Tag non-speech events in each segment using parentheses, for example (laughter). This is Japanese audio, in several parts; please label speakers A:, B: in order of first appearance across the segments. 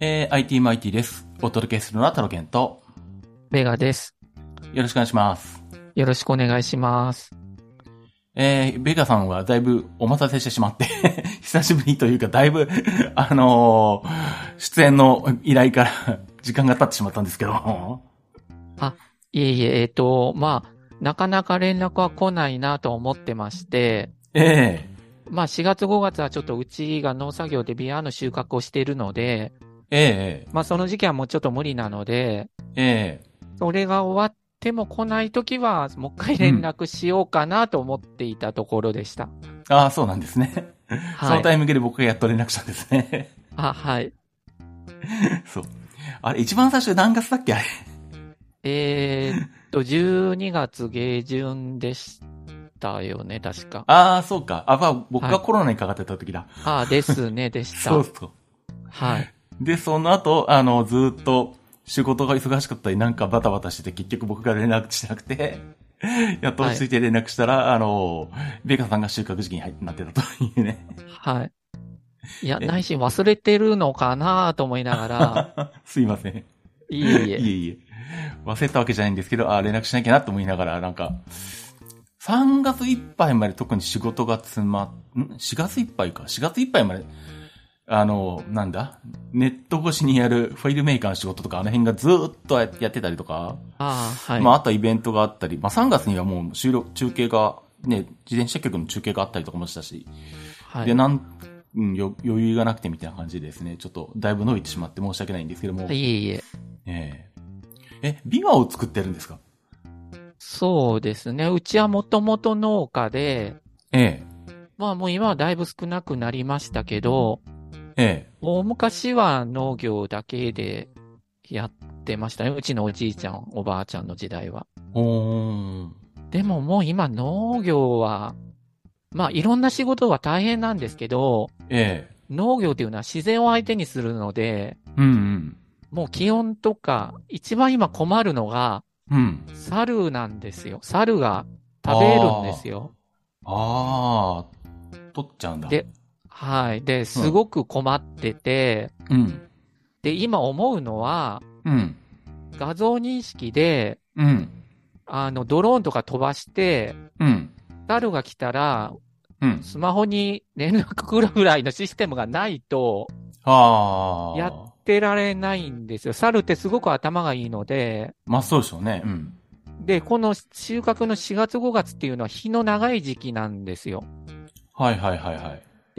A: えー、IT マイティです。お届けするのはタロケンと、
B: ベガです。
A: よろしくお願いします。
B: よろしくお願いします。
A: えー、ベガさんはだいぶお待たせしてしまって、 (laughs) 久しぶりというか、だいぶ、あのー出演の依頼から時間が経ってしまったんですけど、
B: いえいえ、えっ、と、まあ、なかなか連絡は来ないなと思ってまして、
A: え
B: まあ4月5月はちょっとうちが農作業でビアの収穫をしているので、
A: ー、え
B: まあその時期はもうちょっと無理なので、
A: ー、え
B: それが終わっても来ないときは、もう一回連絡しようかなと思っていたところでした。
A: ー、ああ、そうなんですね。そ
B: は
A: の
B: い。
A: タイミングで僕がやっと連絡したんですね。 (laughs)
B: あ、はい。
A: そう。あれ、一番最初何月だっけあれ。
B: えーっと、12月下旬でしたよね、確か。
A: ああ、そうか。あ、まあ、僕が
B: はい
A: コロナにかかってた時だ。
B: あ、ですね、でした。
A: そうそう。
B: はい。
A: で、その後、あの、ずーっと仕事が忙しかったり、なんかバタバタしてて、結局僕が連絡しなくて、 (laughs) やっと落ち着いて連絡したら、あの、ベカさんが収穫時期に入ってなってたというね。
B: はい。いや、
A: え
B: 内心忘れてるのかなと思いなが
A: (laughs)
B: ら、
A: すいません。い
B: いえい
A: え
B: え。
A: いえ。忘れたわけじゃないんですけど、あー連絡しなきゃなと思いながら、なんか、3月いっぱいまで特に仕事が詰ま、ん ?4 月いっぱいか。4月いっぱいまで、あの、なんだネット越しにやるファイルメーカーの仕事とか、あの辺がずーっとやってたりとか、
B: ああ、はい。
A: まあ、あとはイベントがあったり、まあ、3月にはもう収録、中継が、ね、自転車局の中継があったりとかもしたし、
B: はい
A: で、なん、うん、よ余裕がなくてみたいな感じでですね、ちょっとだいぶ伸びてしまって申し訳ないんですけども、
B: いえいえ。
A: えええ、ビワを作ってるんですか
B: そうですね。うちはもともと農家で、
A: え
B: まあもう今はだいぶ少なくなりましたけど、
A: え、え
B: 大昔は農業だけでやってましたね。うちのおじいちゃん、おばあちゃんの時代は。
A: え、おー
B: でももう今農業は、まあいろんな仕事は大変なんですけど、
A: ええ、
B: 農業というのは自然を相手にするので、
A: うん
B: もう気温とか、一番今困るのが、
A: うん、うん。
B: 猿なんですよ。猿が食べるんですよ。
A: ああ、取っちゃうんだ。
B: ではい。で、すごく困ってて、
A: うん、
B: で、今思うのは、
A: うん、
B: 画像認識で、
A: うん、
B: あの、ドローンとか飛ばして、
A: うん、
B: 猿が来たら、
A: うん。
B: スマホに連絡来るぐらいのシステムがないと、
A: ああ、
B: や出られないんですよ。猿ってすごく頭がいいので、
A: まあそうでしょうね。うん。
B: で、この収穫の4月5月っていうのは日の長い時期なんですよ。
A: はいはいはいは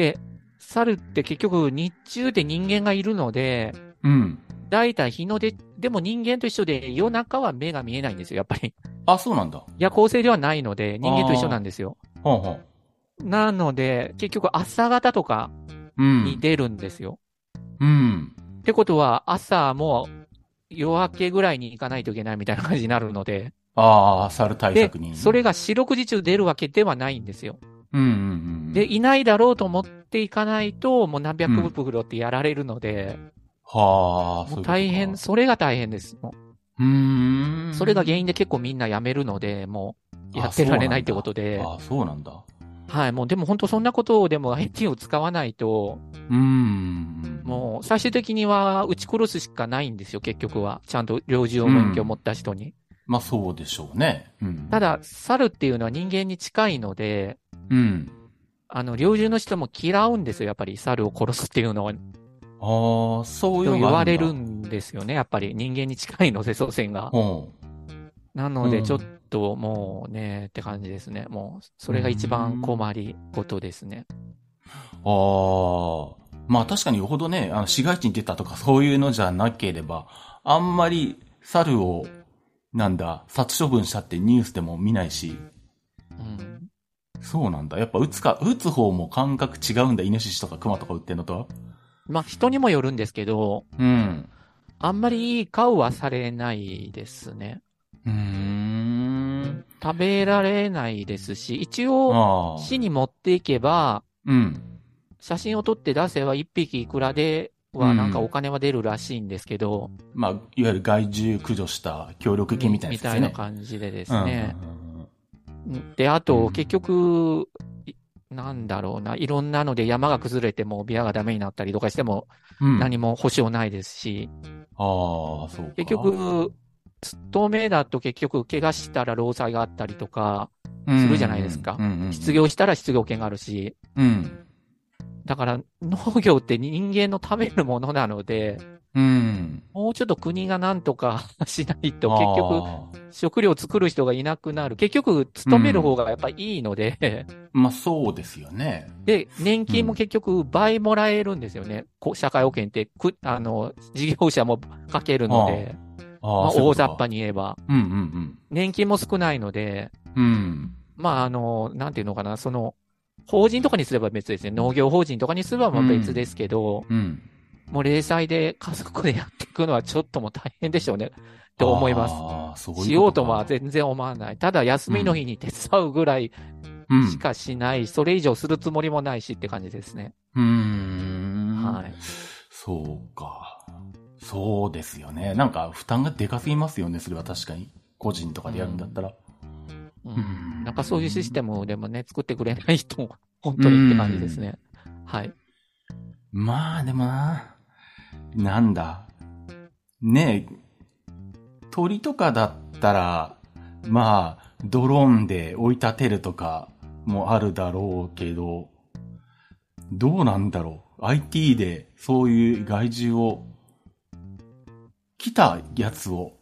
A: い。
B: 猿って結局日中で人間がいるので、
A: うん。
B: だいたい日の出、でも人間と一緒で夜中は目が見えないんですよ、やっぱり。
A: あ、そうなんだ。
B: 夜行性ではないので、人間と一緒なんですよ。
A: ほうほう。
B: なので、結局朝方とか
A: う
B: に
A: ん。
B: 出るんですよ。
A: うん。
B: ってことは、朝も夜明けぐらいに行かないといけないみたいな感じになるので、
A: ああ、猿対
B: で
A: 策に。、
B: それが四六時中出るわけではないんですよ。
A: うんうんうん。
B: で、、いないだろうと思っていかないと、もう何百袋ってやられるので、
A: はあ、
B: もう大変、
A: う
B: それが大変です。も
A: うーん。
B: うそれが原因で結構みんな辞めるので、もうやってられないってことで、
A: あ、そうなんだ。あ
B: はい、もうでも本当そんなことをでも IT を使わないと、
A: そうなんだうーん。
B: もう最終的には撃ち殺すしかないんですよ、結局は。ちゃんと猟銃を免許を持った人に。
A: まあそうでしょうね。うん。
B: た、だ、猿っていうのは人間に近いので、
A: うん。
B: あの、猟銃の人も嫌うんですよ、やっぱり猿を殺すっていうのは、と
A: ああ、そういうの
B: 言
A: があ
B: わ
A: るんだ
B: れるんですよね、やっぱり人間に近いので、祖先が。
A: ほ
B: な
A: う。
B: ので、ちょっ
A: と。
B: ともうね、って感じですね。もう、それが一番困りことですね。
A: ああ。まあ確かによほどね、あの市街地に出たとかそういうのじゃなければ、あんまり猿を、なんだ、殺処分したってニュースでも見ないし。
B: うん。
A: そうなんだ。やっぱ打つか、打つ方も感覚違うんだ。イノシシとかクマとか打ってんのとは。
B: まあ、人にもよるんですけど、
A: うん。
B: あんまりいい顔はされないですね。
A: うーん。
B: 食べられないですし、一応、
A: ああ。
B: 市に持っていけば、
A: うん。
B: 写真を撮って出せば1匹いくらではなんかお金は出るらしいんですけど、
A: まあ、いわゆる害獣駆除した協力金みたいなやつですね。
B: 感じでですね。
A: うんうんうんうん
B: で、あ
A: う
B: と
A: ん
B: 結局、いなんだろうな、いろんなので山が崩れても、ビアがダメになったりとかしても、
A: うん。あ
B: 何も保証ないですし、
A: あ、そうか。
B: 結、局、透明だと結局、怪我したら労災があったりとか、するじゃないですか
A: うんうんうん、
B: 失業したら失業権があるし、
A: うん。
B: だから農業って人間の食べるものなので、
A: うん。
B: もうちょっと国がなんとか (laughs) しないと、結局、
A: 局。
B: 食料作る人がいなくなる。結局、勤める方がやっぱりいいので、
A: まあそうですよね。
B: で、年金も結局倍もらえるんですよね。こ社会保険って、くあの、事業者もかけるので、
A: あ
B: まあ、
A: あ
B: 大雑把
A: に。
B: に言えば。
A: うんうん
B: 年金も少ないので、
A: うん。うん。
B: まあ、あの、なんていうのかな、その、法人とかにすれば別ですね。農業法人とかにすればまあ別ですけど、
A: うん。
B: もう零細で家族でやっていくのはちょっともう大変でしょうね、と思います。
A: ああ、そういうことか
B: しようとは全然思わない。ただ休みの日に手伝うぐらい
A: うん
B: しかしない、それ以上するつもりもないしって感じですね。
A: うーん。
B: はい。
A: そうか。そうですよね。なんか負担がでかすぎますよね、それは確かに。個人とかでやるんだったら。
B: う、
A: うんん
B: なんかそういうシステムでもね、作ってくれない人も本当にって感じですね。はい。
A: まあでもな、なんだ。ねえ、鳥とかだったら、まあ、ドローンで追い立てるとかもあるだろうけど、どうなんだろう。IT でそういう害獣を、来たやつを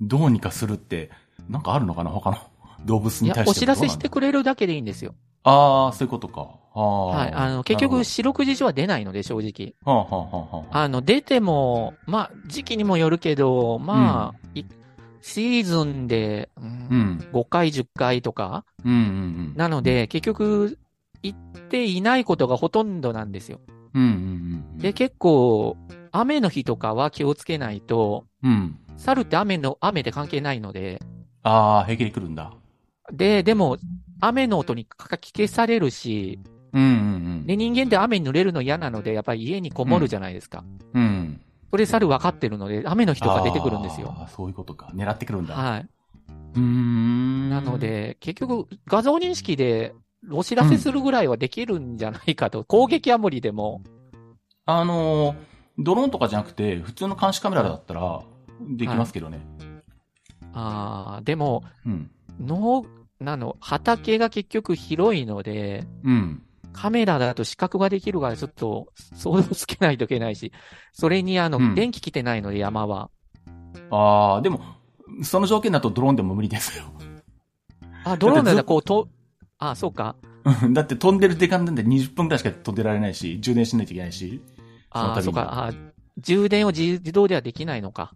A: どうにかするって、なんかあるのかな他の動物
B: い
A: に
B: や
A: 対して、
B: お
A: も
B: 知らせし
A: どうなん
B: て
A: だ
B: くれるだけでいいんですよ。
A: ああ、そういうことか。ああ。
B: はい。あの、結
A: な
B: 局、
A: る
B: 四六時中は出ないので、正直。
A: ほど、はあはあはあはあ
B: あの、出ても、まあ、時期にもよるけど、まあ、いシーズンで、うん
A: うん。
B: 5回、10回とか、
A: うんうん
B: なので、結局、行っていないことがほとんどなんですよ。
A: うん。うんうんうん。
B: で、結構、雨の日とかは気をつけないと、
A: うん。
B: 猿って雨の、雨で関係ないので、
A: ああ、平気で来るんだ。
B: で、でも、雨の音にかき消されるし、
A: うんうんうん。
B: で、人間って雨に濡れるの嫌なので、やっぱり家にこもるじゃないですか。
A: うん。
B: それ猿分かってるので、雨の日とか出てくるんですよ。
A: ああ、そういうことか。狙ってくるんだ。
B: はい。
A: うーん。
B: なの、で、結局、画像認識で、お知らせするぐらいはできるんじゃないかと。攻撃は無理でも。
A: あのードローンとかじゃなくて、普通の監視カメラだったら、できますけどね。
B: ああ、でも、
A: うん。
B: 農、なの、畑が結局広いので、
A: うん。
B: カメラだと視覚ができるからちょっと想像つけないといけないし、それにあの、
A: うん
B: 電気来てないので山は。
A: ああ、でも、その条件だとドローンでも無理ですよ。
B: あ、ドローンだ
A: だ
B: ったら
A: って
B: こうと、あ、そうか。
A: うんだって飛んでる時間なんで20分くらいしか飛んでられないし、充電しないといけないし。その
B: あ
A: 度に
B: そうか。あ充電を自自動ではできないのか。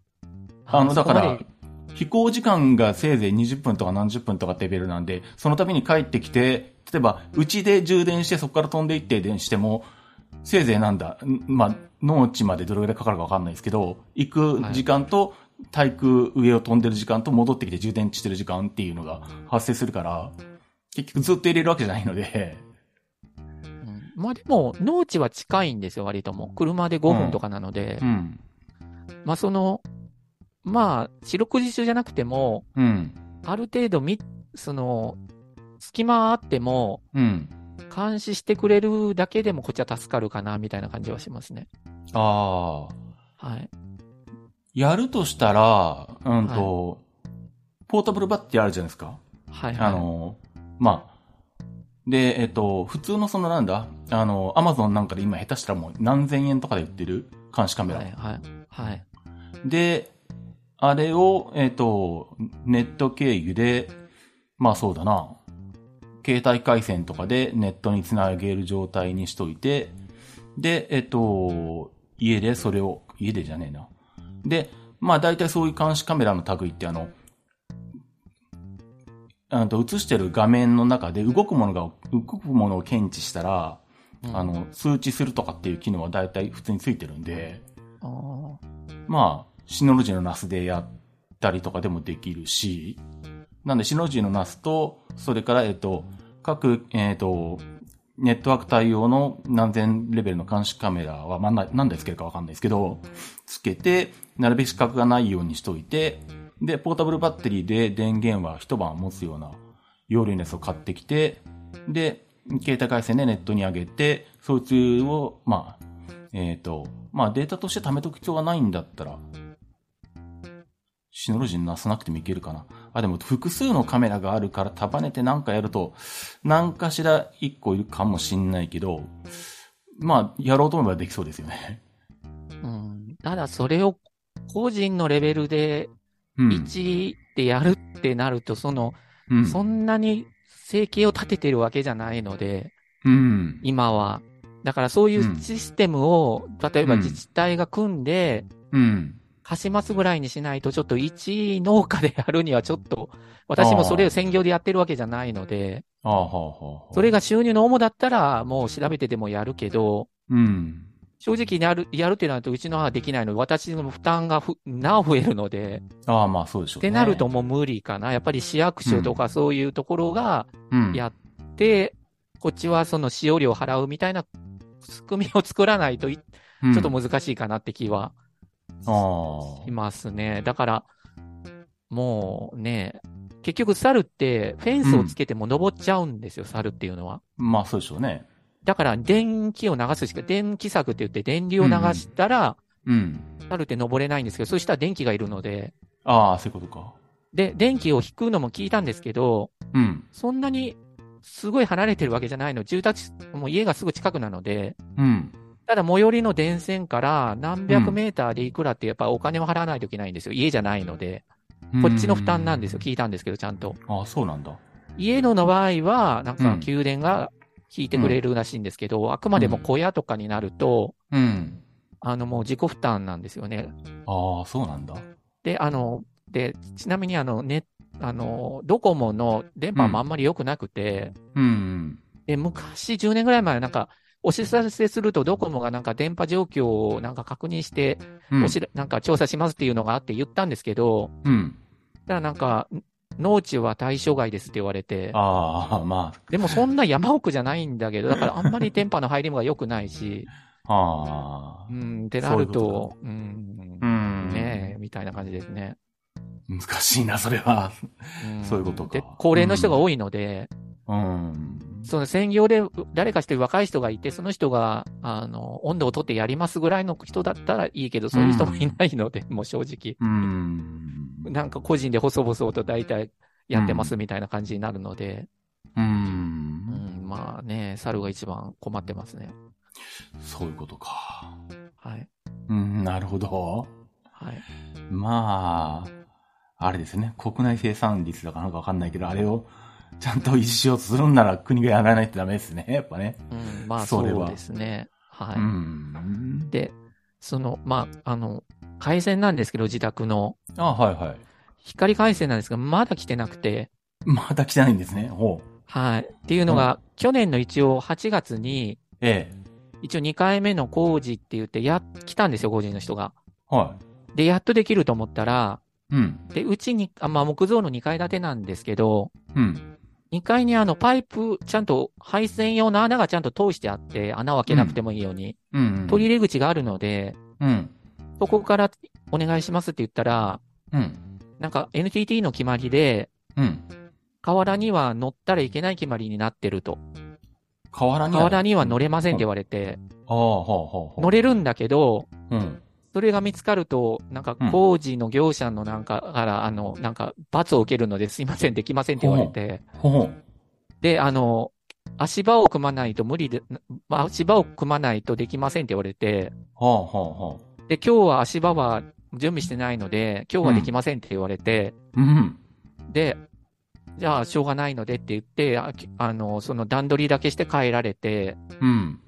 A: あの、だか
B: そこ
A: ら
B: まで、
A: 飛行時間がせいぜい20分とか何十分とかってレベルなんで、その度に帰ってきて、例えば、うちで充電してそこから飛んでいって電しても、せいぜいなんだ、んまあ、農地までどれぐらいかかるかわかんないですけど、行く時間と、対空上を飛んでる時間と戻ってきて充電してる時間っていうのが発生するから、結局ずっと入れるわけじゃないので、
B: うんまあでも、農地は近いんですよ、割ともう。車で5分とかなので、
A: うん、
B: まあその、まあ、四六時中じゃなくても、
A: うん、
B: ある程度み、その、隙間あっても、
A: うん。
B: 監視してくれるだけでもこっちは助かるかな、みたいな感じはしますね。
A: ああ。
B: はい。
A: やるとしたら、うんと、ポータブルバッテリーあるじゃないですか。
B: はい、はい。
A: あの、まあ、で、えっと、普通のそのなんだ、あの、アマゾンなんかで今下手したらもう何千円とかで売ってる監視カメラ。
B: はい、はい。はい。
A: で、あれを、えっと、ネット経由で、まあそうだな、携帯回線とかでネットにつなげる状態にしといて、で、えっと、家でそれを、家でじゃねえな。で、まあ大体そういう監視カメラの類ってあの、あと映してる画面の中で動くものが、動くものを検知したら、
B: うん
A: あ、の、数値するとかっていう機能は大体普通についてるんで、
B: あー
A: まあ、シノロジーのナスでやったりとかでもできるし、なんでシノロジーのナスと、それから、えっと、各、えっと、ネットワーク対応の何千レベルの監視カメラは、まあ、な何台つけるかわかんないですけど、つけて、なるべく死角がないようにしといて、で、ポータブルバッテリーで電源は一晩持つような容量のやつを買ってきて、で、携帯回線でネットに上げて、そいつを、まあ、えっ、と、まあデータとして貯めとく必要がないんだったら、シノロジーになさなくてもいけるかな。あ、でも複数のカメラがあるから束ねてなんかやると、何かしら一個いるかもしんないけど、まあ、やろうと思えばできそうですよね。
B: うん。ただそれを個人のレベルで
A: うん。
B: 1でやるってなると、その、
A: うん。
B: そんなに生計を立ててるわけじゃないので、
A: うん。
B: 今は。だからそういううんシステムを、例えば
A: うん
B: 自治体が組んで、
A: うん。
B: 貸しますぐらいにしないと、ちょっと1農家でやるにはちょっと、私もそれを専業でやってるわけじゃないので、
A: ああ、はあ、はあ。
B: それ、が収入の主だったら、もう調べてでもやるけど、
A: うん。
B: 正直やる、やるってなると、うちの母はできないので、私の負担がふ、なお増えるので、
A: ああ、まあそうでしょ
B: っ
A: うね。
B: てなると、もう無理かな。やっぱり市役所とかそういうところが
A: うん。
B: やって、こっちはその使用料を払うみたいな仕組みを作らないとい、ち
A: うん、
B: ょっと難しいかなって気は
A: あ
B: いますね。だから、もうね、結局猿ってフェンスをつけても登っちゃうんですよ、猿っていうのは。
A: あ、まあそうでしょうね。
B: だから電気を流すしか、電気柵って言って電流を流したら、
A: うん。
B: 猿って登れないんですけど、そしたら電気がいるので、
A: ああ、そういうことか。
B: で、電気を引くのも聞いたんですけど、
A: うん。
B: そんなにすごい離れてるわけじゃないの。住宅地、もう家がすぐ近くなので、
A: うん。
B: ただ最寄りの電線から何百メーターでいくらってやっぱお金を払わないといけないんですよ。家じゃないので。こっちの負担なんですよ。聞いたんですけど、ちゃんと。
A: ああ、そうなんだ。
B: 家のの場合は、なん
A: う
B: か
A: ん
B: 宮殿が引いてくれるらしいんですけど、あくまでも小屋とかになると、
A: うん。
B: あのもう自己負担なんですよね。
A: ああ、そうなんだ。
B: で、あの、で、ちなみにあの、ね、あの、ドコモの電波もあんまり良くなくて、
A: うん。
B: で、昔10年ぐらい前はなんか、お知らせするとドコモがなんか電波状況をなんか確認して、
A: うん。
B: おしら、なんか調査しますっていうのがあって言ったんですけど、
A: うん。
B: ただなんか、農地は対象外ですって言われて、
A: ああ、 (laughs) ま
B: でもそんな山奥じゃないんだけど、だからあんまり電波の入りもが良くない
A: (laughs)
B: し、
A: あ、ああ
B: う。ん、ってなる
A: そういう
B: と
A: こ、
B: うん
A: う、ん。
B: ねえ、みたいな感じですね。
A: 難しいな、それは。
B: ん
A: そういうことか
B: で、高齢の人が多いので、
A: うん。
B: その専業で誰かして若い人がいて、その人が、あの、温度を取ってやりますぐらいの人だったらいいけど、そういう人もいないので、 (laughs) もう正直。
A: うん。
B: なんか個人で細々と大体やってますみたいな感じになるので、
A: う。
B: うんん、まあね、猿が一番困ってますね。
A: そういうことか。
B: はい。
A: うん、なるほど。
B: はい。
A: まあ、あれですね。国内生産率だかなんかわかんないけど、あれをちゃんと維持しようとするんなら国がやらないとダメですね。やっぱね。
B: うん、まあそ
A: それは
B: うですね。はい。
A: うん。
B: で、その、まあ、あの、回線なんですけど、自宅の。
A: あはいはい。
B: 光回線なんですが、まだ来てなくて、
A: また来てないんですね。ほう。
B: はい。っていうのが、去年の一応8月に、
A: ええ。
B: 一応2回目の工事って言って、や、来たんですよ、工事の人が。
A: は
B: で、やっとできると思ったら、
A: い。うん。
B: で、うちに、あまあ、木造の2階建てなんですけど、
A: うん。
B: 2階にあのパイプ、ちゃんと配線用の穴がちゃんと通してあって、穴を開けなくてもいいように、
A: うん。
B: 取り入れ口があるので、
A: うん。
B: そこからお願いしますって言ったら、
A: うん。
B: なんか NTT の決まりで、
A: うん。
B: 河原には乗ったらいけない決まりになってると。
A: 河原に
B: 河原には乗
A: れ。
B: れませんって言われて、
A: ああ、ほうほうほう。
B: 乗れるんだけど、
A: うん。
B: それが見つかると、なんか
A: うん
B: 工事の業者のなんかから、あの、なんか罰を受けるのですいません、できませんって言われて、
A: ほう。
B: で、あの、足場を組まないと無理で、まあ足場を組まないとできませんって言われて、
A: ほうほうほ
B: で、今日は足場は準備してないので、今日はできませんって言われて、
A: う。うん。
B: で、じゃあ、しょうがないのでって言って、あきあの、その段取りだけして帰られて、
A: うん。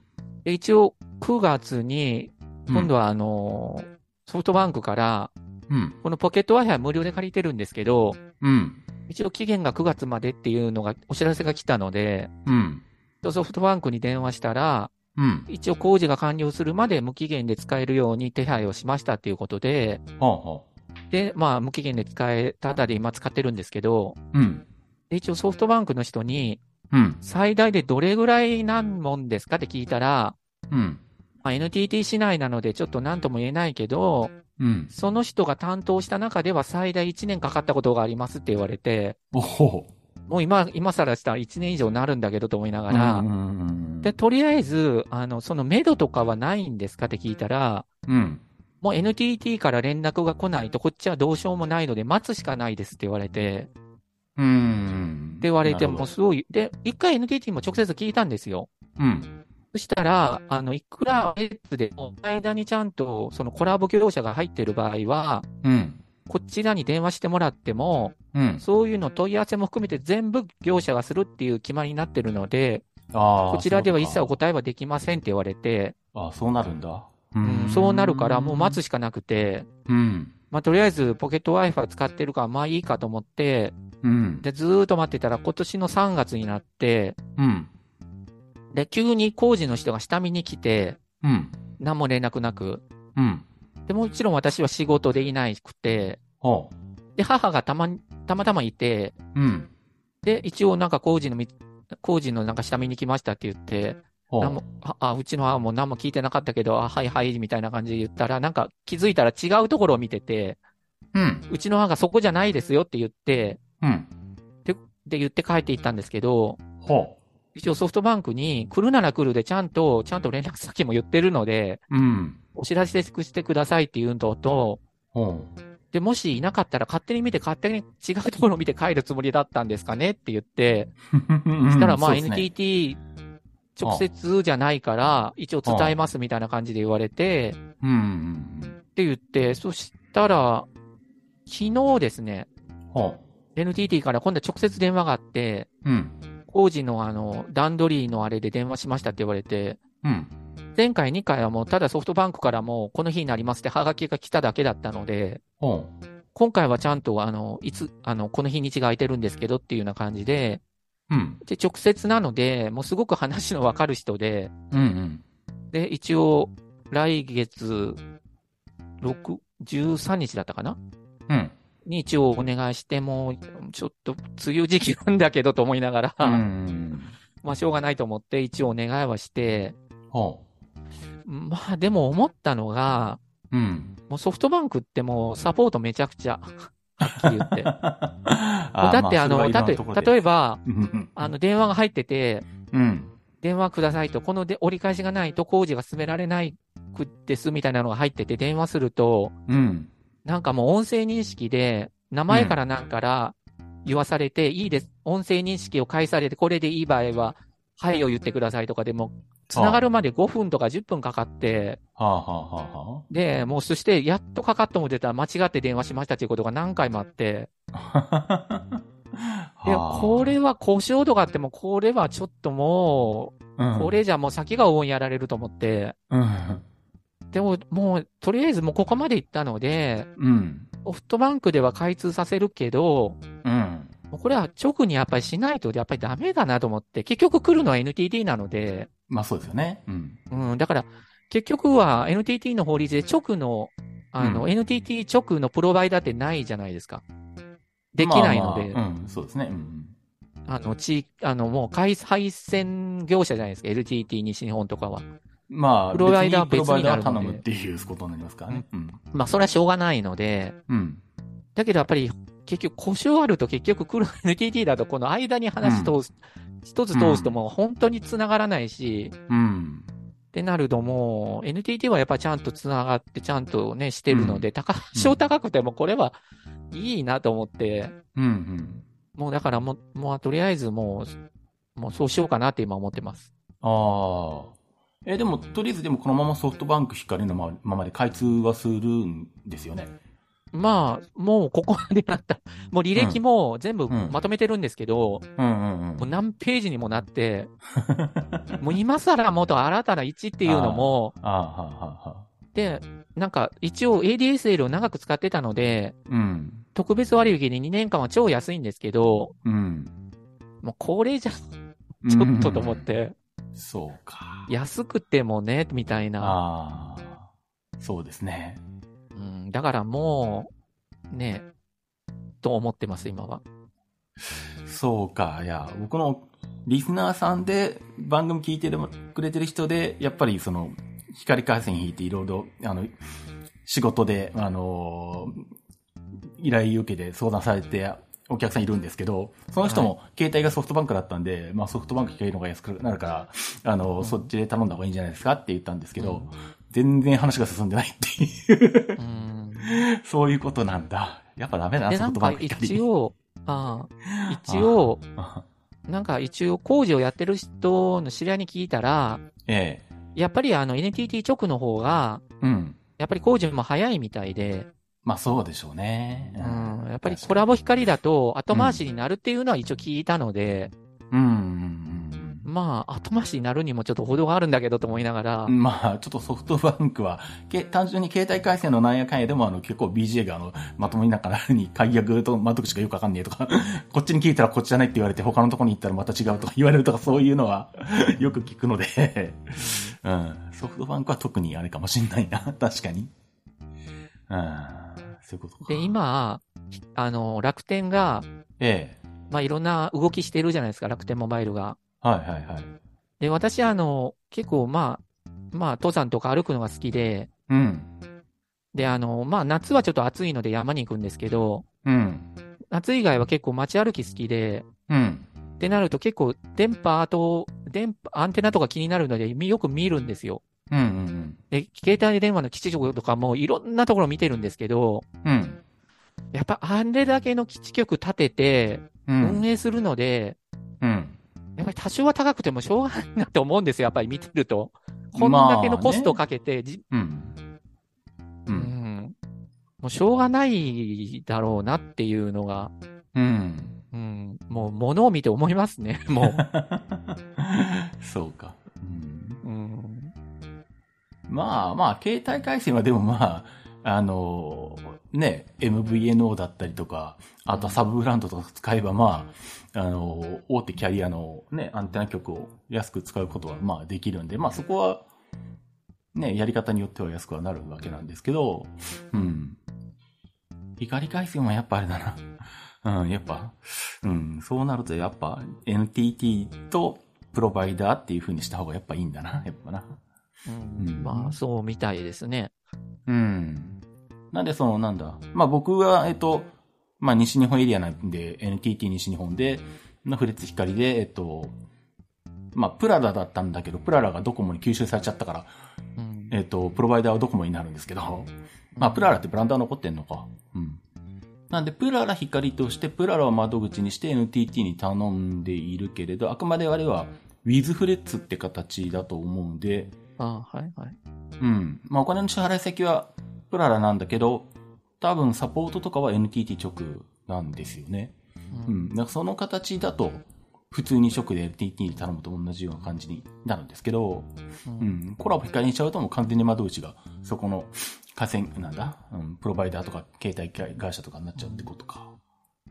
B: で、一応、9月に、今度はあの、ソフトバンクから、
A: うん。
B: このポケット Wi-Fi 無料で借りてるんですけど、
A: うん。
B: 一応期限が9月までっていうのが、お知らせが来たので、
A: うん。
B: ソフトバンクに電話したら、
A: うん。
B: 一応工事が完了するまで無期限で使えるように手配をしましたっていうことで、
A: ほうほ
B: で、まあ、無期限で使えただで今使ってるんですけど、
A: う。うん。
B: で一応ソフトバンクの人に、
A: うん。
B: 最大でどれぐらい何問ですかって聞いたら、
A: うん。
B: まあ、NTT 市内なのでちょっと何とも言えないけど、
A: うん。
B: その人が担当した中では最大1年かかったことがありますって言われて、
A: おほ
B: もう今、今更したら1年以上なるんだけどと思いながら、
A: うんうんうん
B: で、とりあえず、あの、その目処とかはないんですかって聞いたら、
A: うん。
B: もう NTT から連絡が来ないと、こっちはどうしようもないので、待つしかないですって言われて、って
A: うんうん。
B: 言われて、
A: なる
B: も
A: ほ
B: う
A: ど
B: すごい、で、一回 NTT も直接聞いたんですよ。
A: うん。
B: そしたら、あの、いくらエッツでも、間にちゃんと、そのコラボ業者が入ってる場合は、
A: うん。
B: こちらに電話してもらっても、
A: うん。
B: そういうの問い合わせも含めて全部業者がするっていう決まりになってるので、
A: ああ。
B: こちらでは一切
A: そう
B: お
A: いうこ
B: 答えはできませんって言われて、
A: とかあそうなるんだ。う
B: うん、そうなるからもう待つしかなくて、
A: つ。うん。
B: まあ、とりあえずポケット Wi-Fi 使ってるから、まあいいかと思って、
A: うん。
B: で、ずーっと待ってたら今年の3月になって、
A: うん。
B: で、急に工事の人が下見に来て、
A: うん。
B: 何も連絡なく、
A: うん。
B: で、もちろん私は仕事でいなくて、
A: ほ
B: で、母がたまに、たまたまいて、
A: う。うん。
B: で、一応なんか工事のみ、工事のなんか下見に来ましたって言って、
A: ほ
B: なんも
A: う。
B: ああ、うちの母も何も聞いてなかったけど、あ、はいはい、みたいな感じで言ったら、なんか気づいたら違うところを見てて、
A: うん。
B: うちの母がそこじゃないですよって言って、
A: うん。
B: で言って帰っていったんですけど、
A: ほ
B: 一応ソフトバンクに来るなら来るでちゃんと、ちゃんと連絡先も言ってるので、
A: う。うん。
B: お知らせしてくださいっていうのと、
A: ほ
B: で、もしいなかったら勝手に見て勝手に違うところを見て帰るつもりだったんですかねって言って、
A: う。
B: したらまあ
A: うんそうですね
B: NTT 直接じゃないから、一応伝えますみたいな感じで言われて、
A: うんうん
B: って言って、そしたら、昨日ですね、
A: うん。ほ
B: NTT から今度は直接電話があって、
A: う。うん。
B: 工事のあの、段取りのあれで電話しましたって言われて、
A: うん。
B: 前回2回はもうただソフトバンクからもうこの日になりますってハガキが来ただけだったので、
A: ほ
B: 今回はちゃんとあの、いつ、あの、この日にちが空いてるんですけどっていうような感じで、
A: う。うん。
B: で、直接なので、もうすごく話のわかる人で、
A: うんうん。
B: で、一応、来月、6、13日だったかな
A: うん。
B: に一応お願いして、もう、ちょっと、梅雨時期なんだけどと思いながら、
A: うん。
B: まあ、しょうがないと思って、一応お願いはして、
A: ほ
B: まあ、でも思ったのが、
A: う。うん。
B: もうソフトバンクってもうサポートめちゃくちゃ、はっきり言 (laughs) って。もう
A: あ
B: だってあの、たと例え (laughs)
A: ば、
B: ば、
A: うん
B: あの、電話が入ってて、
A: うん。
B: 電話くださいと、こので折り返しがないと工事が進められないくですみたいなのが入ってて、電話すると、
A: うん。
B: なんかもう音声認識で、名前からなんから言わされて、いいです。音声認識を返されて、これでいい場合は、はいを言ってくださいとかでも、つながるまで5分とか10分かかって、
A: はあはあはあはあ。
B: で、もうそして、やっとかかっても出たら間違って電話しましたっていうことが何回もあって、
A: い
B: で、これは故障とかあっても、これはちょっともう、こ、れじゃもう先が応援やられると思って、
A: うん。
B: でも、もう、とりあえずもうここまで行ったので、
A: うん。
B: ソフトバンクでは開通させるけど、
A: うん。
B: もうこれは直にやっぱりしないと、やっぱりダメだなと思って、結局来るのは NTT なので、
A: まあそうですよね。うん。
B: うん、だから、結局は NTT の法律で直の、あの、
A: う
B: NTT 直のプロバイダーってないじゃないですか。できないので、
A: まあまあうん、そうですね。うん。
B: あの、地、あの、もう、回配線業者じゃないですか、LTT 西日本とかは。
A: まあ、
B: プロバイダーは
A: 別にプロバイダー
B: 別にな
A: 頼
B: るので
A: むっていうことになりますからね。うん。
B: まあ、それはしょうがないので、
A: うん。
B: だけどやっぱり、結局、故障あると結局、来る NTT だと、この間に話通す、一つ通すともう本当に繋がらないし、
A: うん。
B: ってなるともう、NTT はやっぱちゃんと繋がって、ちゃんとね、してるので、高、小高くてもこれはいいなと思って、
A: うん。うん。
B: もうだからもう、もうとりあえずもう、もうそうしようかなって今思ってます。
A: ああ。え、でも、とりあえずでもこのままソフトバンク光のままで開通はするんですよね。
B: まあ、もうここまでなった。もう履歴も全部
A: うん
B: まとめてるんですけど、
A: うんうんう。
B: もうん何ページにもな
A: (laughs)
B: って、もう今更もっと新たな1っていうのも、
A: ああ、はあはあはあ。
B: で、なんか一応 ADSL を長く使ってたので、
A: うん。
B: 特別割引で2年間は超安いんですけど、
A: うん。
B: もうこれじゃちょっとと思っ
A: うん。
B: て、
A: そうか。
B: 安くてもね、みたいな。
A: ああ。そうですね。
B: うん、だからもう、ね、と思ってます、今は。
A: そうか。いや、僕のリスナーさんで番組聞いてくれてる人で、やっぱりその、光回線引いていろいろ、あの、仕事で、あのー依頼受けて相談されて、お客さんいるんですけど、その人も携帯がソフトバンクだったんで、まあソフトバンク機るのが安くなるから、あの、
B: うん
A: そっちで頼んだ方がいいんじゃないですかって言ったんですけど、
B: う
A: 全然話が進んでないっていう、 (laughs)
B: うん。
A: そういうことなんだ。やっぱダメだな、
B: で、
A: ソ
B: な
A: フ
B: ん
A: トバ
B: か
A: ンク光
B: 一応、ああ一応、
A: あ
B: なんか一応工事をやってる人の知り合いに聞いたら、
A: (laughs) ええ。
B: やっぱりあの NTT 直の方が、
A: うん。
B: やっぱり工事も早いみたいで、
A: まあそうでしょうね。
B: うん、やっぱりコラボ光だと後回しになるっていうのは一応聞いたので、
A: うんうん
B: まあ、後回しになるにもちょっと程があるんだけどと思いながら、
A: うん。まあ、ちょっとソフトバンクは、け単純に携帯回線のなんやかんやでも、あの、結構 BGA が、あの、まともになんかなに、解約と窓口がよくわかんねえとか、こっちに聞いたらこっちじゃないって言われて、他のとこに行ったらまた違うとか言われるとか、そういうのは、よく聞くので、うん。ソフトバンクは特にあれかもしんないな、確かに。うん。そういうことか。
B: で、、今、あの、楽天が、
A: ええ。
B: まあ、いろんな動きしてるじゃないですか、楽天モバイルが。
A: はいはいはい。
B: で、私、あの、結構、まあ、まあ、登山とか歩くのが好きで、
A: うん。
B: で、あの、まあ、夏はちょっと暑いので山に行くんですけど、
A: うん。
B: 夏以外は結構街歩き好きで、
A: うん。
B: ってなると結構電波と、電波、アンテナとか気になるので、みよく見るんですよ。
A: うんうん
B: で、携帯電話の基地局とかもいろんなところ見てるんですけど、
A: うん。うん。
B: やっぱあれだけの基地局立てて
A: うん
B: 運。営するので、
A: うん。
B: やっぱり多少は高くてもしょうがないなって思うんですよ、やっぱり見てると。こんだけのコストをかけて、じ
A: うん。う。
B: うんん、もうしょうがないだろうなっていうのが、
A: うん。
B: うん、もう物を見て思いますね、も
A: (laughs) そうか。うん、
B: (laughs) う。うん、
A: まあまあ、携帯回線はでもまあ、あのね、MVNO だったりとか、あとはサブブランドとか使えばまあ、あの大手キャリアのね、アンテナ局を安く使うことはまあできるんで、まあそこは、ね、やり方によっては安くはなるわけなんですけど、うん。光回線はやっぱあれだな。 (laughs) うん、やっぱ、うん、そうなるとやっぱ NTT とプロバイダーっていう風にした方がやっぱいいんだな、やっぱな。
B: うん
A: うん
B: まあ、そうみたいですね。
A: うん。なんでその、なんだ。まあ僕は、えっと、まあ西日本エリアなんで、NTT 西日本で、のフレッツ光で、えっと、まあプラダだったんだけど、プラダがドコモに吸収されちゃったから、
B: うん
A: えっと、プロバイダーはドコモになるんですけど、まあプララってブランドは残ってんのか。うん。なんで、プララ光として、プララを窓口にして NTT に頼んでいるけれど、あくまであれは、ウィズフレッツって形だと思うんで、
B: あはいはい。
A: うん。まあ、お金の支払い先はプララなんだけど、多分サポートとかは NTT 直なんですよね。
B: う
A: うんん。だからその形だと、普通に直で NTT に頼むと同じような感じになるんですけど、
B: うん
A: うん。コラボ光にしちゃうともう完全に窓口が、そこの、河川、なんだ、うん、プロバイダーとか携帯会社とかになっちゃうってことか。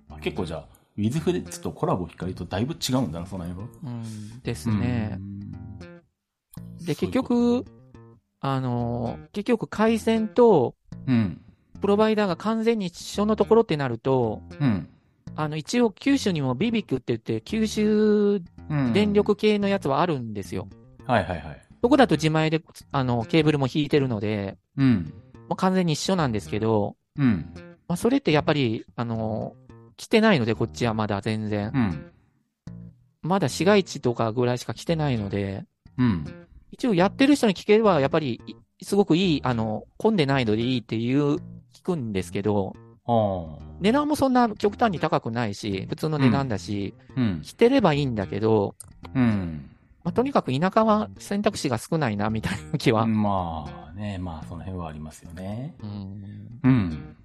A: あ結構じゃあ、ウィズフレッツとコラボ光とだいぶ違うんだな、その辺は。
B: うんですね。
A: うんそ
B: で、
A: う
B: 結
A: いうこと
B: 局、あのー、結局回線と
A: うん。
B: プロバイダーが完全に一緒のところってなると、
A: うん。
B: あの、一応九州にもビビクって言って、九州
A: うん
B: 電力系のやつはあるんですよ。
A: はいはいはい。
B: そこだと自前で、あの、ケーブルも引いてるので、
A: うん。
B: まあ、完全に一緒なんですけど、
A: うん。
B: まあ、それってやっぱり、あのー、来てないので、こっちはまだ全然
A: う。ん。
B: まだ市街地とかぐらいしか来てないので、
A: うん。
B: 一応やってる人に聞ければ、やっぱりい、すごくいい、あの、混んでないのでいいっていう、聞くんですけど、
A: ああ。
B: 値段もそんな極端に高くないし、普通の値段だし、
A: うん。
B: 来てればいいんだけど、
A: うん。
B: まあ、とにかく田舎は選択肢が少ないな、みたいな気は。
A: まあね、まあその辺はありますよね。
B: うん
A: うん。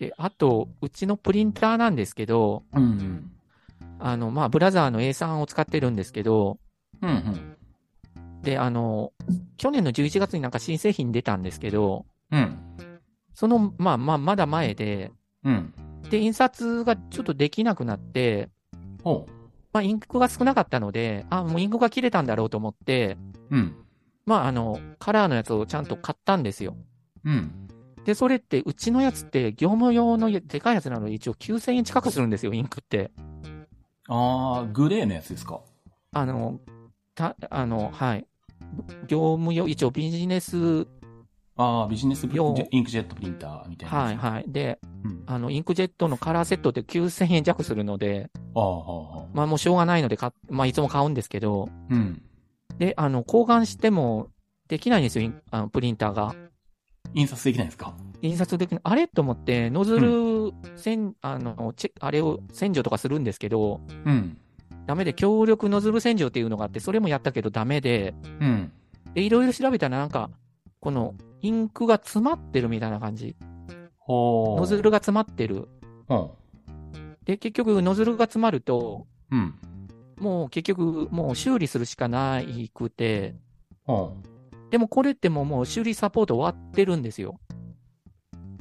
B: で、あと、うちのプリンターなんですけど、
A: うん。
B: あの、まあ、ブラザーの A3 を使ってるんですけど、
A: うん。うん。
B: で、あの、去年の11月になんか新製品出たんですけど、
A: うん。
B: その、まあまあ、まだ前で、
A: うん。
B: で、印刷がちょっとできなくなって、
A: ほ
B: まあ、インクが少なかったので、あ、もうインクが切れたんだろうと思って、
A: う。うん。
B: まあ、あの、カラーのやつをちゃんと買ったんですよ。
A: うん。
B: で、それって、うちのやつって、業務用のでかいやつなので、一応9000円近くするんですよ、インクって。
A: ああ、グレーのやつですか。
B: あの、た、あの、はい。業務用、一応ビジネス
A: ああ、ビジネスプリ
B: よう
A: インクジェットプリンターみたいな。
B: はいはい。で、
A: うん、あ
B: あの、インクジェットのカラーセットって9000円弱するので、
A: あ、はあ、はあ。
B: まあもうしょうがないので買っ、まあいつも買うんですけど、
A: うん。
B: で、あの、交換してもできないんですよ、インあのプリンターが。
A: 印刷できないですか
B: 印刷できない。あれと思って、ノズル、せん、あの、チェあれを洗浄とかするんですけど、
A: うん。
B: ダメで、強力ノズル洗浄っていうのがあって、それもやったけどダメで、
A: うん。
B: で、いろいろ調べたらなんか、この、インクが詰まってるみたいな感じ。
A: ほう。
B: ノズルが詰まってる。
A: ほ
B: で、結局、ノズルが詰まると、
A: う。うん。
B: もう結局、もう修理するしかないくて、
A: ほ
B: でもこれってもうもう修理サポート終わってるんですよ。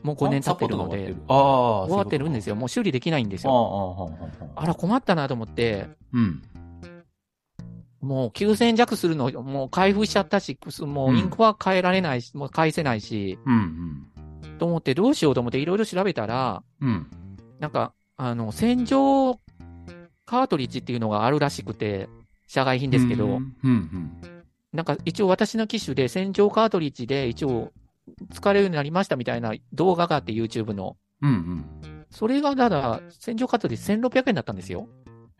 B: もう
A: う。
B: 5年経ってる
A: あ
B: の
A: サポートが終わって
B: で
A: る。ああ、
B: 終わってるんです
A: よ。
B: よ。もう修理できないんです
A: ああ、
B: よ。
A: ああ、ああ。
B: あら、困ったなと思って、
A: うん。
B: もう9000円弱するの、もう開封しちゃったし、くすもううんインクは変えられないし、もう返せないし、
A: うん、
B: と思ってどうしようと思っていろいろ調べたら、
A: うん。うん。
B: なんか、あの、洗浄カートリッジっていうのがあるらしくて、社外品ですけど、
A: うん、うん。
B: なんか一応私の機種で洗浄カートリッジで一応使えるようになりましたみたいな動画があって YouTube の。
A: うん、うん。
B: それがただ洗浄カートリッジ1600円だったんですよ。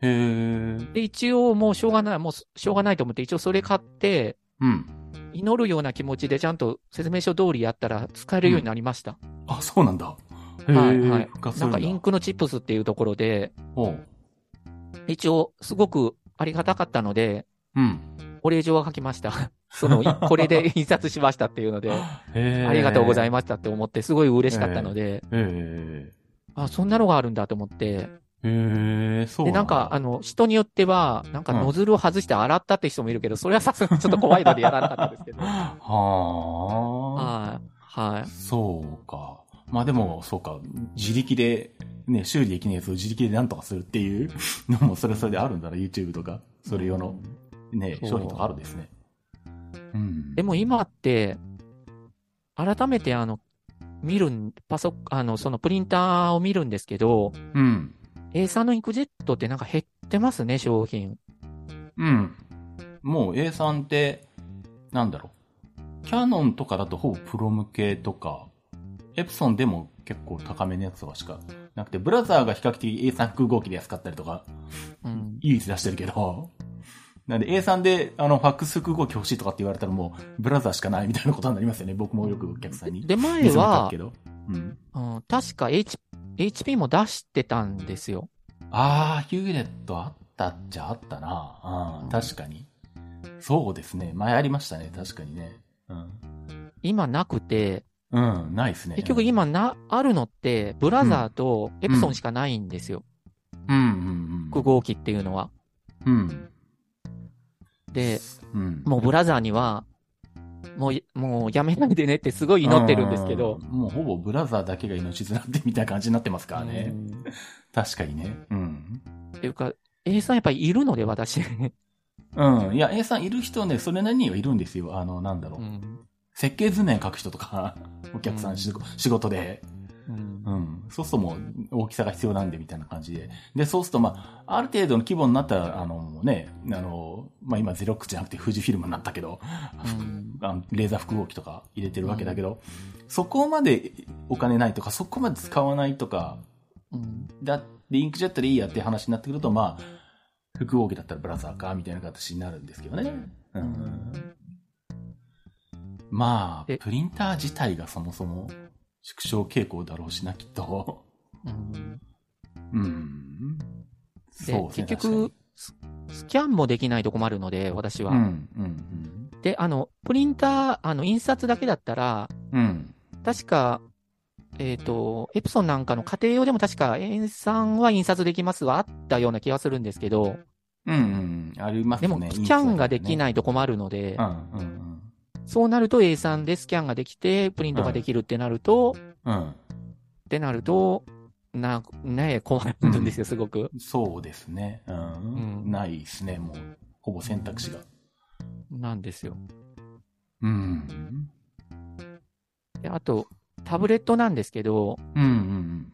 A: へえ。
B: で、一応もうしょうがない、もうしょうがないと思って一応それ買って、
A: うん。
B: 祈るような気持ちでちゃんと説明書通りやったら使えるようになりました。
A: あ、そうなんだ。へえ。
B: はいはい
A: 復活す
B: な
A: る
B: ん
A: んだ。
B: かインクのチップスっていうところで、
A: ほう。
B: 一応すごくありがたかったので、
A: うん。
B: お礼状は書きました。 (laughs)
A: (laughs)
B: その、いこれで印刷しましたっていうので、
A: へえ。
B: ありがとうござい
A: ま
B: ましたって思って、すごい嬉しかったので、
A: す。へ
B: あ、そんなのがあるんだと思って。
A: え。へえ、そう
B: で、
A: だ
B: なんか、あ、の、人によっては、なんかノズルを外して洗ったって人もいるけど、それはさすがにちょっと怖いのでやらなかったですけど。はい、
A: はあ。
B: はい。
A: そうか。まあでも、そうか。自力で、ね、修理できないやつを自力でなんとかするっていう (laughs) のも、それはそれであるんだな、YouTube とか、それ用の、ね、
B: そう
A: 商品とかあるですね。うん。
B: でも今って、改めてあの、見るん、パソあの、そのプリンターを見るんですけど、
A: うん。
B: A さんのインクジェットってなんか減ってますね、商品。
A: うん。もう A さんって、なんだろう。キャノンとかだとほぼプロ向けとか、エプソンでも結構高めのやつとかしかなくて、ブラザーが比較的 A さん複合機で安かったりとか、
B: うん。
A: 唯一出してるけど、なんで A さんで、あの、ファックス複合機欲しいとかって言われたらもう、ブラザーしかないみたいなことになりますよね。僕もよくお客さんに。
B: で、
A: 見
B: 前
A: せた
B: は
A: け、ど。うん。
B: うん、確か H、HP も出してたんですよ。
A: あー、ヒューレットあったっちゃあったな。うん、確かに。そうですね。前ありましたね。確かにね。うん。
B: 今なくて、
A: うん、ないですね。
B: 結局今な、あるのって、ブラザーとエプソンしかないんですよ。
A: うん、うん、うん。
B: 複合機っていうのは。
A: うん。
B: で、
A: うん。
B: もうブラザーには、もうい、もうやめないでねってすごい祈ってるんですけど
A: う。んもうほぼブラザーだけが命綱ってみたいな感じになってますからね。
B: うん
A: 確かにね。うん。
B: っていうか、A さんやっぱりいるので、私。
A: うん。いや、A さんいる人ね、それなりにはいるんですよ。あの、なんだろう。設計図面書く人とか、 (laughs) お客さ
B: うん
A: ん仕事仕事で。
B: うん
A: うん。そうするともう大きさが必要なんで、みたいな感じで。で、そうすると、まあ、ある程度の規模になったら、あの、もうね、あの、まあ、今ゼロックスじゃなくて富士フィルムになったけど、
B: うん
A: あのレーザー複合機とか入れてるわけだけど、そこまでお金ないとか、そこまで使わないとか、
B: うん
A: だってインクジェットでいいやって話になってくると、まあ、複合機だったらブラザーか、みたいな形になるんですけどね。うん。まあ
B: え、
A: プリンター自体がそもそも縮小傾向だろうしな、きっと。
B: うん
A: うん。
B: で
A: そうです
B: 結
A: ね。
B: 局ス、スキャンもできないと困るので、私は。
A: 確かに、うん、うん、
B: で、あの、プリンター、あの、印刷だけだったら、
A: うん。うん。
B: 確か、えっ、と、エプソンなんかの家庭用でも確か、塩酸は印刷できますはあったような気がするんですけど、
A: うん、うん。あります
B: で
A: ね。
B: も、スキャンができ
A: い
B: ないいと困るので
A: です、よね。うん、うん、
B: そうなると A さんでスキャンができて、プリントができるってなると、
A: うん。うん。
B: ってなると、な、ね、困るんですよ、すごく。
A: そうですね。うん。
B: うん
A: ないですね、もう。ほぼ選択肢が。
B: なんですよ。
A: うん。
B: であと、タブレットなんですけど、
A: うん、うん、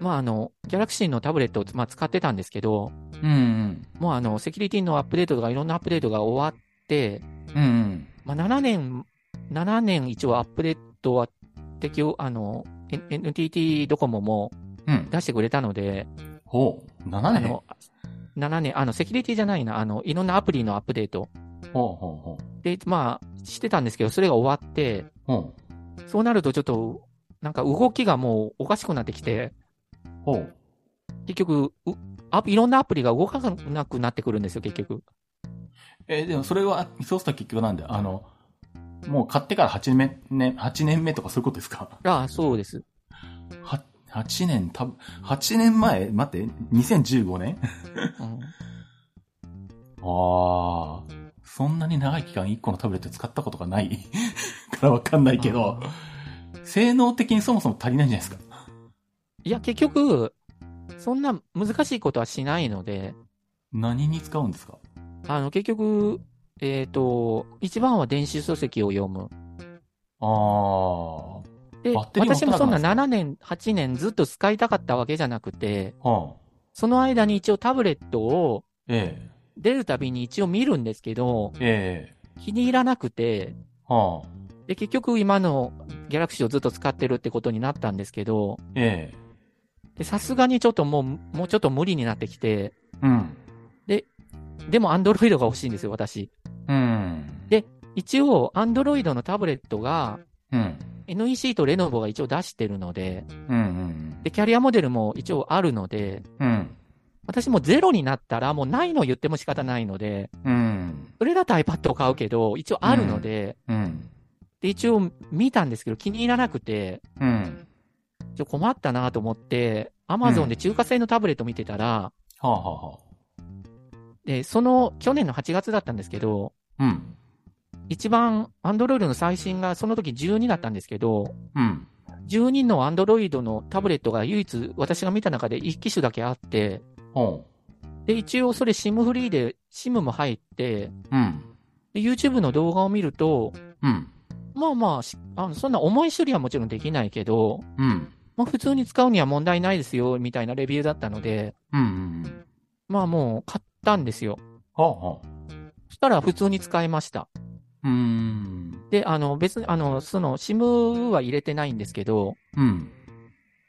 B: まあ、あの、ギャラクシーのタブレットを、まあ、使ってたんですけど、
A: うん。うん、
B: もうあの、セキュリティのアップデートとかいろんなアップデートが終わって、
A: うん。うん、
B: まあ、7年、7年一応アップデートは適用、あの、N- NTT ドコモも
A: うん。
B: 出してくれたので、
A: ほう。7
B: あ
A: 年ほ
B: の、7年、あの、セキュリティじゃないな、あの、いろんなアプリのアップデート。
A: うほう
B: で、まあ、してたんですけど、それが終わって、
A: ほう。ほう。
B: そうなるとちょっと、なんか動きがもうおかしくなってきて、
A: ほう。
B: 結局、うあいろんなアプリが動かなくなってくるんですよ、結局。
A: えーでもそれは、そうすると結局なんだよ。あの、もう買ってから8年目、8年目とかそういうことですか
B: ああ、そうです。
A: は ?8 年、多分8年前待って、2015年
B: うん、
A: ああ、そんなに長い期間1個のタブレット使ったことがないからわかんないけど、性能的にそもそも足りないんじゃないですか。
B: いや、結局、そんな難しいことはしないので、
A: 何に使うんですか
B: あの、結局、えっ、と、一番は電子書籍を読む。
A: ああ、
B: で、
A: バッテリー持
B: 私
A: たなくな
B: もそ
A: るんで
B: んな
A: すか
B: 7年、8年ずっと使いたかったわけじゃなくて、
A: はあ、
B: その間に一応タブレットを
A: え
B: 出るたびに一応見るんですけど、
A: え、え
B: 気に入らなくて、
A: え、はあ、
B: で、結局今のギャラクシーをずっと使ってるってことになったんですけど、
A: ええ、
B: で、さすがにちょっともう、もうちょっと無理になってきて、
A: うん、
B: でもアンドロイドが欲しいんですよ、私。
A: うん、
B: で一応、アンドロイドのタブレットが、
A: うん、
B: NEC とレノボが一応出してるので、
A: うん、うん、
B: で、キャリアモデルも一応あるので、
A: うん、
B: 私もゼロになったらもうないの言っても仕方ないので、
A: うん、
B: それだと iPad を買うけど、一応あるので、
A: うん、
B: で、一応見たんですけど気に入らなくて、
A: うん、
B: ちょっと困ったなと思って、Amazon で中華製のタブレット見てたら、
A: はあ、はあ、は
B: で、その去年の8月だったんですけど、
A: あ、うん、
B: 一番 Android の最新がその時12だったんですけど、
A: うん、
B: 12の Android のタブレットが唯一私が見た中で1機種だけあって、
A: ほ
B: で、一応それ SIM フリーで SIM も入って、
A: う、うん、
B: で YouTube の動画を見ると、
A: うん、
B: まあまあし、あのそんな重い処理はもちろんできないけど、
A: うん、
B: まあ普通に使うには問題ないですよ、みたいなレビューだったので、
A: うん、うん、
B: まあもう買ったんですよ。
A: はあ、はあ、
B: そしたら普通に使えました。
A: うん、
B: で、あの別に、あの、その SIM は入れてないんですけど、
A: うん、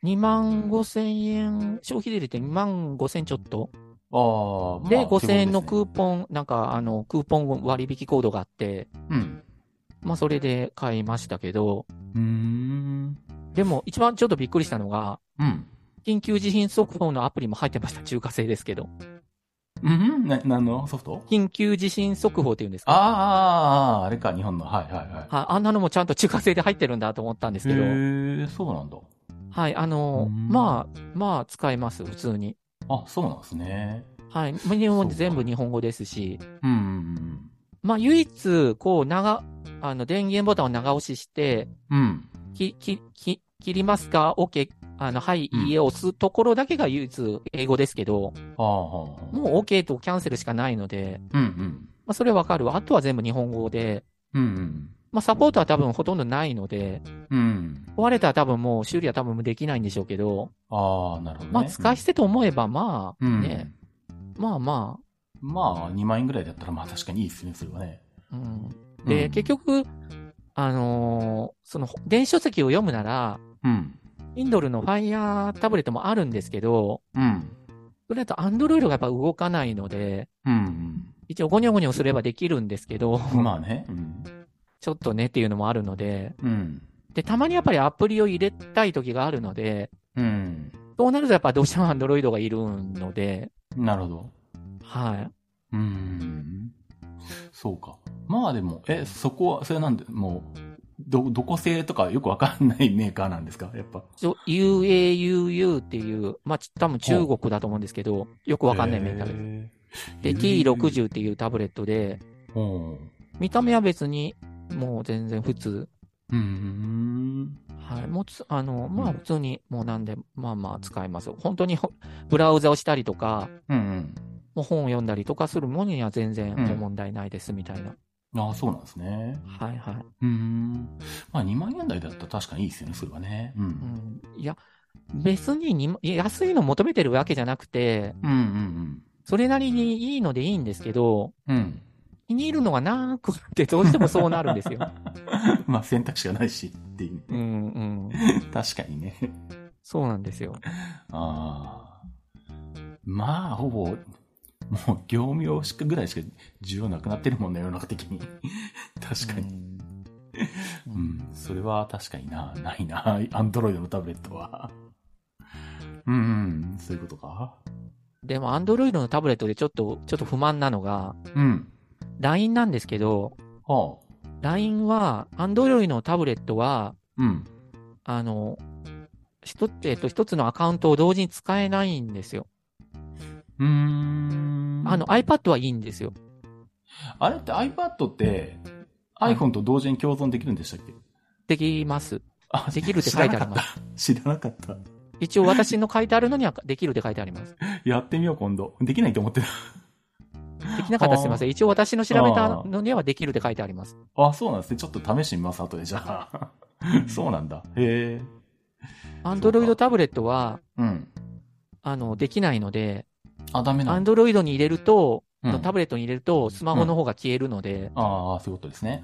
B: 2万5千円、消費税入れて2万5千ちょっと。
A: ああ、
B: で、5000円の
A: 空
B: クーポン、なんか、あの、クーポン割引コードがあって、
A: うん、
B: まあ、それで買いましたけど、
A: うん、
B: でも、一番ちょっとびっくりしたのが、
A: うん、
B: 緊急地震速報のアプリも入ってました、中華製ですけど。
A: うん、な、なんのソフト
B: 緊急地震速報っていうんです
A: ああ
B: か
A: ああ、あれか、日本の。はいはいはい。
B: はい、あんなのもちゃんと中華製で入ってるんだと思ったんですけど、
A: へえ、そうなんだ。
B: はい、あの、
A: うん
B: まあ、まあ、使えます、普通に。
A: あ、そうなんですね。
B: はい、日本
A: そうか
B: 全部日本語ですし、
A: うんうん
B: まあ、唯一、こう、長、あの、電源ボタンを長押しして、
A: うん。うん。
B: き、き、き、切りますか ?OK。あの、はい、
A: うん
B: いいえ、押すところだけが唯一英語ですけど、
A: ああ、はあ。
B: もう OK とキャンセルしかないので、
A: うんうん。
B: まあ、それわかるわ。あとは全部日本語で、
A: うん
B: まあ、サポートは多分ほとんどないので、
A: うん。うん。
B: 壊れたら多分もう修理は多分できないんでしょうけど、
A: ああ、なるほどね。
B: まあ、使い捨てと思えば、まあ、
A: うん。
B: ね、まあま
A: まあ、2万円ぐらいだったら、まあ確かにいいですね、それはね。
B: あ、うん。で、
A: うん
B: 結局、あのーその、電子書籍を読むなら、
A: うん。
B: インドルの Fire タブレットもあるんですけど、
A: うん。
B: それだと Android がやっぱ動かないので、
A: うん。
B: 一応ゴニョゴニョすればできるんですけど、
A: うん。まあね。うん。
B: ちょっとねっていうのもあるので、
A: うん。
B: で、たまにやっぱりアプリを入れたい時があるので、
A: うん。
B: そうなるとやっぱどうしても Android がいるので、
A: なるほど。
B: はい。
A: うーん。そうか。まあでも、え、そこは、それなんで、もう、ど、どこ製とかよくわかんないメーカーなんですかやっぱ。
B: ちょ UAUU っていう、まあ、ち多分中国だと思うんですけど、よくわかんないメーカーです。で、T60 っていうタブレットで、
A: うん。う
B: 見た目は別に、もう全然普通。
A: ーん。
B: はい。もうつ、あの、ま
A: う
B: あ
A: ん
B: 普通に、もうなんで、まあまあ使えます。本当にほブラウザをしたりとか、
A: うん
B: もう本を読んだりとかするものには全
A: う
B: 然
A: ん
B: もう問題ないですみたいな。
A: うん。ああ、そうなんですね。
B: はいはい。
A: うーん。まあ2万円台だったら確かにいいですよね、それはね。う。
B: うんん。いや、別ににいや安いの求めてるわけじゃなくて、
A: うんうん
B: それなりにいいのでいいんですけど、
A: うん。うん。
B: 気に入るのがなくって、どうしてもそうなるんで
A: (laughs)
B: すよ。
A: まあ選択肢がないしっていう。
B: うんうん。
A: 確かにね。
B: そうなんですよ。
A: ああ。まあ、ほぼ、もう業務用しかぐらいしか需要なくなってるもんね、世の中的に。 (laughs) 確かに。
B: う。
A: うんん、それは確かにな、ないな、アンドロイドのタブレットは。うん、うん、そういうことか。
B: でも、アンドロイドのタブレットでちょっと、ちょっと不満なのが、
A: うん。
B: LINE なんですけど、
A: はあ。
B: LINE は、アンドロイドのタブレットは、
A: うん。
B: あの、一つ、えっと、一つのアカウントを同時に使えないんですよ。
A: うーん。
B: あの、、iPad はいいんですよ。
A: あれって iPad って
B: はい
A: iPhone と同時に共存できるんでしたっけ
B: できます。
A: あ
B: できるって書いてあります。
A: 知らなかった。
B: 一応私の書いてあるのにはできるって書いてあり
A: (laughs)
B: ます。
A: やってみよう、今度。できないと思ってた。
B: できなかったらすいません。一応私の調べたのにはできるって書いてあります。
A: あ、そうなんですね。ちょっと試してみます、後でじゃあ。 (laughs) そうなんだ。へえ。
B: アンドロイドタブレットは、
A: うん。
B: あの、できないので、
A: あ、ダメ
B: ア
A: な
B: ン
A: ん
B: ドロイドに入れると、
A: だ。うん
B: タブレットに入れると、スマホの方が消えるので、
A: ああ、そういうことですね。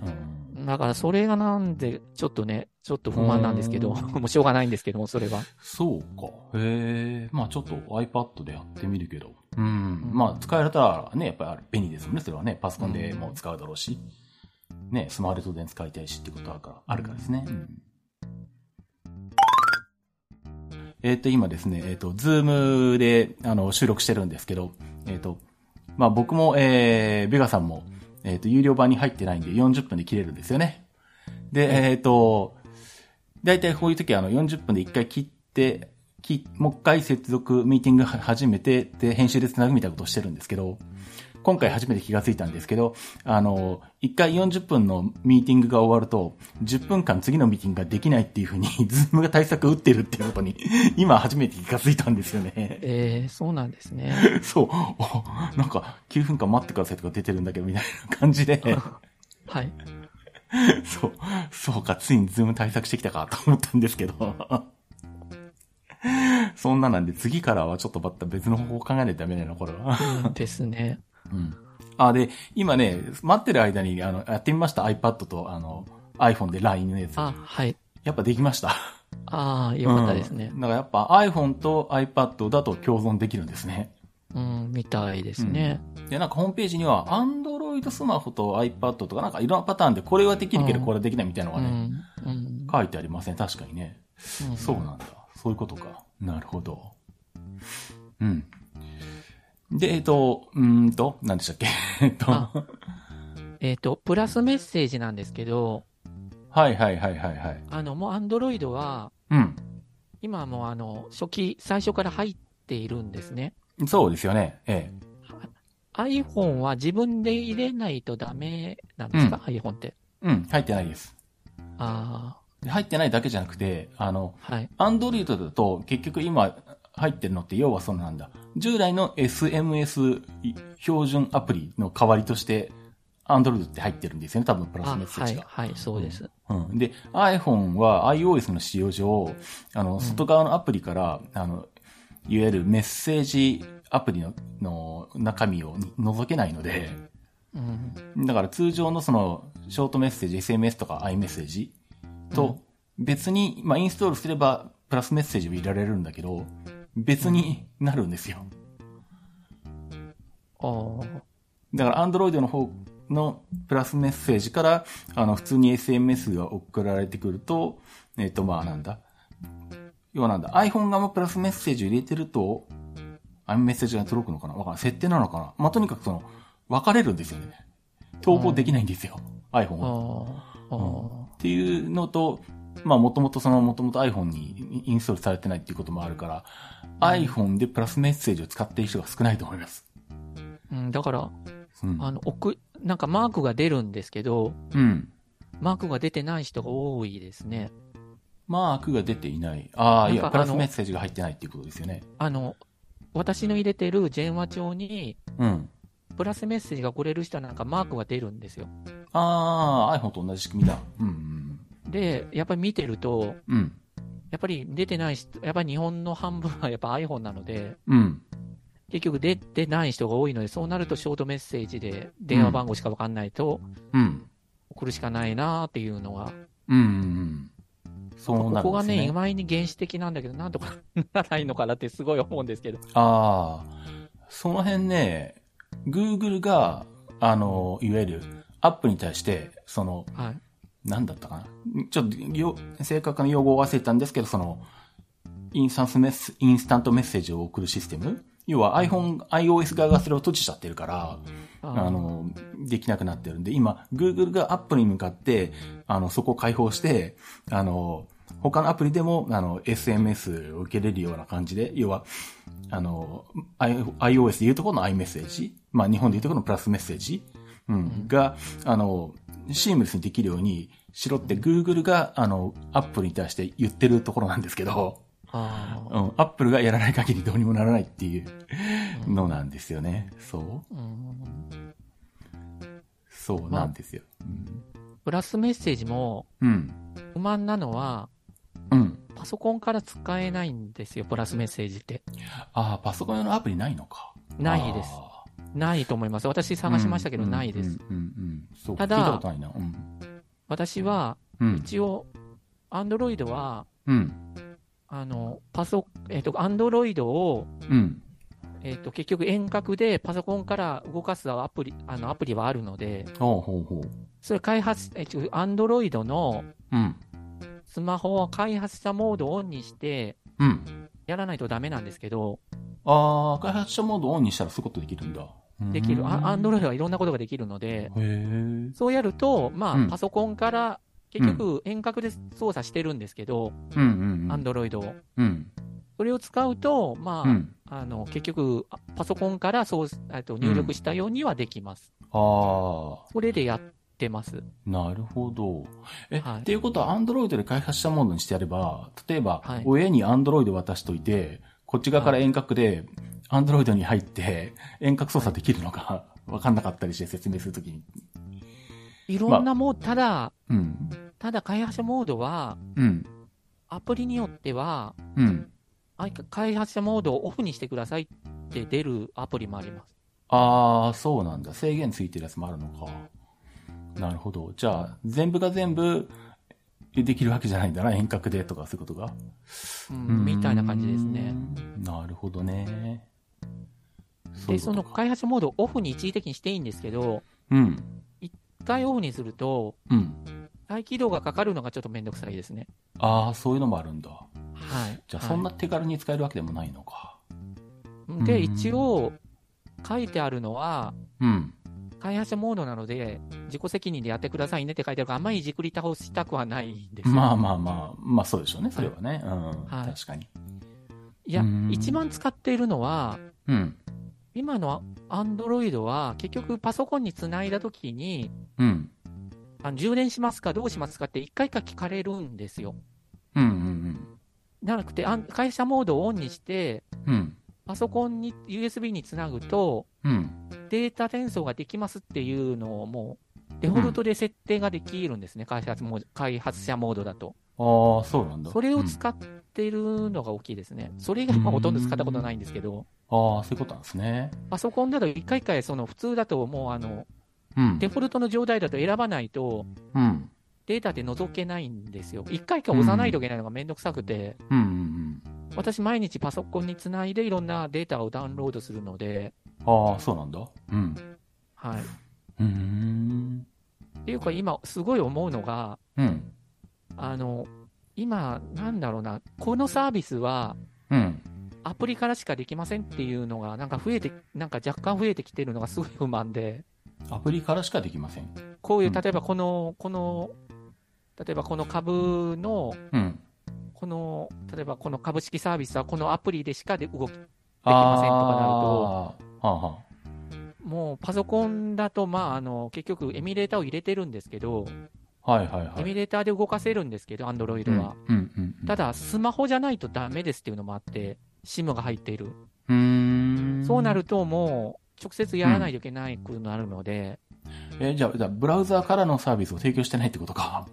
A: うん、
B: だからそれがなんで、ちょっとね、ちょっと不満なんですけ
A: う
B: ど、
A: ん
B: (laughs) もうしょうがないんですけども、それは。
A: そうか。へえ。まあちょっと iPad でやってみるけど。うん。
B: うん
A: まあ使えられたらね、やっぱり便利ですもんね。それはね、パソコンでも使うだろうし。ね、スマホで当然使いたいしってことあるから、あるからですね。うんえっ、と、今ですね、えっ、と、ズームで、あの、収録してるんですけど、えっ、と、まあ僕も、えー、ベガさんも、えっ、と、有料版に入ってないんで40分で切れるんですよね。で、えっ、と、大体こういう時はあの40分で一回切って、きもう一回接続、ミーティングは始めて、で、編集で繋ぐみたいなことをしてるんですけど、今回初めて気がついたんですけど、あの、一回40分のミーティングが終わると、10分間次のミーティングができないっていうふうに、 (laughs) ズームが対策を打ってるっていうことに、今初めて気がついたんですよね。
B: えー、そうなんですね。
A: そう。おなんか、9分間待ってくださいとか出てるんだけど、みたいな感じで。
B: はい。
A: (laughs) そう、そうか、ついにズーム対策してきたかと思ったんですけど。 (laughs) そんななんで、次からはちょっとまた別の方法を考えないとダメだよな、これは。
B: うんですね。
A: うん。あ、で、今ね、待ってる間に、あの、やってみました。iPad と、あの、iPhone で LINE のやつ。
B: あ、はい。
A: やっぱできました。
B: ああ、よかったですね
A: う。んだからやっぱ iPhone と iPad だと共存できるんですね。
B: うん、みたいですね。
A: で、なんかホームページには、Android スマホと iPad とか、なんかいろんなパターンで、これはできるけど、
B: うん
A: これはできないみたいなの
B: う
A: がね、
B: ん。うん。
A: 書いてありません。確かにね。
B: うん
A: そうなんだ。そういうことか。なるほど。うん。で、えっと、うーんと、何でしたっけ (laughs) えっと、
B: あえっ、と、プラスメッセージなんですけど、
A: はいはいはいはいはい。
B: あの、もう Android は、
A: うん。
B: 今はもうあの、初期、最初から入っているんですね。
A: そうですよね。え
B: iPhone は自分で入れないとダメなんですか、?iPhone って。
A: え。うん、入ってないです。
B: あ
A: で入ってないだけじゃなくて、あの、
B: あ、はい。
A: Android だと結局今入ってるのって要はそうなんだ。従来の SMS 標準アプリの代わりとして、Android って入ってるんですよね。多分プラス
B: あ
A: メッセー
B: は
A: ジ
B: い、
A: が。
B: はい、そうです。
A: うん。で、iPhone は iOS の使用上、あの、外側のアプリから、あの、いわゆるメッセージアプリのの中身を覗けないので、
B: うん。
A: だから通常のその、ショートメッセージ、SMS とか iMessage と、別に、まあ、インストールすれば、プラスメッセージを入れられるんだけど、別になるんですよ。
B: あー
A: だから、Android の方のプラスメッセージから、あの、普通に SMS が送られてくると、えっ、と、まあ、なんだ。要はなんだ、iPhone 側もプラスメッセージを入れてると、あメッセージが届くのかなわからない。設定なのかなまあ、とにかくその、分かれるんですよね。投稿できないんですよ。iPhone
B: あ
A: は。
B: ー、あー
A: っていうのと、まあ、もともとその、もともと iPhone にインストールされてないっていうこともあるから、iPhone でプラスメッセージを使っている人が少ないと思います。
B: うん、だから、
A: うん。
B: あの、送、なんかマークが出るんですけど、
A: うん。
B: マークが出てない人が多いですね。
A: マークが出ていない。ああ、い
B: な
A: や、
B: ん
A: プ
B: か
A: ラ
B: あの
A: スメッセージが入ってないっていうことですよね。
B: あの、私の入れてるジェンワ帳に、
A: うん。
B: プラスメッセージがくれる人はなんかマークが出るんですよ。
A: ああ、iPhone と同じ仕組みだ。うん
B: で、やっぱり見てると、
A: うん。うん。
B: やっぱり出てない人、やっぱり日本の半分はやっぱ iPhone なので、
A: うん。
B: 結局出てない人が多いので、そうなるとショートメッセージで電話番号しかわかんないと、
A: うん。
B: 送るしかないなっていうのは、
A: うんうんうん。そうな
B: こ
A: るんで
B: こが
A: すね。
B: ね、意外に原始的なんだけど、なんとかならないのかなってすごい思うんですけど。
A: ああ、その辺ね、Google が、あの、いわゆる、アップに対して、その、
B: はい。
A: なんだったかな。ちょっと、よ、正確な用語を忘れたんですけど、その、インスタンスメッセ、インスタントメッセージを送るシステム要は iPhone、iOS 側がそれを閉じちゃってるから、
B: あ
A: あの、できなくなってるんで、今、Google が Apple に向かって、あの、そこを開放して、あの、他のアプリでも、あの、SMS を受けれるような感じで、要は、あの、I- iOS でいうところの iMessage、まあ、日本でいうところのプラスメッセージ、うん、が、あの、シームレスにできるようにしろって Google が、あの、Apple に対して言ってるところなんですけど、
B: あ
A: うん、Apple がやらない限りどうにもならないっていう
B: ー
A: のなんですよね。そう
B: うん
A: そうなんですよ。うん
B: プラスメッセージも、
A: うん。
B: 不満なのは、
A: うん。
B: パソコンから使えないんですよ、プラスメッセージって。
A: ああ、パソコン用のアプリないのか。
B: ないです。
A: あー。
B: ないと思います。私探しましたけど、
A: うん
B: ないです。。
A: うんうんうん。そう
B: ただ
A: 聞いたことないな。うん。
B: 私は、
A: うん。
B: 一応、アンドロイドは、
A: うん。
B: あの、パソ、えっ、と、アンドロイドを、
A: うん。
B: えっ、と、結局遠隔でパソコンから動かすアプリ、あの、アプリはあるので、
A: ほうほうほう。
B: それ開発、えー、アンドロイドの
A: うん。
B: スマホを開発したモードをオンにして、
A: うん。
B: やらないとダメなんですけど、
A: ああ、開発者モードをオンにしたらそういうことできるんだ。
B: できる、アンド
A: ロ
B: ロイドはいろんなことができるの
A: へ
B: で、
A: え。
B: そうやると、まあ、
A: うん
B: パソコンから、結局、遠隔で操作してるんですけど、
A: うんうんうん。
B: アンドロイドを。
A: うん。
B: それを使うと、まあ、
A: うん。
B: あの、結局、あパソコンからそう、えっと、入力したようにはできます。
A: ああ、
B: それでやってます。
A: なるほど。え、
B: はい
A: っていうことは、アンドロイドで開発したモードにしてやれば、例えば、
B: はい
A: 親にアンドロイド渡しといて、こっち側から遠隔で、アンドロイドに入って、遠隔操作できるのか、 (laughs) わかんなかったりして説明するときに。
B: いろんなもう、ただ、
A: うん。
B: ただ開発者モードは、
A: うん。
B: アプリによっては、
A: うん。
B: あ開発者モードをオフにしてくださいって出るアプリもあります。
A: ああ、そうなんだ。制限ついてるやつもあるのか。なるほど。じゃあ、全部が全部、できるわけじゃないんだな、遠隔でとかそういうことが。
B: うんみたいな感じですね。
A: うん。なるほどね。うい
B: で、
A: うこ
B: そ
A: と
B: の
A: か
B: 開発者モードをオフに一時的にしていいんですけど、
A: うん。
B: 一回オフにすると、
A: うん。
B: 再起動がかかるのがちょっとめんどくさいですね。
A: ああ、そういうのもあるんだ。
B: はい。
A: じゃあ、そんな手軽に使えるわけでもないのか。
B: はいで、
A: うん
B: 一応、書いてあるのは、
A: うん。
B: 開発者モードなので、自己責任でやってくださいねって書いてあるから、あんまりいじくり倒したくはないんですよ。
A: まあまあまあ、まあそうでしょうね、それはね。うん。
B: はい
A: 確かに。
B: いや
A: うん、
B: 一番使っているのは、
A: うん。
B: 今のアンドロイドは、結局パソコンにつないだときに、
A: うん。
B: あの充電しますか、どうしますかって一回か聞かれるんですよ。
A: うんうん
B: じゃなくて、あん会社モードをオンにして、
A: うん。うん。
B: パソコンに USB につなぐと、
A: うん。
B: データ転送ができますっていうのをもう、デフォルトで設定ができるんですね、開発モード開発者モードだと。
A: ああ、そうなんだ。
B: それを
A: うん
B: 使ってるのが大きいですね。それ以外はほとんど使ったことないんですけど、
A: ああ、そういうことなんですね。
B: パソコンだと一回一回、その普通だともうあの、
A: うん
B: デ。フォルトの状態だと選ばないと、
A: うん。
B: データで覗けないんですよ。一回一回押さないといけないのがめんどくさくて、
A: うんうん
B: 私毎日パソコンにつないでいろんなデータをダウンロードするので、
A: うん。ああ、そうなんだ。うん。
B: はい。
A: うーん。
B: っていうか今すごい思うのが、
A: うん。
B: あの、今、なんだろうな、このサービスは
A: うん。
B: アプリからしかできませんっていうのが、なんか増えて、なんか若干増えてきてるのがすごい不満で、
A: アプリからしかできません。
B: こういう、
A: うん
B: 例えばこの、この、例えばこの株の、
A: うん。
B: この、例えばこの株式サービスはこのアプリでしかで動
A: あ
B: き、ませんとかなる
A: あーはあはあ。
B: もうパソコンだと、まあ、あの、結局エミュレーターを入れてるんですけど、
A: はいはいはい。
B: エミュ
A: リ
B: レーターで動かせるんですけど、アンドロイド
A: うん
B: は。
A: うんうんうん。
B: ただ、スマホじゃないとダメですっていうのもあって、SIM が入っている。
A: うーん。
B: そうなるともう、直接やらないといけないくなるので、
A: えじゃあ、じゃあ、ブラウザーからのサービスを提供してないってことか。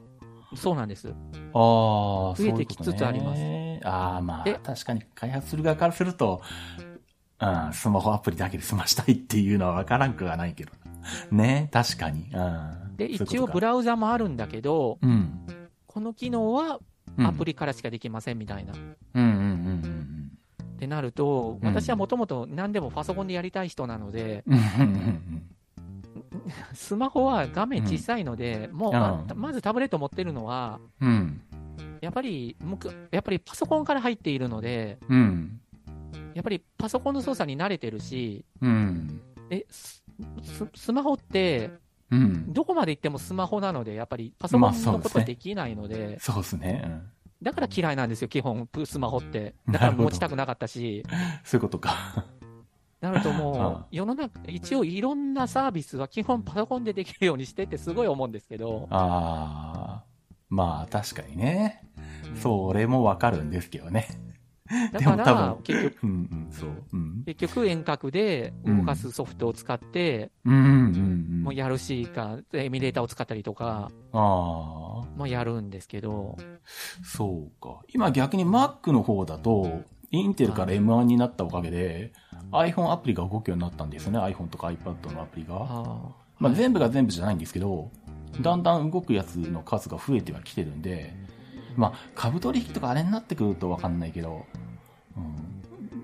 B: そうなんです。
A: ああ、
B: 増えてきつつあります
A: そういうことねああ、まあ
B: で、
A: 確かに開発する側からすると、うん、スマホアプリだけで済ましたいっていうのはわからんくはないけど。ね、確かに。うん。
B: で、
A: そういうこと
B: 一応
A: か
B: ブラウザもあるんだけど、
A: うん。
B: この機能は
A: うん
B: アプ。リからしかできませんみたいな。
A: うんうんうん
B: ってなると、
A: うん
B: 私はもともと何でもパソコンでやりたい人な
A: (laughs)
B: ので、
A: うんうん。うんうんうん
B: スマホは画面小さいので、もうま
A: うん
B: まずタブレット持ってるのは、
A: うん。うん。
B: やっぱりむく、やっぱりパソコンから入っているので、
A: うん。
B: やっぱりパソコンの操作に慣れてるし、
A: うん。
B: えスススマホって、
A: うん。
B: どこまで行ってもスマホなので、やっぱりパソコ
A: まあ
B: ン
A: そう
B: の
A: ですね
B: ことできないので、
A: そうですね。うん
B: だから嫌いなんですよ、基本、プスマホって。だ
A: な
B: から
A: るほど
B: 持ちたくなかったし、
A: そういうことか。
B: なるとも
A: (laughs) ああ
B: う、世の中、一応いろんなサービスは基本パソコンでできるようにしてってすごい思うんですけど、
A: ああ。まあ、確かにね。
B: うん
A: それもわかるんですけどね。
B: だか
A: でも多
B: ら
A: 分
B: 結局、
A: うんうん、そう。うん。
B: 結局遠隔で動かすソフトを使って、
A: うんうんうん。
B: もうやるしか、エミュレーターを使ったりとか、
A: ああ。
B: もうやるんですけど、
A: そうか。今逆に Mac の方だと、インテルから M1 になったおかげで、iPhone アプリが動くようになったんですよね。iPhone とか iPad のアプリが。
B: あ
A: まあ、全部が全部じゃないんですけど、だんだん動くやつの数が増えてはきてるんで、まあ、株取引とかあれになってくるとわかんないけど、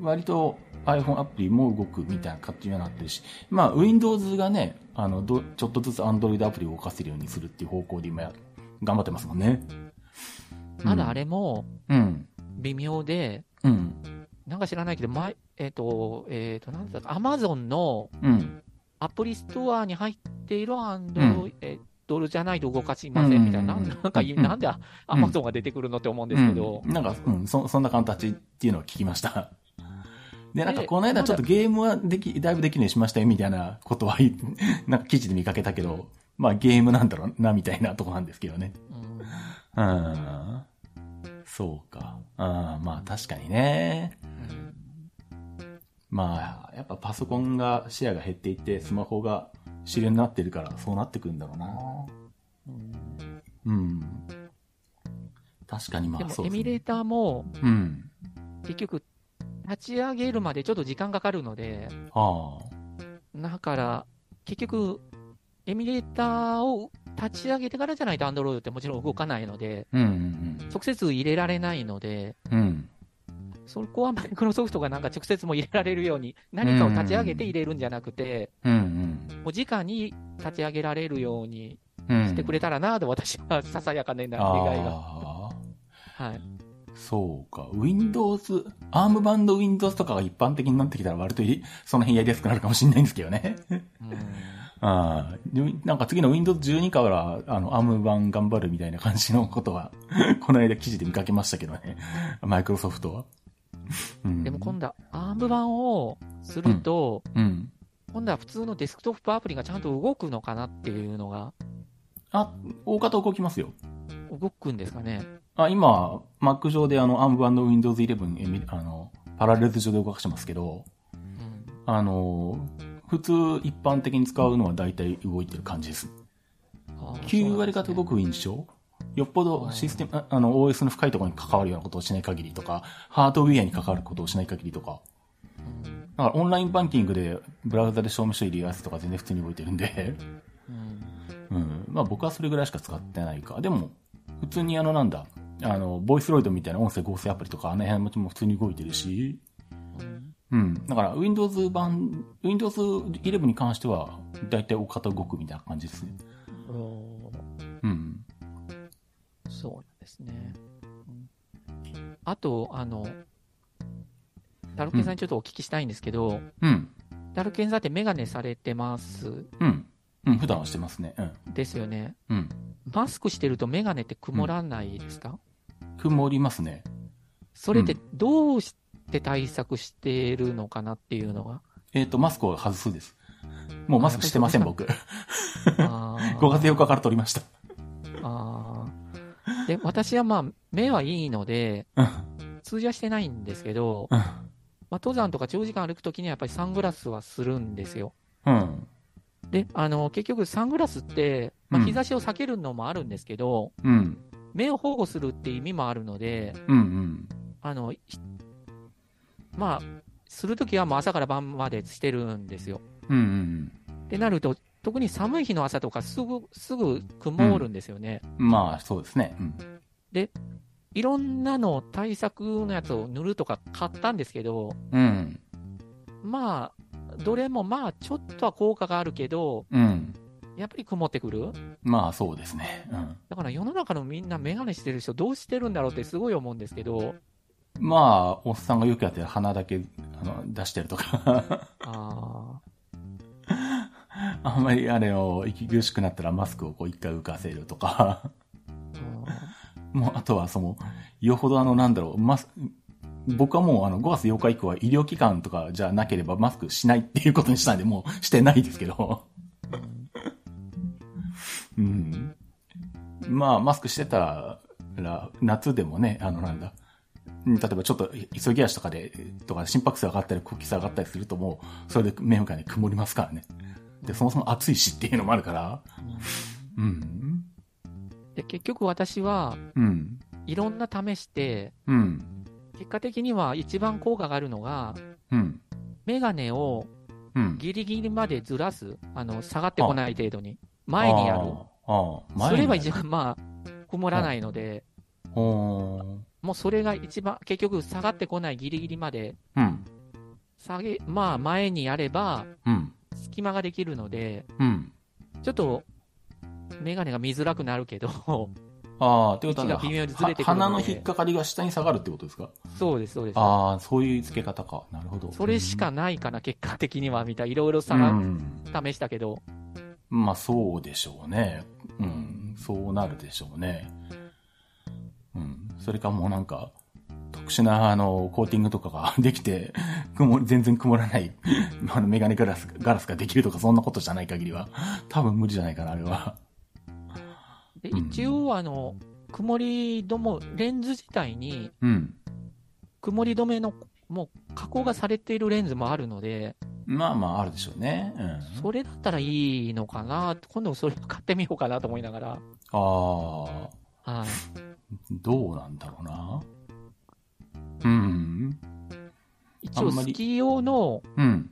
A: うん、割と iPhone アプリも動くみたいな形にはなってるし、まあ、Windows がね、あの、どちょっとずつ Android アプリを動かせるようにするっていう方向で今や、頑張ってますもんね。
B: あまだあれも
A: うん。
B: 微妙で、
A: うん。
B: なんか知らないけど、前えっ、と、えっ、と、なんだったか、アマゾンの
A: うん。
B: アプリストアに入っているアンド
A: う
B: ドルじゃないと動かしませんみたいな、
A: うんうんう
B: な
A: ん
B: んなんかいい、
A: うん
B: なんでアマゾンが出てくるのって思うんですけど、
A: うんなんか、うん、そ、そんな形っていうのを聞きま
B: (laughs)
A: した。で、なんか、
B: え
A: この間ちょっと
B: ま
A: ゲームはでき、だいぶできるようにしましたよ、みたいなことは言い、 (laughs) なんか記事で見かけたけど、まあゲームなんだろうな、みたいなとこなんですけどね。
B: うん
A: うん。そうか。うん、まあ確かにね。まあ、やっぱパソコンがシェアが減っていって、スマホが主流になってるから、そうなってくるんだろうな。う
B: うん
A: ん。確かにま
B: で
A: あ、そう
B: も、エ
A: です
B: ミュレ
A: ね。
B: ーターも
A: うん。
B: 結局、立ち上げるまでちょっと時間かかるので、
A: ああ。
B: だから、結局、エミュレーターを立ち上げてからじゃないと、アンドロイドってもちろん動かないので、
A: うんうん
B: 直接入れられないので、
A: うん。うん。
B: そこはマ (laughs) イクロソフトがなんか直接も入れられるように、何かを立ち上げて入れるんじゃなくて、
A: うん
B: もう直に立ち上げられるように
A: うん。
B: してくれたらなと、私はささやかねな願いが。
A: ああ
B: はい、
A: ー、そうか。Windows、アームバンド Windows とかが一般的になってきたら割といその辺やりやすくなるかもしれないんですけどね。 (laughs) ああ、でなんか次の Windows 12から、あの、アーム版頑張るみたいな感じのことは、 (laughs) この間記事で見かけましたけどね。マイクロソフトは。うん、
B: でも今度はアーム版をすると、
A: うん。
B: 今度は普通のデスクトップアプリがちゃんと動くのかなっていうのが、
A: あ、大方動きますよ。
B: 動くんですかね。
A: あ今、Mac 上であの、アーム版の Windows 11、えみあの、パラレルズ上で動かしてますけど、
B: うん
A: あの、普通一般的に使うのは大体動いてる感じです。
B: あー
A: 9割方動
B: そう
A: く印象よっぽどシステム、ああの、OS の深いところに関わるようなことをしない限りとか、ハードウェアに関わることをしない限りとか、
B: なんですね
A: だからオンラインバンキングでブラウザで証明書入れるやつとか全然普通に動いてるんで、
B: うんうん
A: うん。まあ僕はそれぐらいしか使ってないか。でも、普通にあのなんだ、あの、ボイスロイドみたいな音声合成アプリとか、あの辺も普通に動いてるし、
B: うん
A: うん。だから、Windows 版、Windows 11に関しては、だいたいお方動くみたいな感じですね。
B: おー
A: うん。
B: そうなんですね。うんあと、あの、ダルケンさんにちょっとお聞きしたいんですけど、
A: うん。
B: ダルケンさんってメガネされてます
A: うん。うん。普段はしてますね。うん。
B: ですよね。
A: うん。
B: マスクしてるとメガネって曇らないですか、
A: 曇りますね。
B: それってどうして対策してるのかなっていうのが。
A: えっ、と、マスクを外すです。もうマスクしてません、
B: あ
A: 僕。5
B: 5
A: 月4日から撮りました。
B: あーで、私はまあ、目はいいので、
A: うん。
B: 通じはしてないんですけど、
A: うん
B: まあ、登山とか長時間歩くときにはやっぱりサングラスはするんですよ。
A: うん。
B: で、あの、結局サングラスって、ま
A: う
B: あ、
A: ん
B: 日差しを避けるのもあるんですけど、
A: うん。
B: 目を保護するって意味もあるので、
A: うん。うん。
B: あの、ひまあ、するときはもう朝から晩までしてるんですよ。
A: うんうん
B: ってなると、特に寒い日の朝とかすぐ、すぐ曇るんですよね。
A: うん。まあ、そうですね。うん。
B: いろんなの対策のやつを塗るとか買ったんですけど、
A: うん。
B: まあ、どれもまあ、ちょっとは効果があるけど、
A: うん。
B: やっぱり曇ってくる。
A: まあ、そうですね。うん。
B: だから世の中のみんなメガネしてる人どうしてるんだろうってすごい思うんですけど、
A: まあ、おっさんがよくやってる鼻だけ、あの、出してるとか。
B: あ
A: (laughs) あんまり、あれを、息苦しくなったらマスクをこう一回浮かせるとか。 (laughs)
B: ーうん
A: もう、あとはその、よほどあの、なんだろう、マス、僕はもうあの、5月8日以降は医療機関とかじゃなければマスクしないっていうことにしたんで、もうしてないですけど。うん。まあ、マスクしてたら、夏でもね、あの、なんだ。うん例えばちょっと急ぎ足とかで、とか心拍数上がったり、呼吸数上がったりするともう、それで目向かいに曇りますからね。で、そもそも暑いしっていうのもあるから。うん。
B: で結局私は
A: うん。
B: いろんな試して、
A: うん。
B: 結果的には一番効果があるのが、
A: うん。
B: メガネを
A: うん。
B: ギリギリまでずらす。あの、下がってこない程度に。前にやる。
A: あー。あー前に
B: それ
A: や
B: は
A: る
B: 一番、まあ、曇らないので、
A: おー
B: もうそれが一番、結局下がってこないギリギリまで、
A: うん。
B: 下げ、まあ前にやれば、
A: うん。
B: 隙間ができるので、
A: うん。
B: ちょっと、メガネが見づらくなるけど、 (laughs)
A: ああ、ということは
B: 位置が微妙にずれてくるので
A: は鼻の引っかかりが下に下がるってことですか
B: そうです、そうです。
A: ああ、そういう付け方か。なるほど。
B: それしかないかな、結果的には、みたいな。いろいろ
A: う
B: さ、
A: ん。
B: 試したけど、
A: まあ、そうでしょうね。うん。そうなるでしょうね。うん。それかもうなんか、特殊な、あの、コーティングとかができて、 (laughs) 曇り全然曇らない、 (laughs) あの、メガネガラス、ガラスができるとか、そんなことじゃない限りは、多分無理じゃないかな、あれは。
B: で、
A: うん
B: 一応、あの、曇り止も、レンズ自体に、
A: うん。
B: 曇り止めの、もう、加工がされているレンズもあるので、
A: まあまあ、あるでしょうね。うん。
B: それだったらいいのかな、今度それ買ってみようかなと思いながら、
A: ああ。
B: はい。
A: どうなんだろうな。うん。
B: 一
A: あ
B: 応、
A: んま
B: ス
A: り
B: キー用の
A: うん。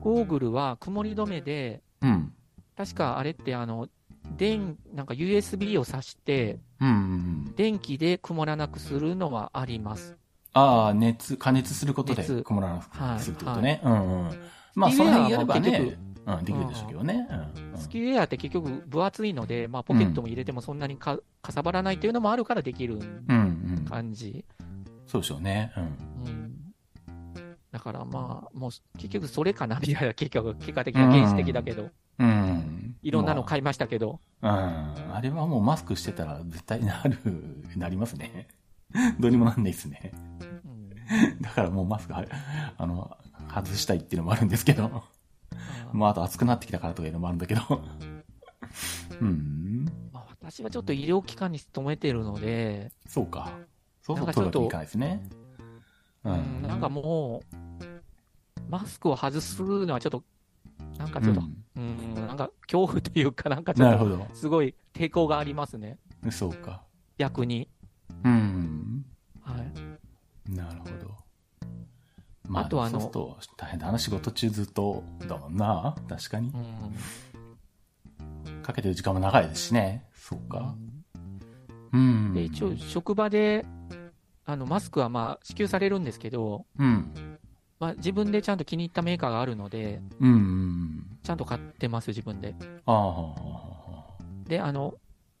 B: ゴーグルは曇り止めで、
A: うん。
B: 確かあれって、あの、電、なんか USB を挿して、
A: うんうんうん。
B: 電気で曇らなくするのはあります。
A: ああ、熱、加熱することで
B: 熱
A: 困らなく
B: はい
A: するってことね。うんうん。まあ、
B: ス
A: そ
B: キー
A: の
B: ウェ
A: 辺や
B: アは
A: ればね
B: 結、
A: うん、できるでしょうけどね。うんうん
B: スキーウェアって結局分厚いので、まあ、ポケットも入れてもそんなにか,、かさばらないっていうのもあるからできる
A: うんうん。
B: 感じ。
A: そうでしょうね。うん。
B: うん。だからまあ、もう結局それかなみたいな、結局、結果的な原始的だけど、
A: うん。
B: いろんなの買いましたけど、
A: まあうん。あれはもうマスクしてたら絶対なる、なりますね。 (laughs) どうにもなんないですね。
B: うん
A: だからもうマスクは、あの、外したいっていうのもあるんですけど。
B: あー
A: まあ、あと暑くなってきたからとかいうのもあるんだけど。うん。
B: まあ私はちょっと医療機関に勤めてるので、
A: そうか。そう
B: な
A: そ
B: ん
A: う、取
B: か
A: るわ
B: ち
A: け
B: ょ
A: い
B: っと
A: かないですね。う
B: うんなんかもう、マスクを外すのはちょっと、なんかちょっと、
A: うん
B: うん、なんか恐怖というか、なんかちょ
A: な
B: っ
A: る
B: と、
A: ほど。
B: すごい抵抗がありますね、
A: そうか。
B: 逆に。
A: うん。
B: はい。
A: なるほど。まあ、
B: あとあの
A: そうすると大変だな。仕事中ずっとだもんな。確かに
B: う。ん
A: かけてる時間も長いですしね。そうか。うん。
B: で一応、職場であのマスクはまあ支給されるんですけど、
A: うん。
B: まあ、自分でちゃんと気に入ったメーカーがあるので、
A: うんうん。
B: ちゃんと買ってます、自分で。
A: ああ。
B: で、あの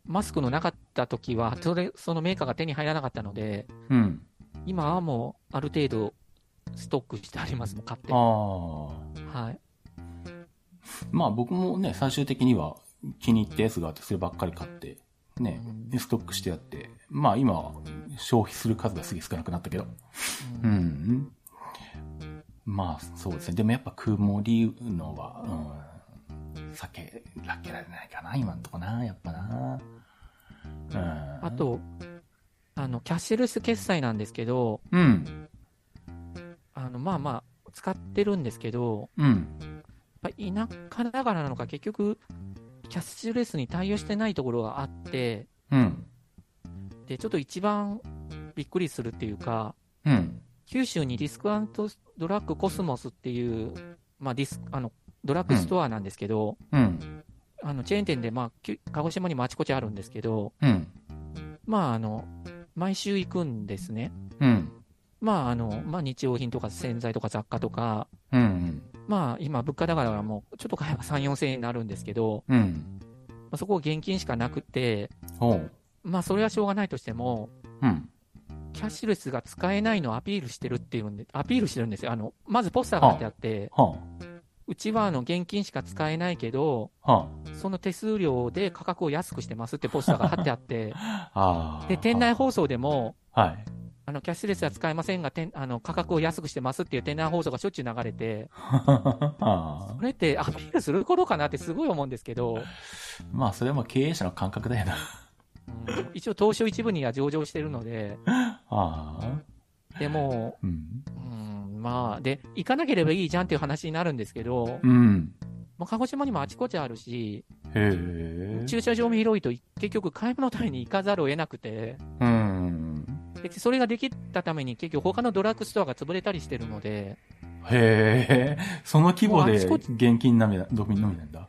B: マスクのなかった時はそれ、そのメーカーが手に入らなかったので、
A: うん。
B: 今はもうある程度ストックしてあります、もう買って。
A: ああ。
B: はい、
A: まあ僕もね、最終的には気に入ったやつがあって、そればっかり買って、ね
B: うん、
A: でストックしてやって、まあ今は消費する数がすげえ少なくなったけど。
B: うん
A: うん。まあそうですね。でもやっぱ曇りのは、うん、避けられないかな、今んとこな、やっぱな。うん。
B: あ、とあの、キャッシュレス決済なんですけど、
A: うん、
B: あのまあまあ、使ってるんですけど、
A: うん。
B: やっぱ田舎だからなのか、結局、キャッシュレスに対応してないところがあって、
A: うん。
B: で、ちょっと一番びっくりするっていうか、
A: うん。
B: 九州にディスクドラッグコスモスっていう、まあ、ディスあのドラッグストアなんですけど、
A: うん。
B: あのチェーン店で、まあ、きゅ鹿児島にもあちこちあるんですけど、
A: うん。
B: まあ、あの毎週行くんですね。
A: うん。
B: まああのまあ、日用品とか洗剤とか雑貨とか、
A: うん。
B: まあ、今、物価だからもうちょっと買えば3、4千円になるんですけど、
A: うん。
B: まあ、そこは現金しかなくて、
A: ほう。
B: まあ、それはしょうがないとしても、
A: うん。
B: キャッシュレスが使えないのをアピールしてるっていうんで、アピールしてるんですよ。あのまずポスターが貼ってあって、
A: は
B: うちはあの現金しか使えないけど、
A: あ。は
B: その手数料で価格を安くしてますってポスターが貼ってあ
A: (laughs)
B: って、
A: あ。ああ。
B: で店内放送でも、
A: はい。
B: あのキャッシュレスは使えませんが、店あの価格を安くしてますっていう店内放送がしょっちゅう流れて、
A: はあ
B: こ。れってアピールする頃かなってすごい思うんですけど、
A: (laughs) まあ、それはまあ経営者の感覚だよな。
B: うん一応、東証一部には上場してるので、
A: ああ。
B: でも、
A: うん。
B: うん、まあ、で、行かなければいいじゃんっていう話になるんですけど、
A: うん。
B: まあ、鹿児島にもあちこちあるし、
A: へえ。
B: 駐車場も広いと、結局、買い物のために行かざるを得なくて、
A: うん。
B: でそれができたために、結局、他のドラッグストアが潰れたりしてるので、
A: へえ。その規模で
B: もうあちこち
A: 現金涙、ドミノみなんだ。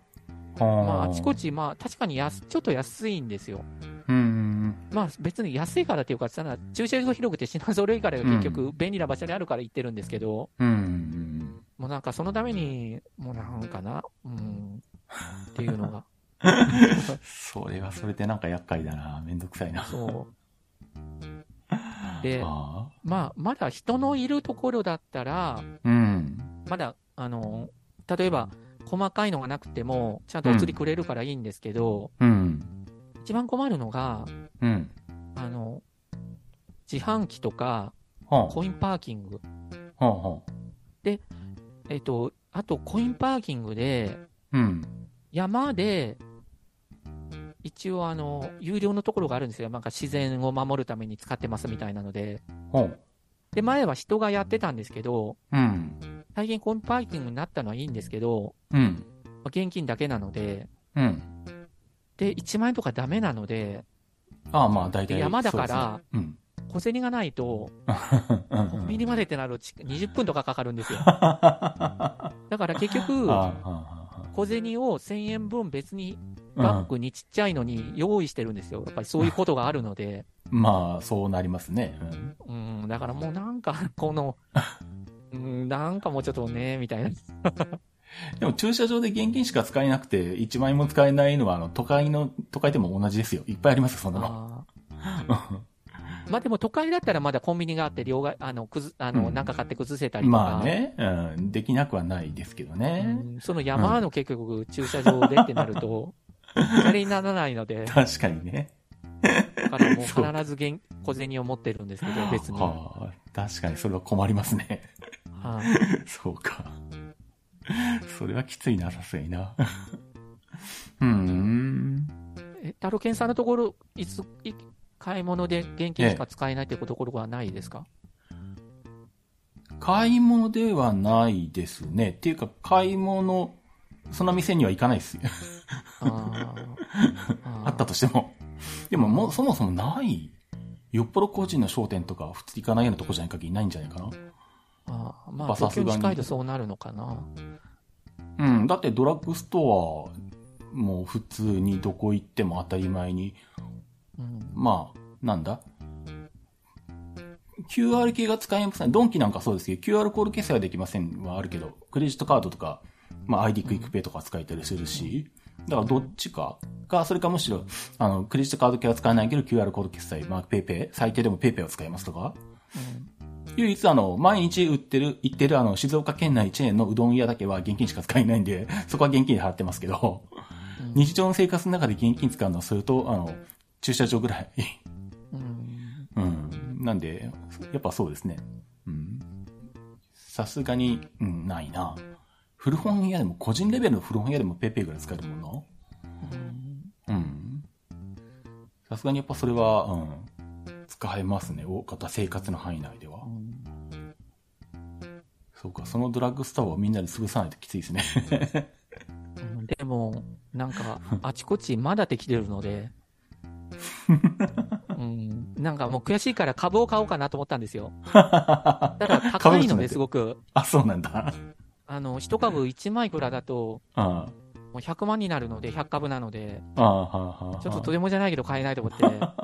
A: は
B: まあ、あちこ
A: ち。
B: ち、まあ、確かに安ちょっと安いんですよ。
A: うん。
B: まあ、別に安いからっていうか、ただ駐車場が広くて品揃えからが結
A: う
B: 局、便利な場所にあるから行ってるんですけど、
A: うん。
B: もうなんか、そのために、もうなんかな、うん、っていうのが、
A: それはそれでなんか厄介だな。めんどくさいな。
B: (laughs) そう。で、
A: あ
B: まあ、まだ人のいるところだったら、
A: あ。うん。
B: まだ、あの、例えば、細かいのがなくても、ちゃんとお釣りくれるからいいんですけど、
A: うん。
B: 一番困るのが、
A: うん。
B: あの、自販機とか、
A: は
B: コインパーキング、
A: あ。はあ。はあ。
B: えっと、あと、コインパーキングで、
A: うん。
B: 山で、一応、あの、有料のところがあるんですよ。なんか自然を守るために使ってますみたいなので。
A: ほう。
B: で、前は人がやってたんですけど、
A: うん。
B: 最近コインパーキングになったのはいいんですけど、
A: うん。
B: まあ現金だけなので、
A: うん。
B: で、1万円とかダメなので、
A: ああ、まあ大
B: で
A: 体。
B: 山だから、
A: そうですね。
B: 小銭がないと、
A: うん。
B: コン
A: うん
B: ビニまでってなるとち20分とかかかるんですよ。
A: あ
B: だから結局、
A: あ
B: 小銭を1000円分別に
A: うん
B: バッグにちっちゃいのに用意してるんですよ。やっぱりそういうことがあるので。
A: まあ、そうなりますね。うん
B: うん、だからもうなんか、 (laughs) この、うん、なんかもうちょっとね、みたいな。
A: でも駐車場で現金しか使えなくて、1万円も使えないのは、あの、都会の、都会でも同じですよ。いっぱいありますよ、そんなの。
B: あ
A: (laughs)
B: ーまあでも都会だったらまだコンビニがあって、両替、あの、くず、あ
A: う
B: の、
A: ん
B: なんか買って崩せたりとか。
A: まあね、うん、できなくはないですけど
B: う
A: ね。
B: んその山の結局、駐車場でってなると、足りにならないので、
A: 確かにね。
B: だからも
A: (laughs)
B: う
A: そう
B: 必ず現小銭を持ってるんですけど、別に。は
A: はあ、確かにそれは困りますね。 (laughs)
B: い
A: そうか。それはきついな、さすがにな。 (laughs) うん。
B: え、タロケンさんのところ、いつ、い買い物で現金しか使えないってところはないですか
A: 買い物ではないですね。っていうか、買い物、その店には行かないですよ。
B: あー
A: あったとしても。 (laughs) でももう、そもそもない。よっぽど個人の商店とか、普通行かないようなとこじゃない限りないんじゃないか
B: あー
A: ま
B: まあ、
A: あさ
B: 東
A: す
B: 京
A: がに
B: に近いとそうなるのかな。
A: な。うん。だってドラッグストア、もう普通にどこ行っても当たり前に、
B: うん。
A: まあ、なんだ ?QR 系が使えません。ドンキなんかそうですけど、QR コード決済はできませんはあるけど、クレジットカードとか、まあ ID クイックペイとか使えたりするし、だからどっちかか、それかむしろ、あの、クレジットカード系は使えないけど、QR コード決済、まあペイペイ、最低でもペイペイを使えますとか、唯一あの、毎日売ってる、行ってるあの、静岡県内チェーンのうどん屋だけは現金しか使えないんで、 (laughs) そこは現金で払ってますけど、
B: うん
A: 日常の生活の中で現金使うのはそれと、あの、駐車場ぐらい。 (laughs)
B: うん。
A: うん。なんで、やっぱそうですね。うん。さすがに、うん、ないな。古本屋でも、個人レベルの古本屋でもペイペイぐらい使えるも
B: うん
A: んな。うん。さすがにやっぱそれは、うん、使えますね。大方生活の範囲内では
B: う。ん
A: そうか、そのドラッグストアをみんなで潰さないときついで
B: (laughs)
A: すね。
B: うんでも、なんか、あちこちまだできてるので、うん、なんかもう悔しいから株を買おうかなと思ったんですよ。
A: あ、
B: ただ高いのですごく、
A: そうなんだ。
B: あの、一株1枚ぐらいだと、
A: うん。あ
B: もう100万になるので、100株なので、
A: あ、はあ、はあ。
B: ちょっととてもじゃないけど買えないと思って、ただ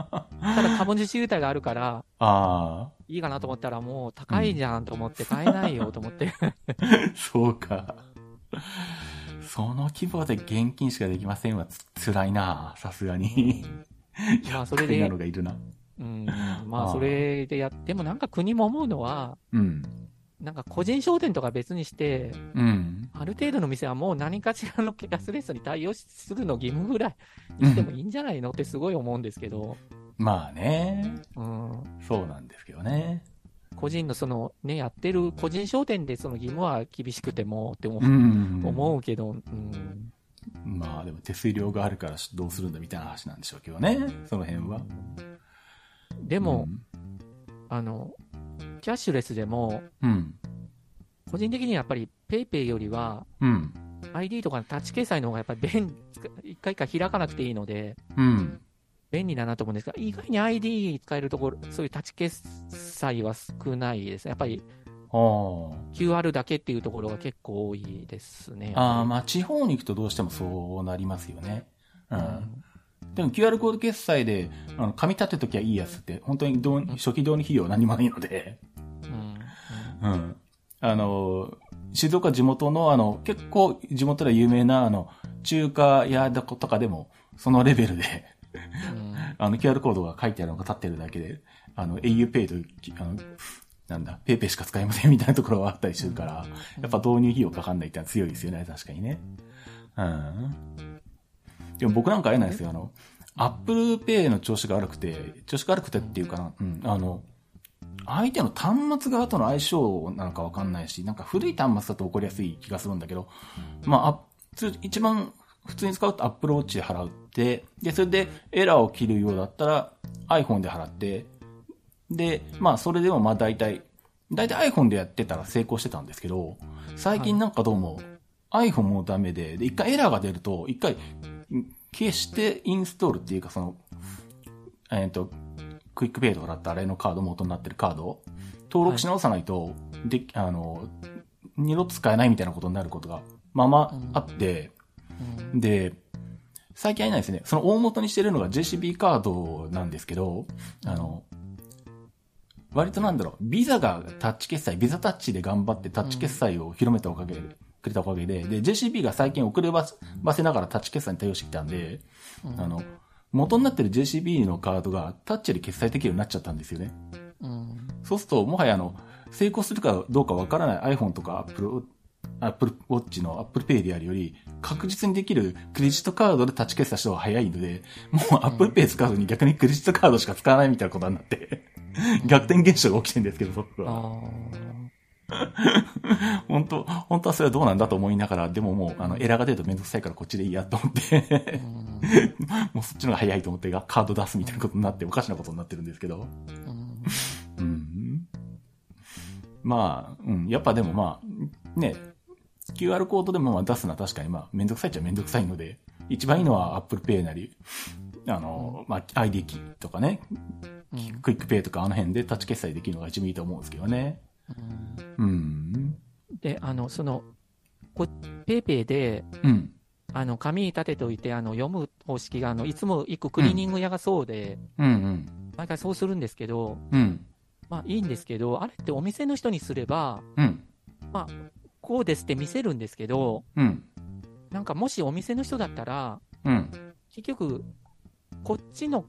B: 株主優待があるから、
A: あ (laughs)
B: いいかなと思ったらもう高いじゃんと思って買えないよと思って。
A: あ、そうか。その規模で現金しかできませんはつ辛いなさすがに。
B: まあそれ
A: 変な
B: で
A: の、がいるな。
B: うん、まあそれでやってもなんか国も思うのは、
A: うん。
B: なんか個人商店とか別にして、
A: うん。
B: ある程度の店はもう何かしらのキャスレスに対応するの義務ぐらいにしてもいいんじゃないのってすごい思うんですけど、
A: まあね。
B: うん、
A: そうなんですけどね。
B: 個人のそのね、やってる個人商店でその義務は厳しくてもって思う,、
A: ん
B: 思うけど、うん、
A: まあでも手数料があるからどうするんだみたいな話なんでしょうけどね。その辺は。
B: で
A: で
B: も、、あの、キャッシュレスでも、
A: うん。
B: 個人的にはやっぱり PayPay よりは、
A: うん。
B: ID とかタッチ決済の方がやっぱり便利、一回一回開かなくていいので、
A: うん。
B: 便利だなと思うんですが、意外に ID 使えるところ、そういうタッチ決済は少ないですね。やっぱり
A: あ
B: QR だけっていうところが結構多いですね。
A: あ。ああ、まあ地方に行くとどうしてもそうなりますよね。う。
B: うんん
A: でも QR コード決済で、あの、紙立てときはいいやつって、本当にどう初期導入費用何もないので、
B: うん
A: うん。あの、静岡地元の、あの、結構地元では有名な、あの、中華屋だことかでも、そのレベルで、
B: うん
A: あの、QR コードが書いてあるのが立ってるだけで、あの、auPay と、きあの、なんだ、PayPay しか使えませんみたいなところがあったりするから、やっぱ導入費用かかんないってのは強いですよね、確かにね。うん。でも僕なんかあれなんですよ、あの、ApplePay の調子が悪くて、調子が悪くてっていうかな、うん、あの、相手の端末側との相性なのかわかんないし、なんか古い端末だと起こりやすい気がするんだけど、まああ、通一番普通に使うとアップルウォッチで払って、で、それでエラーを切るようだったら iPhone で払って、で、まあ、それでもまあ大体、大体 iPhone でやってたら成功してたんですけど、最近なんかどうも、iPhone もダメで、で、一回エラーが出ると、一回ん消してインストールっていうかその、えっ、と、クイックペイとかだったらあれのカード元になってるカードを登録し直さないと、で、あの、二度と使えないみたいなことになることが、まあまああって、
B: うん
A: で、最近あれないですね。その大元にしてるのが JCB カードなんですけど、あの、割となんだろう、ビザがタッチ決済、ビザタッチで頑張ってタッチ決済を広めたおかげで、くれたおかげで、で、JCB が最近遅ればせながらタッチ決済に対応してきたんで、
B: うん
A: あの、元になってる JCB のカードがタッチで決済できるようになっちゃったんですよね。
B: うん
A: そうすると、もはやあの、成功するかどうかわからない iPhone とか Apple、Apple Watch の Apple Pay でやるより、確実にできるクレジットカードでタッチ決済した方が早いので、もう Apple Pay 使うのに逆にクレジットカードしか使わないみたいなことになって、逆転現象が起きてるんですけど、僕
B: あ
A: は。
B: ー
A: 本当、本当はそれはどうなんだと思いながら、でももう、あの、エラーが出るとめんどくさいからこっちでいいやと思って、 (laughs)
B: うん
A: もうそっちの方が早いと思ってカード出すみたいなことになって、おかしなことになってるんですけど。
B: う
A: う
B: ん
A: んまあ、うん、やっぱでもまあ、ね、QR コードでもまあ出すのは確かにまあ、めんどくさいっちゃめんどくさいので、一番いいのは Apple Pay なり、あの、まあ、ID キーとかね、
B: うん
A: クイックペイとかあの辺でタッチ決済できるのが一番いいと思うんですけどね。
B: う
A: う
B: ん
A: ん。
B: で、あの、その、こペイペイで、
A: うん。
B: あの、紙に立てておいて、あの、読む方式が、あの、いつも行くクリーニング屋がそうで、
A: うんうん。
B: 毎回そうするんですけど、
A: うん。
B: まあいいんですけど、あれってお店の人にすれば、
A: うん。
B: こうですって見せるんですけど、
A: うん。
B: なんかもしお店の人だったら、
A: うん。
B: 結局、こっちの、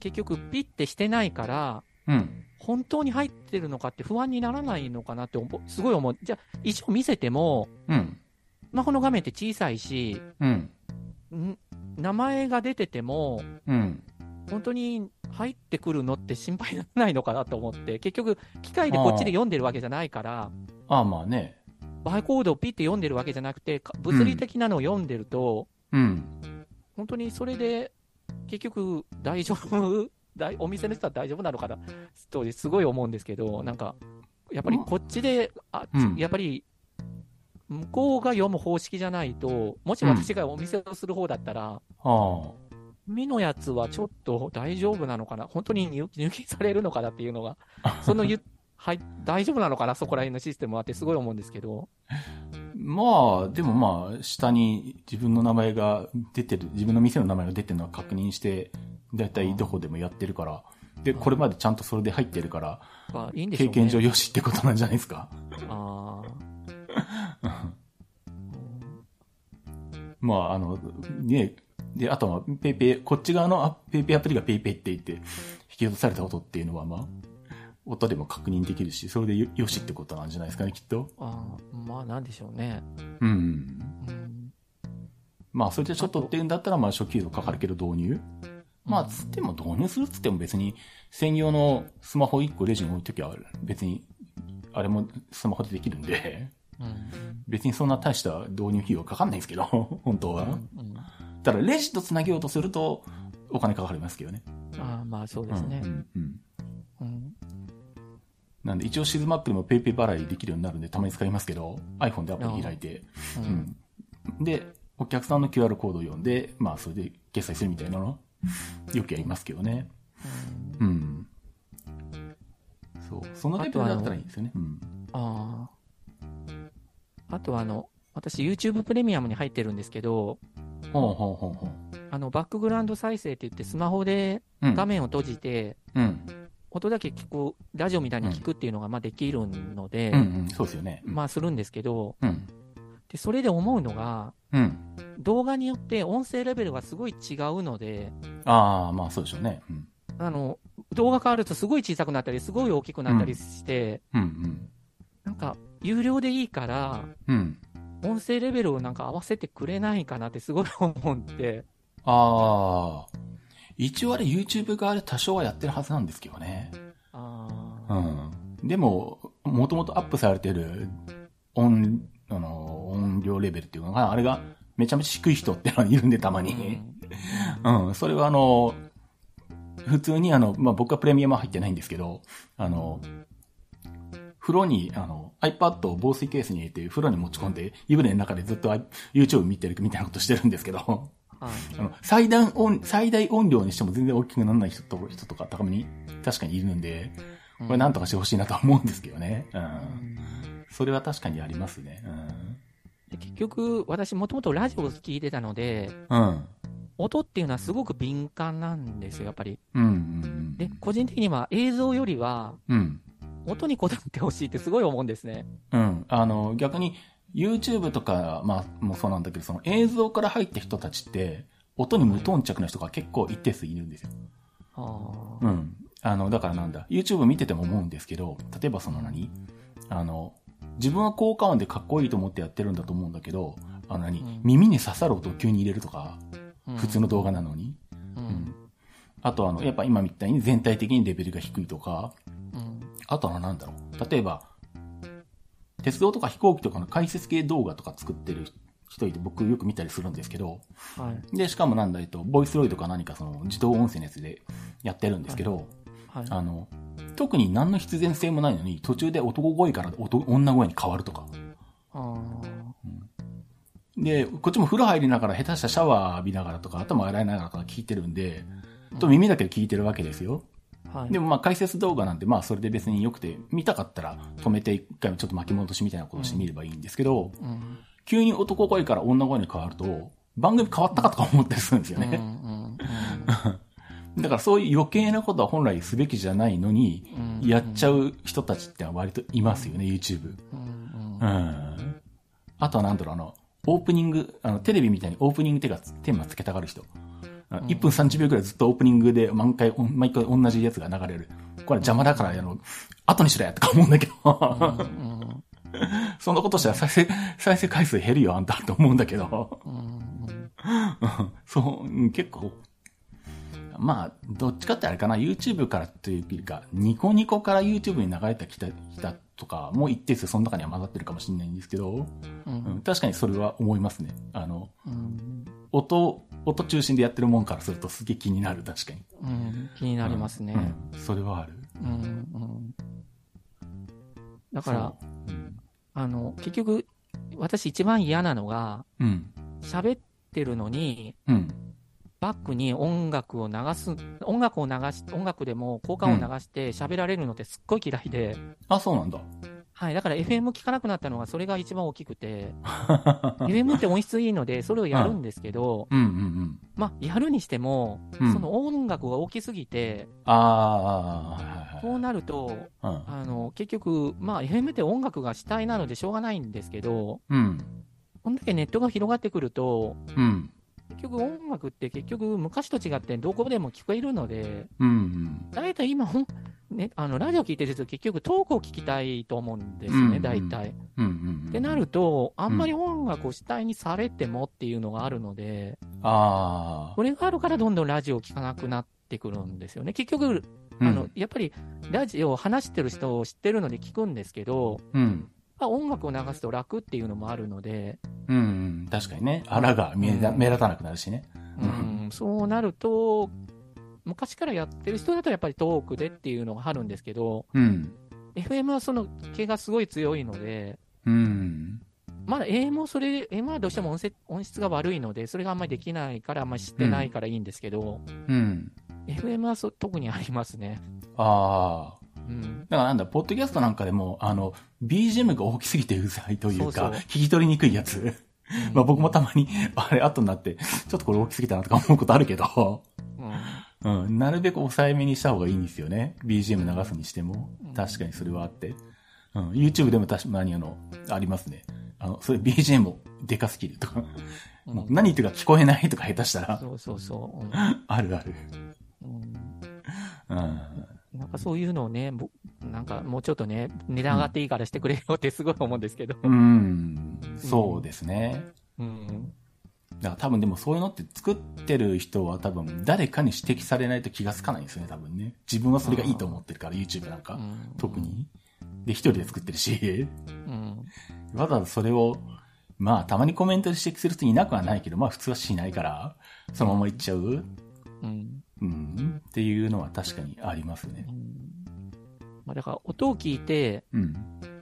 B: 結局ピッてしてないから、
A: うん。
B: 本当に入ってるのかって不安にならないのかなって思う、すごい思う。じゃあ、一応見せても、
A: うん。
B: スマホの画面って小さいし、
A: うん。
B: ん名前が出てても、
A: うん。
B: 本当に入ってくるのって心配にならないのかなと思って、結局、機械でこっちで読んでるわけじゃないから、
A: ああ、まあね。
B: バーコードをピッて読んでるわけじゃなくて、か物理的なのを読んでると、
A: うん。
B: 本当にそれで、結局、大丈夫 (laughs) 大お店の人は大丈夫なのかなと、すごい思うんですけど、なんか、やっぱりこっちで、あ
A: うん
B: やっぱり、向こうが読む方式じゃないと、もし私がお店をする方だったら、
A: ああ。
B: 海のやつはちょっと大丈夫なのかな本当に入入金されるのかなっていう
A: (laughs)
B: のが、そのゆ、はい、大丈夫なのかなそこら辺のシステムはってすごい思うんですけど。
A: まあ、でもまあ、下に自分の名前が出てる、自分の店の名前が出てるのは確認して、だいたいどこでもやってるから、で、これまでちゃんとそれで入ってるから、
B: まあ、いいんでしょう
A: 経
B: ね。
A: 験上よしってことなんじゃないですか。 (laughs)
B: あ
A: まあ、あの、ね、で、あとは、ペイペイ、こっち側のあペイペイアプリがペイペイって言って、引き落とされた音っていうのは、まあ、音でも確認できるし、それでよよしってことなんじゃないですかね、きっと。
B: ーあー、まあなんでしょうね。
A: うん。
B: うん
A: まあ、それでちょっとっていうんだったら、まあ、初級度かかるけど導入。まあ、つっても導入するっつっても別に、専用のスマホ1個レジに置いときゃ、別に、あれもスマホでできるんで、
B: うん
A: 別にそんな大した導入費用かかんないんですけど、 (laughs) 本当は。
B: うん
A: ただ、レジとつなげようとすると、お金かかりますけどね。
B: あーまあそうですね
A: う。んうんうん
B: うん
A: なんで、一応シズマップでもペイペイ払いできるようになるんで、たまに使いますけど、iPhone でアプリ開いて、
B: う
A: うんん。で、お客さんの QR コードを読んで、まあ、それで決済するみたいなの、よくやりますけどね。うん。そう。そのレベルだったらいいんですよね。うん。
B: ああ。あとはあの、私 YouTube プレミアムに入ってるんですけど、
A: ほうほうほうほう。
B: あの、バックグラウンド再生って言ってスマホで
A: うん。
B: 画面を閉じて、
A: うん。
B: 音だけ聞く、ラジオみたいに聞くっていうのがまあできるので、
A: うんうん。そうですよね。うん
B: まあするんですけど、
A: うん。
B: で、それで思うのが、
A: うん。
B: 動画によって音声レベルがすごい違うので、
A: ああ、まあ、そうでしょうね。うん。
B: あの、動画変わるとすごい小さくなったり、すごい大きくなったりして、
A: うん
B: なんか、有料でいいから、
A: うん。うん。
B: 音声レベルをなんか合わせてくれないかなってすごい思って、
A: ああ。一応あれ YouTube 側で多少はやってるはずなんですけどね。
B: あ
A: う
B: ー
A: ん。でも、もともとアップされてる音、あの、音量レベルっていうのが、あれがめちゃめちゃ低い人ってのはいるんで、たま
B: う
A: に。
B: ん
A: うん、それはあの、普通にあの、まあ、僕はプレミアムは入ってないんですけど、あの、風呂に、あの、iPad を防水ケースに入れて、風呂に持ち込んで、湯船の中でずっとあ YouTube 見てるみたいなことしてるんですけど、 (laughs)
B: はい
A: あの、最大音、最大音量にしても全然大きくならない人と人とか高めに確かにいるんで、
B: うん
A: これなんとかしてほしいなとは思うんですけどね。う。
B: うんん
A: それは確かにありますね。
B: で結局、私もともとラジオを聞いてたので、
A: うん。うん。
B: 音っていうのはすごく敏感なんですよ、やっぱり。
A: うん。うん
B: で、個人的には映像よりは、
A: うん。
B: 音にこだわってほしいってすごい思うんですね。
A: うん。あの、逆に、YouTube とか、まあ、もうそうなんだけど、その映像から入った人たちって、音に無頓着な人が結構一定数いるんですよ。
B: あ
A: う
B: ー
A: ん。あの、だからなんだ、YouTube 見てても思うんですけど、例えばその何あの、自分は効果音でかっこいいと思ってやってるんだと思うんだけど、あの何、
B: うん
A: 耳に刺さる音を急に入れるとか、
B: うん
A: 普通の動画なのに。
B: う
A: うんん。あとあの、やっぱ今みたいに全体的にレベルが低いとか、
B: うん
A: あとはなんだろう。例えば、鉄道とか飛行機とかの解説系動画とか作ってる人いて僕よく見たりするんですけど、
B: はい。
A: で、しかもなんだえっと、ボイスロイドか何かその自動音声のやつでやってるんですけど、
B: はい。
A: あの、特に何の必然性もないのに、途中で男声から男女声に変わるとか。
B: あー
A: で、こっちも風呂入りながら下手したらシャワー浴びながらとか、頭洗いながらとか聞いてるんで、と耳だけで聞いてるわけですよ。
B: はい。
A: でもまあ解説動画なんてまあそれで別に良くて、見たかったら止めて一回ちょっと巻き戻しみたいなことをしてみればいいんですけど、
B: うん。
A: 急に男声から女声に変わると、番組変わったかとか思ったりするんですよ
B: うん。う
A: ね。
B: ん。
A: だからそういう余計なことは本来すべきじゃないのに、
B: うん
A: やっちゃう人たちってのは割といますよね、YouTube。
B: うん。
A: う。
B: うん
A: ん。あとはなんだろう、あの、オープニング、あの、テレビみたいにオープニングテーマテーマつけたがる人。あの1分30秒くらいずっとオープニングで毎回、お毎回同じやつが流れる。これは邪魔だから、あの、後にしろやとか思うんだけ
B: う
A: ど。
B: ん。うん
A: (laughs) そんなことしたら再生、再生回数減るよ、あんたと思うんだけど。
B: うん
A: うん (laughs) そううん、結構。まあ、どっちかってあれかな、YouTube からというよりか、ニコニコから YouTube に流れてきた、きたとか、もう一定数その中には混ざってるかもしれないんですけど。
B: う
A: うんん、確かにそれは思いますね。あの、
B: うん
A: 音、音中心でやってるもんからするとすげえ気になる、確かに。
B: うん気になりますね。
A: うんそれはある。
B: うんうんだから、
A: そう、うん
B: あの、結局、私一番嫌なのが、
A: うん。
B: 喋ってるのに、
A: うん。
B: バックに音楽を流す、音楽を流し、音楽でも効果音を流して喋られるのってすっごい嫌いで、
A: あ、そう
B: (laughs)
A: なんだ。
B: はい、だから FM 聞かなくなったのがそれが一番大きくて、FM って音質いいので、それをやるんですけど、
A: うんうん
B: まあ、やるにしても、
A: うん。うん、
B: その音楽が大きすぎて、
A: あーあー、
B: こうなると、
A: はいはいはい
B: あの、結局、まあ、FM って音楽が主体なのでしょうがないんですけど、
A: うん。うん。
B: こんだけネットが広がってくると、
A: うん。
B: 結局音楽って結局昔と違ってどこでも聞こえるので、
A: うんうん。
B: 大体今ほん、ね、あの、ラジオ聞いてる人結局トークを聞きたいと思うんです
A: うんう
B: ね、
A: ん
B: 大体。
A: うんうん。
B: ってなると、あんまり音楽を主体にされてもっていうのがあるので、
A: あ
B: これがあるからどんどんラジオを聞かなくなってくるんですよね。結局、
A: あ。
B: あの、やっぱりラジオを話してる人を知ってるので聞くんですけど、
A: うん、うん。
B: まあ、音楽を流すと楽っていうのもあるので、
A: うんうん。確かにね。あらが見えだ
B: うん
A: 目立たなくなるしね。
B: うん、そうなると、昔からやってる人だとやっぱりトークでっていうのがあるんですけど、
A: うん。
B: FM はその毛がすごい強いので、
A: うん。
B: まだ AM もそれ、AM はどうしても音せ音質が悪いので、それがあんまりできないから、あんまり知ってないからいいんですけど、
A: うん。
B: FM はそ特にありますね。
A: ああ。
B: うん。
A: だからなんだ、ポッドキャストなんかでも、あの、BGM が大きすぎてうざいという
B: そ
A: か、
B: うそう
A: 聞き取りにくいやつ。 (laughs) (laughs) まあ僕もたまに、あれ、後になって、ちょっとこれ大きすぎたなとか思うことあるけど、
B: うん
A: うん、なるべく抑えめにした方がいいんですよね。BGM 流すにしても
B: うん。
A: 確かにそれはあって。うん、YouTube でも確かにあの、ありますね。あの、それ BGM をでかすぎるとか、
B: う
A: もうん何言ってるか聞こえないとか下手したら、
B: そうそうそう。
A: あるある。
B: うんうん
A: うん。
B: なんかそういうのをね、ぼなんかもうちょっとね、値段上がっていいからしてくれよってすごい思うんですけど。
A: うん、そうですね。
B: うん。
A: だから多分でもそういうのって作ってる人は多分誰かに指摘されないと気がつかないんですよね、多分ね。自分はそれがいいと思ってるから、YouTube なんか。
B: うん
A: 特。に。で、一人で作ってるし、 (laughs)
B: うん。
A: わざわざそれを、まあ、たまにコメントで指摘する人いなくはないけど、まあ、普通はしないから、そのままいっちゃう
B: うん。
A: うん。っていうのは確かにありますね
B: う。んまあ、だから音を聞いて、
A: うん。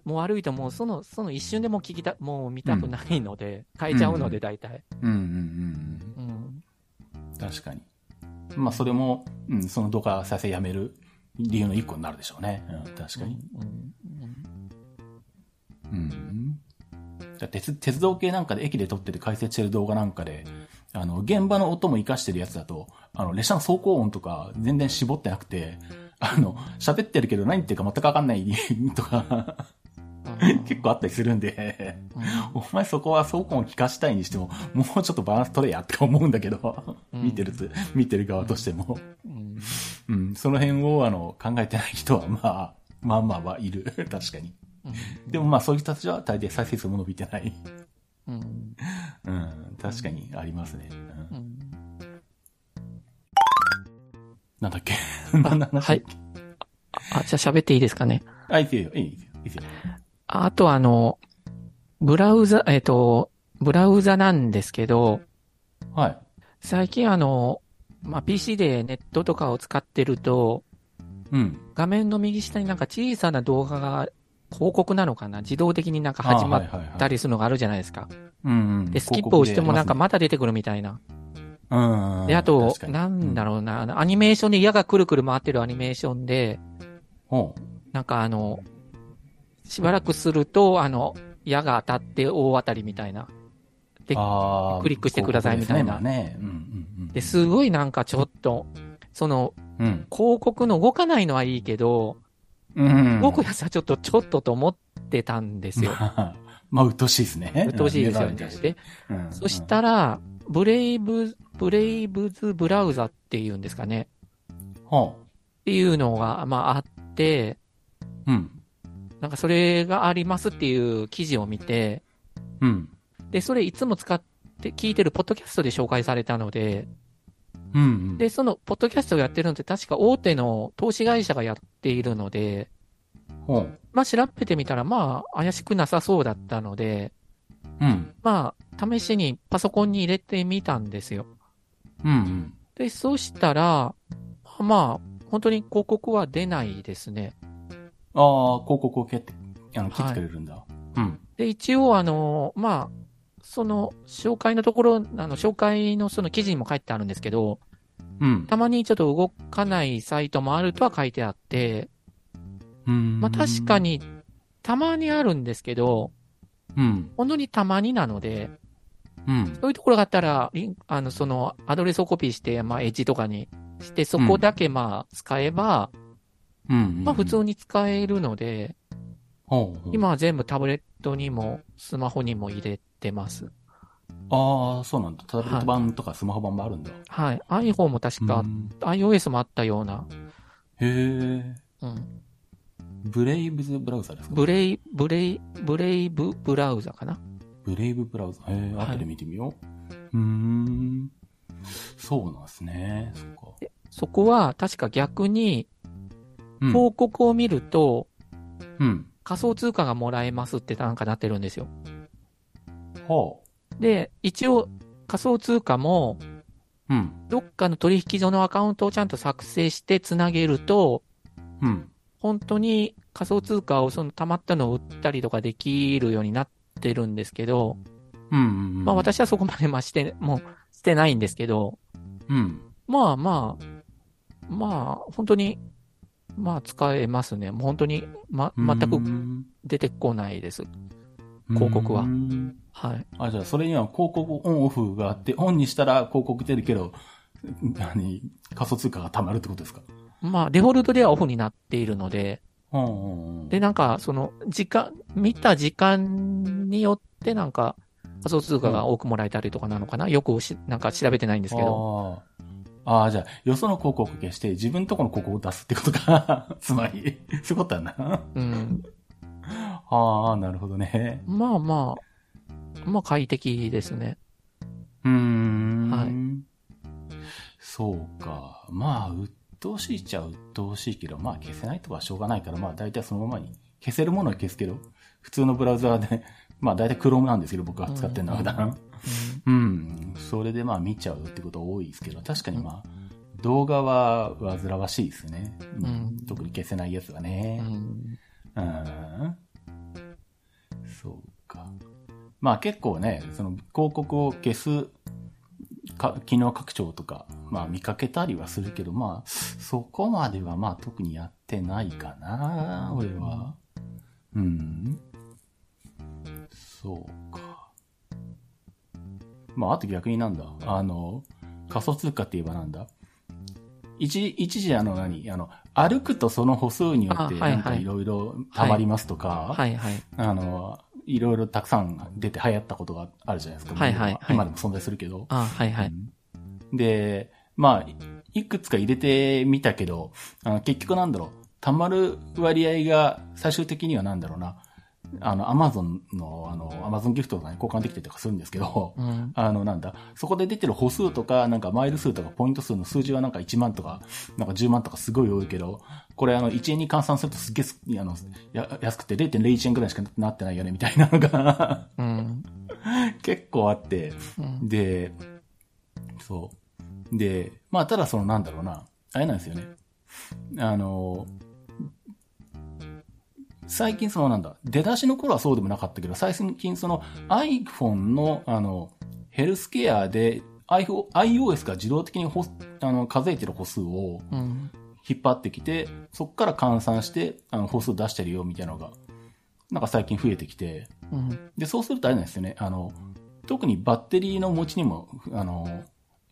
B: もう悪いともうその、その一瞬でもう聞きた、もう見たくないので、変えちゃうの
A: う
B: で
A: ん
B: 大体。
A: うんうんうん
B: うん。
A: うん。確かに。まあ、それも、うん、その動画再生やめる理由の一個になるでしょうね。うん、確かに。
B: うん。
A: うん。じゃあ鉄、鉄道系なんかで駅で撮ってる解説してる動画なんかで、あの、現場の音も活かしてるやつだと、あの、列車の走行音とか全然絞ってなくて、あの、喋ってるけど何言ってるか全くわかんない (laughs) とか、
B: うん
A: 結構あったりするんで、
B: うん
A: お前そこは走行音聞かしたいにしても、もうちょっとバランス取れやって思うんだけど、
B: うん
A: 見てるつ、見てる側としても。
B: うん
A: うん、その辺をあの、考えてない人はまあ、まあまあはいる。 (laughs) 確かに。
B: うん
A: でもまあそういう人たちは大抵再生数も伸びてない。
B: うん
A: うん、確かにありますね。うん
B: うん
A: なんだっけ何の話
B: はい。あ、じゃあ喋っていいですかね。
A: あ、いいですよ、いいですよ、いいですよ。
B: あとあの、ブラウザ、えっ、と、ブラウザなんですけど、
A: はい。
B: 最近あの、まあ、PC でネットとかを使ってると、
A: うん。
B: 画面の右下になんか小さな動画が、広告なのかな自動的になんか始まっ
A: あはいはいは
B: た
A: い
B: りするのがあるじゃないですか。
A: うんうん
B: で、スキップをしてもなんか
A: 広
B: また出てくるみたいな。
A: 告出ますねうんうん。
B: で、あと、
A: 確かに
B: なんだろうな、あの、アニメーションで矢がくるくる回ってるアニメーションで、
A: うん。ほ
B: なんかあの、しばらくすると、あの、矢が当たって大当たりみたいな。
A: うあー
B: クリックしてくださいみたいな
A: 広告ですね、まあね。うん
B: で、すごいなんかちょっと、その、
A: うんうん。
B: 広告の動かないのはいいけど、
A: うん。うん。
B: 動くやつはちょっと、ちょっとと思ってたんで
A: (laughs)
B: すよ。
A: まあまあ、うっとうしいですね。
B: 鬱陶しいですよ
A: うん
B: ね。
A: 値段に対して
B: で、
A: うんうん
B: そしたら、ブレイブ、ブレイブズブラウザっていうんですかね。
A: ほ
B: っていうのが、まああって、
A: う。うん。
B: なんかそれがありますっていう記事を見て、
A: うん。
B: で、それいつも使って、聞いてるポッドキャストで紹介されたので、
A: うんうん。
B: で、その、ポッドキャストをやってるのって確か大手の投資会社がやっているので、
A: ほう。
B: まあ調べてみたら、まあ怪しくなさそうだったので、
A: うん。
B: まあ試しにパソコンに入れてみたんですよ。
A: うんうん。
B: で、そしたら、まあ本当に広告は出ないですね。
A: ああ、広告を切って、あの、切ってくれるんだ。うん。
B: で、一応あの、まあ、その、紹介のところ、あの、紹介のその記事にも書いてあるんですけど、
A: うん。
B: たまにちょっと動かないサイトもあるとは書いてあって、
A: うん。
B: まあ確か。に、たまにあるんですけど、
A: うん。
B: 本当にたまになので、
A: うん。
B: そういうところがあったら、リンあの、その、アドレスをコピーして、まあ、エッジとかにして、そこだけ、まあ、使えば、
A: うん。
B: まあ、普通に使えるので、
A: ほうほう。
B: 今は全部タブレットにも、スマホにも入れてます。
A: ああ、そうなんだ。タブレット版とかスマホ版もあるんだ。
B: はい。iPhone も確か
A: う、ん
B: iOS もあったような、
A: へえ。
B: うん。
A: ブレイブズブラウザですか
B: ブレイ、ブレイ、ブレイブブラウザかな。
A: ブレイブブラウザ。へえ、
B: はい
A: 後で見てみよう。うーん。そうなんですね。そっか。
B: そこは、確か逆に、
A: うん。
B: 広告を見ると、
A: うん。
B: 仮想通貨がもらえますってなんかなってるんですよ。
A: は
B: で、一応、仮想通貨も、
A: あ。うん。
B: どっかの取引所のアカウントをちゃんと作成してつなげると、
A: うん。
B: 本当に仮想通貨をその溜まったのを売ったりとかできるようになってるんですけど、
A: うんうん。うん
B: まあ。私はそこまでま
A: (laughs)
B: あして、もうしてないんですけど、
A: うん。
B: まあまあ、まあ本当に、まあ使えますね。もう本当に、ま、全
A: う
B: く
A: ん
B: 出てこないです。広告は
A: うん
B: はい。
A: あ、じゃあ、それには広告オンオフがあって、オンにしたら広告出るけど、何、仮想通貨が貯まるってことですか
B: まあデフォルトではオフになっているので、
A: うんうんうん。
B: で、なんか、その、時間、見た時間によって、なんか、仮想通貨が多くもらえたりとかなのかな、よくし、なんか調べてないんですけど。
A: あーあー、じゃあ、よその広告を消して、自分とこの広告を出すってことか。 (laughs) つまり、そういうことだな。
B: うん。
A: ああ、なるほどね。
B: まあまあ、まあ快適です
A: (laughs)
B: ね。
A: うーん。
B: はい
A: そうか。まあ、鬱陶しいっちゃ鬱陶しいけど、まあ消せないとかはしょうがないから、まあ大体そのままに。消せるものは消すけど、普通のブラウザーで、 (laughs) まあ大体 Chrome なんですけど、僕が使ってるのは普段。うん。それでまあ見ちゃうってこと多いですけど、確かにまあ、動画は煩わしいですね。うん
B: うん
A: 特に消せないやつは
B: うん。う
A: ね。
B: ん。
A: うんそうか。まあ結構ね、その広告を消すか機能拡張とか、まあ見かけたりはするけど、まあそこまではまあ特にやってないかな、俺は。うん。そうか。まああと逆になんだ、あの、仮想通貨って言えばなんだ一一時あの何あの、歩くとその歩数によって
B: あはいはい
A: なんかいろいろ溜まりますとか、
B: はいはい。
A: あの、いろいろたくさん出て流行ったことがあるじゃないですか。
B: はいはいはい
A: 今でも存在するけど。
B: あはいはい。
A: うんで、まあ、いいくつか入れてみたけど、あの結局なんだろう、溜まる割合が最終的にはなんだろうな、あの、アマゾンの、あの、アマゾンギフトとかに交換できたりとかするんですけど、
B: うん。
A: あの、なんだ、そこで出てる歩数とか、なんかマイル数とかポイント数の数字はなんか1万とか、なんか10万とかすごい多いけど、これあの、1円に換算するとすっげえす、あの、や安くて0.01円くらいしかなってないよね、みたいなのが、 (laughs)
B: うん。
A: 結構あって、
B: うん。
A: で、そう。で、まあ、ただそのなんだろうな、あれなんですよね。あの、最近そのなんだ、出だしの頃はそうでもなかったけど、最近その iPhone のあの、ヘルスケアで iPhone- iOS が自動的にほあの数えてる歩数を
B: うん。
A: 引っ張ってきて、そこから換算して、あの、歩数出してるよみたいなのが、なんか最近増えてきて、
B: うん。
A: で、そうするとあれなんですよね。あの、特にバッテリーの持ちにも、あの、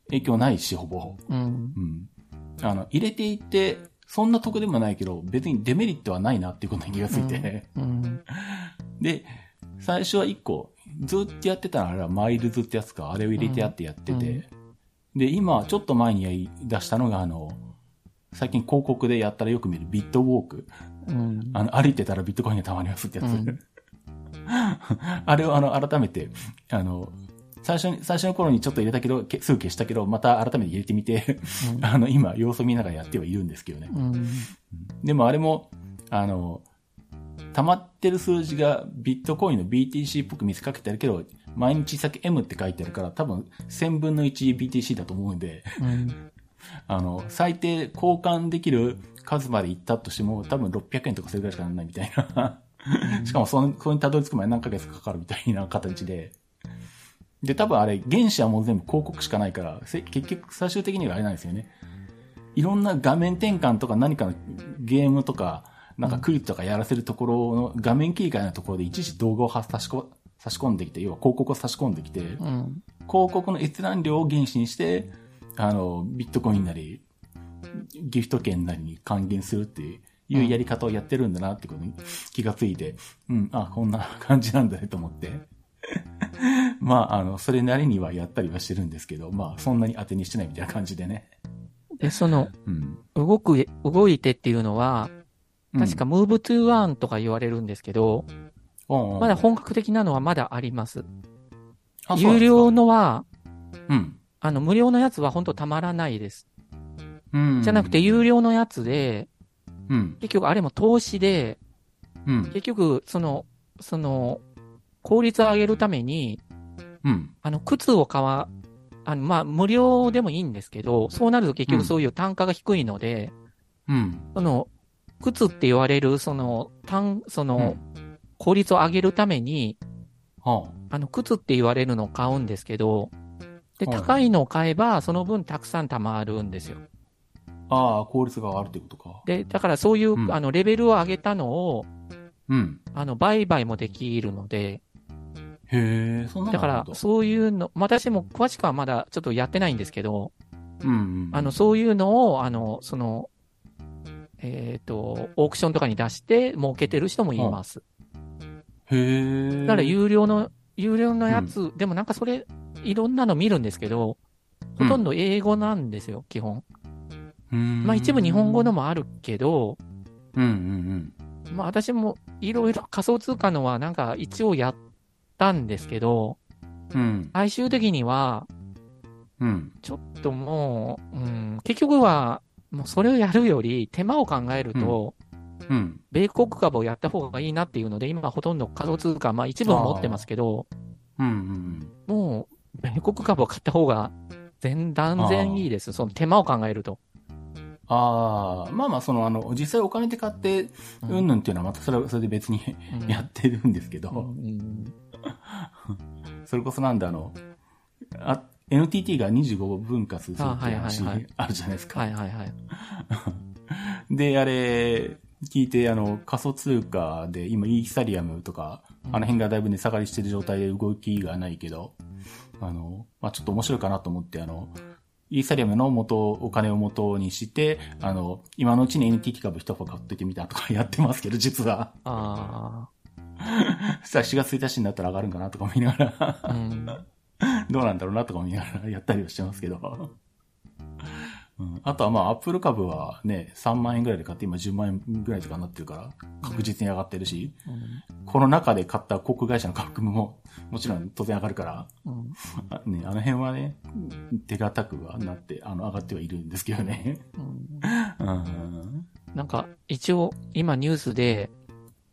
A: 影響ないし、ほぼ。
B: うん。
A: うん。あの、入れていって、そんな得でもないけど、別にデメリットはないなっていうことに気がついて。
B: うん。
A: (laughs) で、最初は1個、ずっとやってたのはあれはマイルズってやつか、あれを入れてやってやってて。
B: うんうん
A: で、今、ちょっと前にやり出したのが、あの、最近広告でやったらよく見るビットウォーク。
B: うん。
A: あの、歩いてたらビットコインがたまりますってやつ。
B: うん
A: (laughs) あれを、あの、改めて、あの、最初に、最初の頃にちょっと入れたけど、けすぐ消したけど、また改めて入れてみて、 (laughs) あの、今、様子見ながらやってはいるんですけどね。
B: うん。うん。
A: でもあれも、あの、溜まってる数字がビットコインの BTC っぽく見せかけてあるけど、毎日先 M って書いてあるから、多分1000分の 1BTC だと思うんで、
B: うん。
A: あの、最低交換できる数までいったとしても、多分600円とかそれぐらいしかならないみたいな。しかもその、そこにたどり着くまで何ヶ月かかるみたいな形で、で、多分あれ、原子はもう全部広告しかないから、せ結局最終的にはあれなんですよね。いろんな画面転換とか何かのゲームとか、なんかクリップとかやらせるところの画面切り替えのところでいちいち動画をは差しこ差し込んできて、要は広告を差し込んできて、広
B: うん。
A: 告の閲覧量を原子にして、あの、ビットコインなり、ギフト券なりに還元するっていう。いうやり方をやってるんだなってことに気がついて、うん、あ、こんな感じなんだねと思って。 (laughs) まあ、あの、それなりにはやったりはしてるんですけど、まあ、そんなに当てにしてないみたいな感じでね。
B: で、その、
A: うん。
B: 動く、動いてっていうのは、確か
A: に。
B: ムーブトゥーワンとか言われるんですけど、
A: おうおう
B: まだ、本格的なのはまだあります。
A: あ
B: 有料。のは、
A: そうなんです
B: あの、無料のやつは本当たまらないです。
A: かうん。うん
B: じゃなくて、有料のやつで、
A: うん。
B: 結局あれも投資で、
A: うん。
B: 結局、その、その、効率を上げるために、
A: うん。
B: あの、靴を買わ、あの、まあ、無料でもいいんですけど、そうなると結局そういう単価が低いので、
A: うん。
B: その、靴って言われる、その、単、その
A: う、
B: 効率を上げるために、
A: は
B: あの、靴って言われるのを買うんですけど、で、
A: はい
B: 高いのを買えば、その分たくさん貯まるんですよ。
A: あ。ああ、効率が上がるってことか。
B: で、だからそういう、
A: うん
B: あの、レベルを上げたのを、
A: うん。
B: あの、売買もできるので、
A: へえ、そんな
B: だか
A: なる
B: ら
A: ほ、ど
B: そういうの、私も詳しくはまだちょっとやってないんですけど、
A: うん。
B: あの、、そういうのを、あの、その、えっ、と、オークションとかに出して儲けてる人もいます。
A: へえ。
B: だから有料の、有料のやつ、でもなんかそれ、いろんなの見るんですけど、ほとんど英語なんですよ、基本。
A: うん、
B: まあ一部日本語のもあるけど、
A: うんうん
B: まあ私もいろいろ仮想通貨のはなんか一応やったんですけど、
A: うん。うん。
B: 最終的には、
A: うん。
B: ちょっともう、うん、結局は、もうそれをやるより手間を考えると、
A: うん。
B: 米国株をやった方がいいなっていうので、今ほとんど仮想通貨、まあ一部は持ってますけど、
A: うんうん
B: もう米国株を買った方が全断然いいです。その手間を考えると。
A: ああ、まあまあ、その、あの、実際お金で買って、
B: う
A: うんぬんっていうのはまたそれは、それで別に (laughs)
B: うん
A: やってるんですけど、
B: うん
A: それこそなんだ、あの、あ NTT が25分割するっていう話
B: あはいはいはい
A: あるじゃないですか。
B: はいはいはい。
A: で、あれ、聞いて、あの、仮想通貨で、今、イーサリアムとか、あの辺がだいぶ値下がりしてる状態で動きがないけど、あの、まあ、ちょっと面白いかなと思って、あの、イーサリアムの元、お金を元にして、あの、今のうちに NTT 株一箱買っといてみたとかやってますけど、実は。 (laughs)
B: あ
A: そしたら4月1日になったら上がるんかなとか見ながら。 (laughs)
B: あ、うん。
A: どうなんだろうなとか見ながらやったりはしてますけど。うん、あとはまあ、アップル株はね、3万円ぐらいで買って今10万円ぐらいとかになってるから、確実に上がってるし、この中で買った航空会社の株も、もちろん当然上がるから、
B: うん
A: あね、あの辺はね、手堅くはなって、あの、上がってはいるんですけどね。
B: うん
A: うん。
B: なんか、一応、今ニュースで、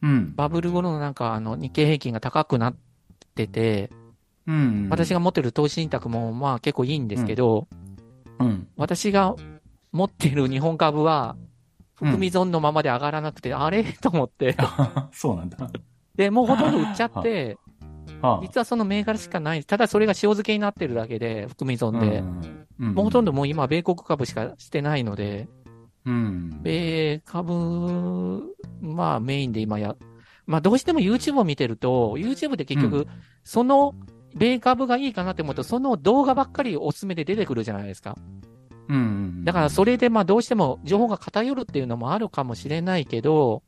A: うん。
B: バブル後のなんか、あの、日経平均が高くなってて、
A: うん。
B: 私が持ってる投資信託も、まあ結構いいんですけど、
A: うん。 (laughs)
B: 私が持ってる日本株は、
A: うん
B: 含み損のままで上がらなくて、あれと
A: (laughs)
B: 思って。
A: そうなんだ。
B: で、もうほとんど売っちゃって、
A: はあ、
B: 実はその銘柄しかない。ただそれが塩漬けになってるだけで、含み損で。
A: うん、
B: もうほとんど
A: も、
B: もう今、米国株しかしてないので、
A: うん。
B: 米株、まあメインで今や、まあどうしても YouTube を見てると、YouTube で結
A: う
B: 局、その、米株がいいかなって思うと、その動画ばっかりおすすめで出てくるじゃないですか。
A: うん。
B: だからそれでまあどうしても情報が偏るっていうのもあるかもしれないけど、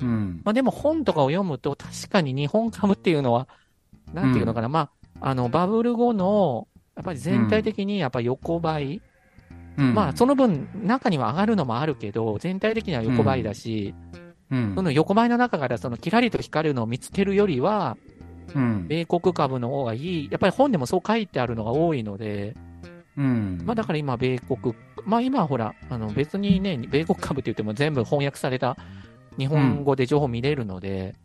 A: ら、うん。
B: まあでも本とかを読むと確かに日本株っていうのは、なんていうのかな、まあ、あの、バブル後の、やっぱり全体的にやっぱ横ばい、
A: うん
B: まあその分中には上がるのもあるけど、全体的には横ばいだし、
A: うん
B: その横ばいの中からそのキラリと光るのを見つけるよりは、
A: うん。
B: 米国株の方がいい。やっぱり本でもそう書いてあるのが多いので、
A: うん。
B: まあだから今米国、まあ今ほら、あの別にね、米国株って言っても全部翻訳された日本語で情報見れるので、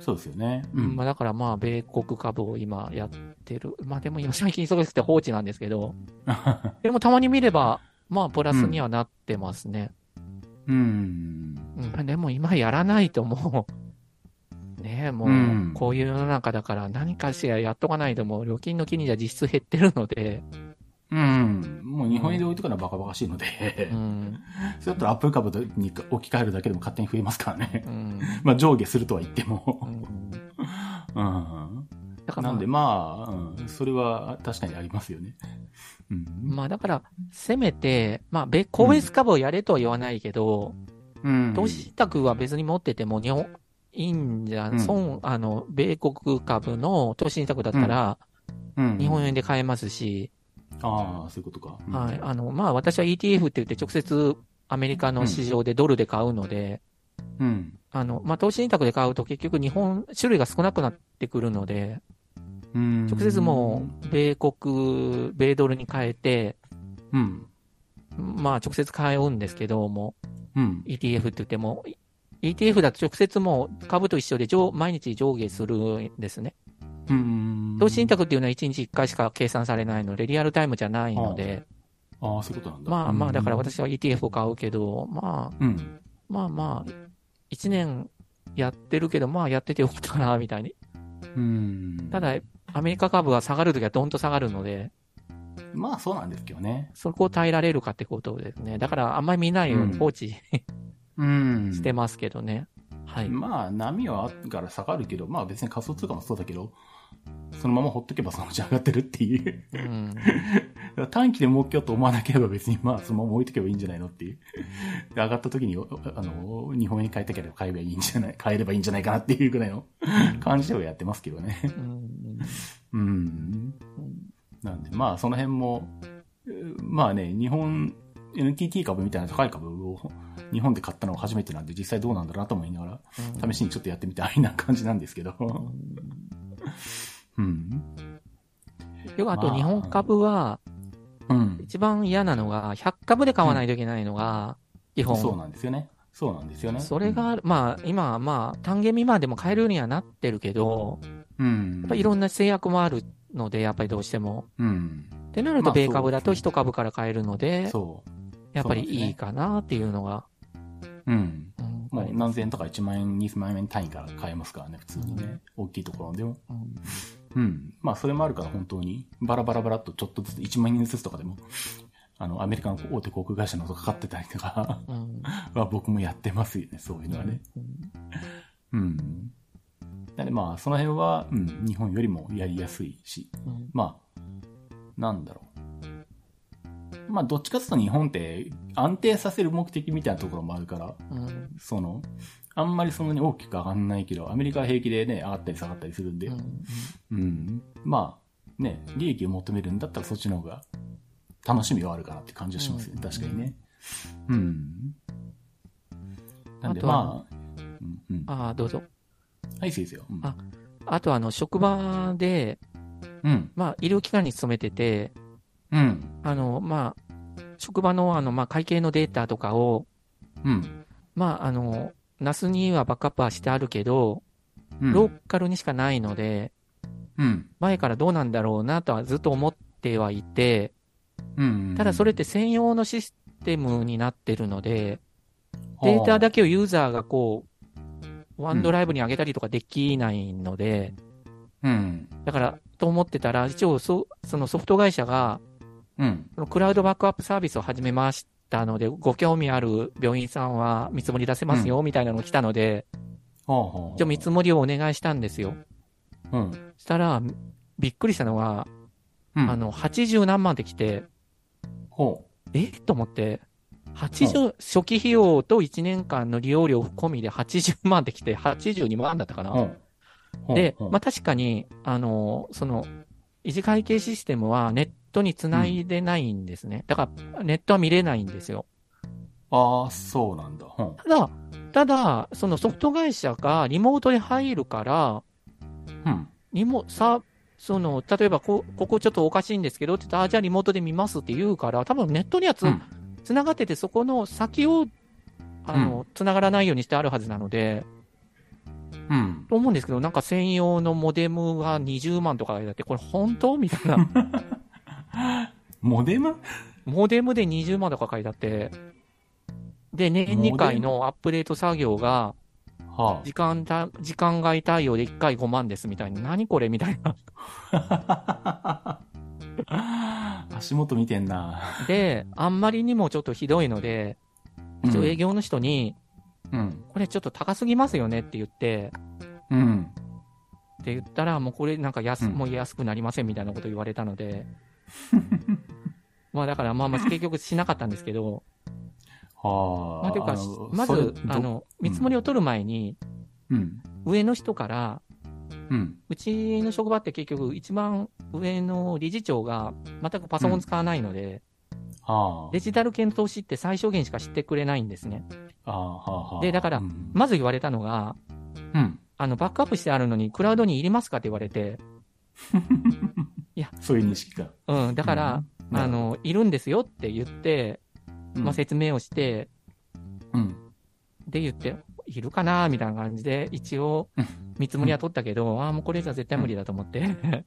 A: そうですよね。うん。
B: まあだからまあ、米国株を今やってる。まあでも今最近忙しくて放置なんです
A: (laughs)
B: けど、でもたまに見れば、まあプラスにはなってますね。
A: うん。
B: うん、でも今やらないともう、ねね、も
A: う、
B: うんこういう世の中だから何かしらやっとかないともう料金の金利じゃ実質減ってるので、
A: うん。もう日本円で置いとくのはバカバカしいので
B: う、ん、
A: それだったらアップル株に置き換えるだけでも勝手に増えますからね
B: う。ん、
A: (laughs) まあ上下するとは言って
B: う
A: も。
B: ん。
A: うん。
B: だから、ま
A: な
B: あ、
A: んでまあ、うん、それは確かにありますよね。うん。
B: まあだから、せめて、まあ、べ個別株をやれとは言わないけど、
A: うん。
B: 投資宅は別に持ってても、日本、いいんじゃ、
A: うん
B: 損、あの、米国株の投資信託だったら、
A: うん
B: 日本円で買えますし、
A: ああ、そういうことか。うん
B: はい。あの、まあ、私は ETF って言って直接アメリカの市場でドルで買うので、
A: うん。
B: あの、まあ、投資信託で買うと結局日本、種類が少なくなってくるので、
A: うん。
B: 直接もう、米国、米ドルに変えて、
A: う、うん。
B: まあ、直接買うんですけども、
A: うん。
B: ETF って言っても、い ETF だと直接もう株と一緒で上毎日上下するんですね。
A: うん。
B: 投資信託っていうのは1日1回しか計算されないので、リアルタイムじゃないので、
A: ああ、そういうことなんだ。
B: まあまあ、だから
A: うん。
B: 私は ETF を買うけど、まあ
A: うん。
B: まあまあ、1年やってるけど、まあやっててよかったかな、みたいに。
A: うん。
B: ただ、アメリカ株は下がるときはどんと下がるので、
A: まあそうなんですけどね。
B: そこを耐えられるかってことですね。だからあんまり見ないように放置
A: うん。
B: してますけどね。はい。
A: まあ、波はあるから下がるけど、まあ別に仮想通貨もそうだけど、そのままほっとけばそのうち上がってるっていう。 (laughs)
B: うん。
A: だから短期で儲けようと思わなければ別にまあそのまま置いとけばいいんじゃないのっていう。で上がった時に、おあの、日本円に変えたければ買えばいいんじゃない、買えればいいんじゃないかなっていうぐらいの感じではやってますけどね。
B: うん
A: うん。なんでまあその辺も、えーまあね、日本、NTT 株みたいな高い株を日本で買ったのは初めてなんで実際どうなんだろうなと思いながら試しにちょっとやってみたいな感じなんですけど。うん。
B: よくあと
A: まあ
B: 日本株は、
A: うん。
B: 一番嫌なのが、100株で買わないといけないのが、基本。
A: そうなんですよね。そうなんですよね。
B: それがある、まあ、今はまあ、単元未満でも買えるようにはなってるけど、
A: うん、うん。
B: やっぱりいろんな制約もあるので、やっぱりどうしても。
A: うん。
B: ってなる
A: ま
B: と、
A: あそう
B: 米株だと1株から買えるので、
A: そう。
B: やっぱりいいかなっていうのが、
A: うん。
B: うん
A: も
B: あ
A: う
B: りま
A: 何千円とか1万円、2万円単位から買えますからね、普通にね。大きいところでも。
B: すうん
A: うん。まあ、それもあるから本当に、バラバラバラっとちょっとずつ、1万円ずつとかでも、 (laughs) あの、アメリカの大手航空会社のとか買ってたりとか (laughs)
B: うん
A: は僕もやってますよね、そういうのはね。うん。なんでまあ、その辺は、うん、日本よりもやりやすいし、
B: うん
A: まあ、なんだろう。まあ、どっちかっていうと日本って安定させる目的みたいなところもあるから、
B: うん
A: その、あんまりそんなに大きく上がんないけど、アメリカは平気でね、上がったり下がったりするんで、
B: う
A: うんん。まあ、ね、利益を求めるんだったらそっちの方が楽しみはあるかなって感じはしますよね、
B: うん
A: 確かにね。うん。なんで
B: あとは
A: まあ、うん、うん。
B: ああ、どうぞ。
A: はい、そうですよ。うん
B: ああと、あの、職場で、
A: うん。
B: まあ、医療機関に勤めてて、
A: うん。
B: あの、まあ、職場の、あの、まあ、会計のデータとかを、
A: うん。
B: まあ、あの、ナスにはバックアップはしてあるけど、
A: うん。
B: ローカルにしかないので、
A: うん。
B: 前からどうなんだろうなとはずっと思ってはいて、
A: うん。
B: ただそれって専用のシステムになってるので、データだけをユーザーがこう、ワンドライブに上げたりとかできないので、
A: うん。
B: だから、と思ってたら、一応そ、そのソフト会社が、
A: うん。
B: このクラウドバックアップサービスを始めましたので、ご興味ある病院さんは見積もり出せますよ、みたいなの来たので、
A: ほうほう。
B: じゃあ見積もりをお願いしたんですよ。
A: うん。
B: したら、びっくりしたのが、
A: うん。
B: あ、の、80何万って来て、
A: ほ
B: えと思って、80、初期費用と1年間の利用料込みで80万って来て、82万だったか
A: う。
B: な。
A: ほう。ほう
B: で、
A: ほう
B: まあ、確かに、あの、その、維持会計システムはネットにつないでないんですね。だから、ネットは見れないんですよ。
A: ああ、そうなんだ。ほ
B: ただ、ただ、そのソフト会社がリモートで入るから、
A: う。うん。
B: リモさその例えばこ、ここちょっとおかしいんですけどって言ったら、あじゃあリモートで見ますって言うから、多分ネットにはつ,、
A: うん
B: ながってて、そこの先をあの、つながらないようにしてあるはずなので、
A: うん。
B: と思うんですけど、なんか専用のモデムが20万とかだって、これ本当みたい
A: (laughs)
B: な。
A: モデム
B: モデムで20万とか書いてあって、で、年2回のアップデート作業が、
A: はは
B: 時間た、時間外対応で1回5万ですみたいな、何これみたいな。
A: あ。足元見てんな。
B: で、あんまりにもちょっとひどいので、一応営業の人に、
A: うん。
B: これちょっと高すぎますよねって言って、
A: うん。
B: って言ったら、もうこれなんか安、
A: うん
B: もう安くなりませんみたいなこと言われた
A: (laughs)
B: ので、まあだからまあまあ結局しなかったんですけ
A: (laughs)
B: ど、
A: はあ。
B: まあというか
A: あの、
B: ま
A: それ
B: ず、あ
A: ど
B: の、見積もりを取る前に、
A: うん。
B: 上の人から、
A: うん。
B: うちの職場って結局一番上の理事長が全くパソコン使わないので、
A: は
B: デジタル系の投資って最小限しか知ってくれないんですね。
A: あ。ああ、はあ、はあ。
B: でだから
A: うん。
B: まず言われたのが、
A: うん
B: あの、バックアップしてあるのにクラウドにいりますかって言われて、
A: そういう認識か。
B: うん、だから、
A: うん、
B: あの、いるんですよって言って、
A: うん、
B: まあ、説明をして、
A: うん。
B: で言って、いるかなみたいな感じで、一応
A: うん、
B: 見積もりは取ったけど、ああ、もうこれじゃ絶対無理だと思って。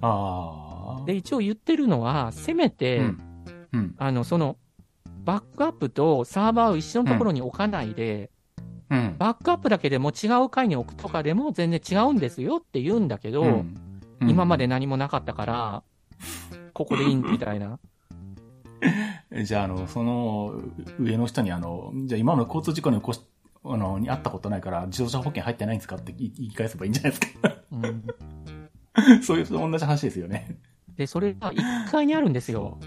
A: ああ。
B: で、一応言ってるのは、せめて、
A: うん。うん。
B: あの、その、バックアップとサーバーを一緒のところに置かないで、
A: うん。
B: バックアップだけでも違う回に置くとかでも全然違うんですよって言うんだけど、
A: うんうん
B: 今まで何もなかったから、ここでいいみたいな。
A: じゃあ、あの、その、上の人に、あの、じゃあ今の交通事故に起こし、あの、にあったことないから、自動車保険入ってないんですかって言い言い返せばいいんじゃないですか。 (laughs)
B: うん
A: そういう、同じ話ですよね。
B: で、それが1階にあるんですよ。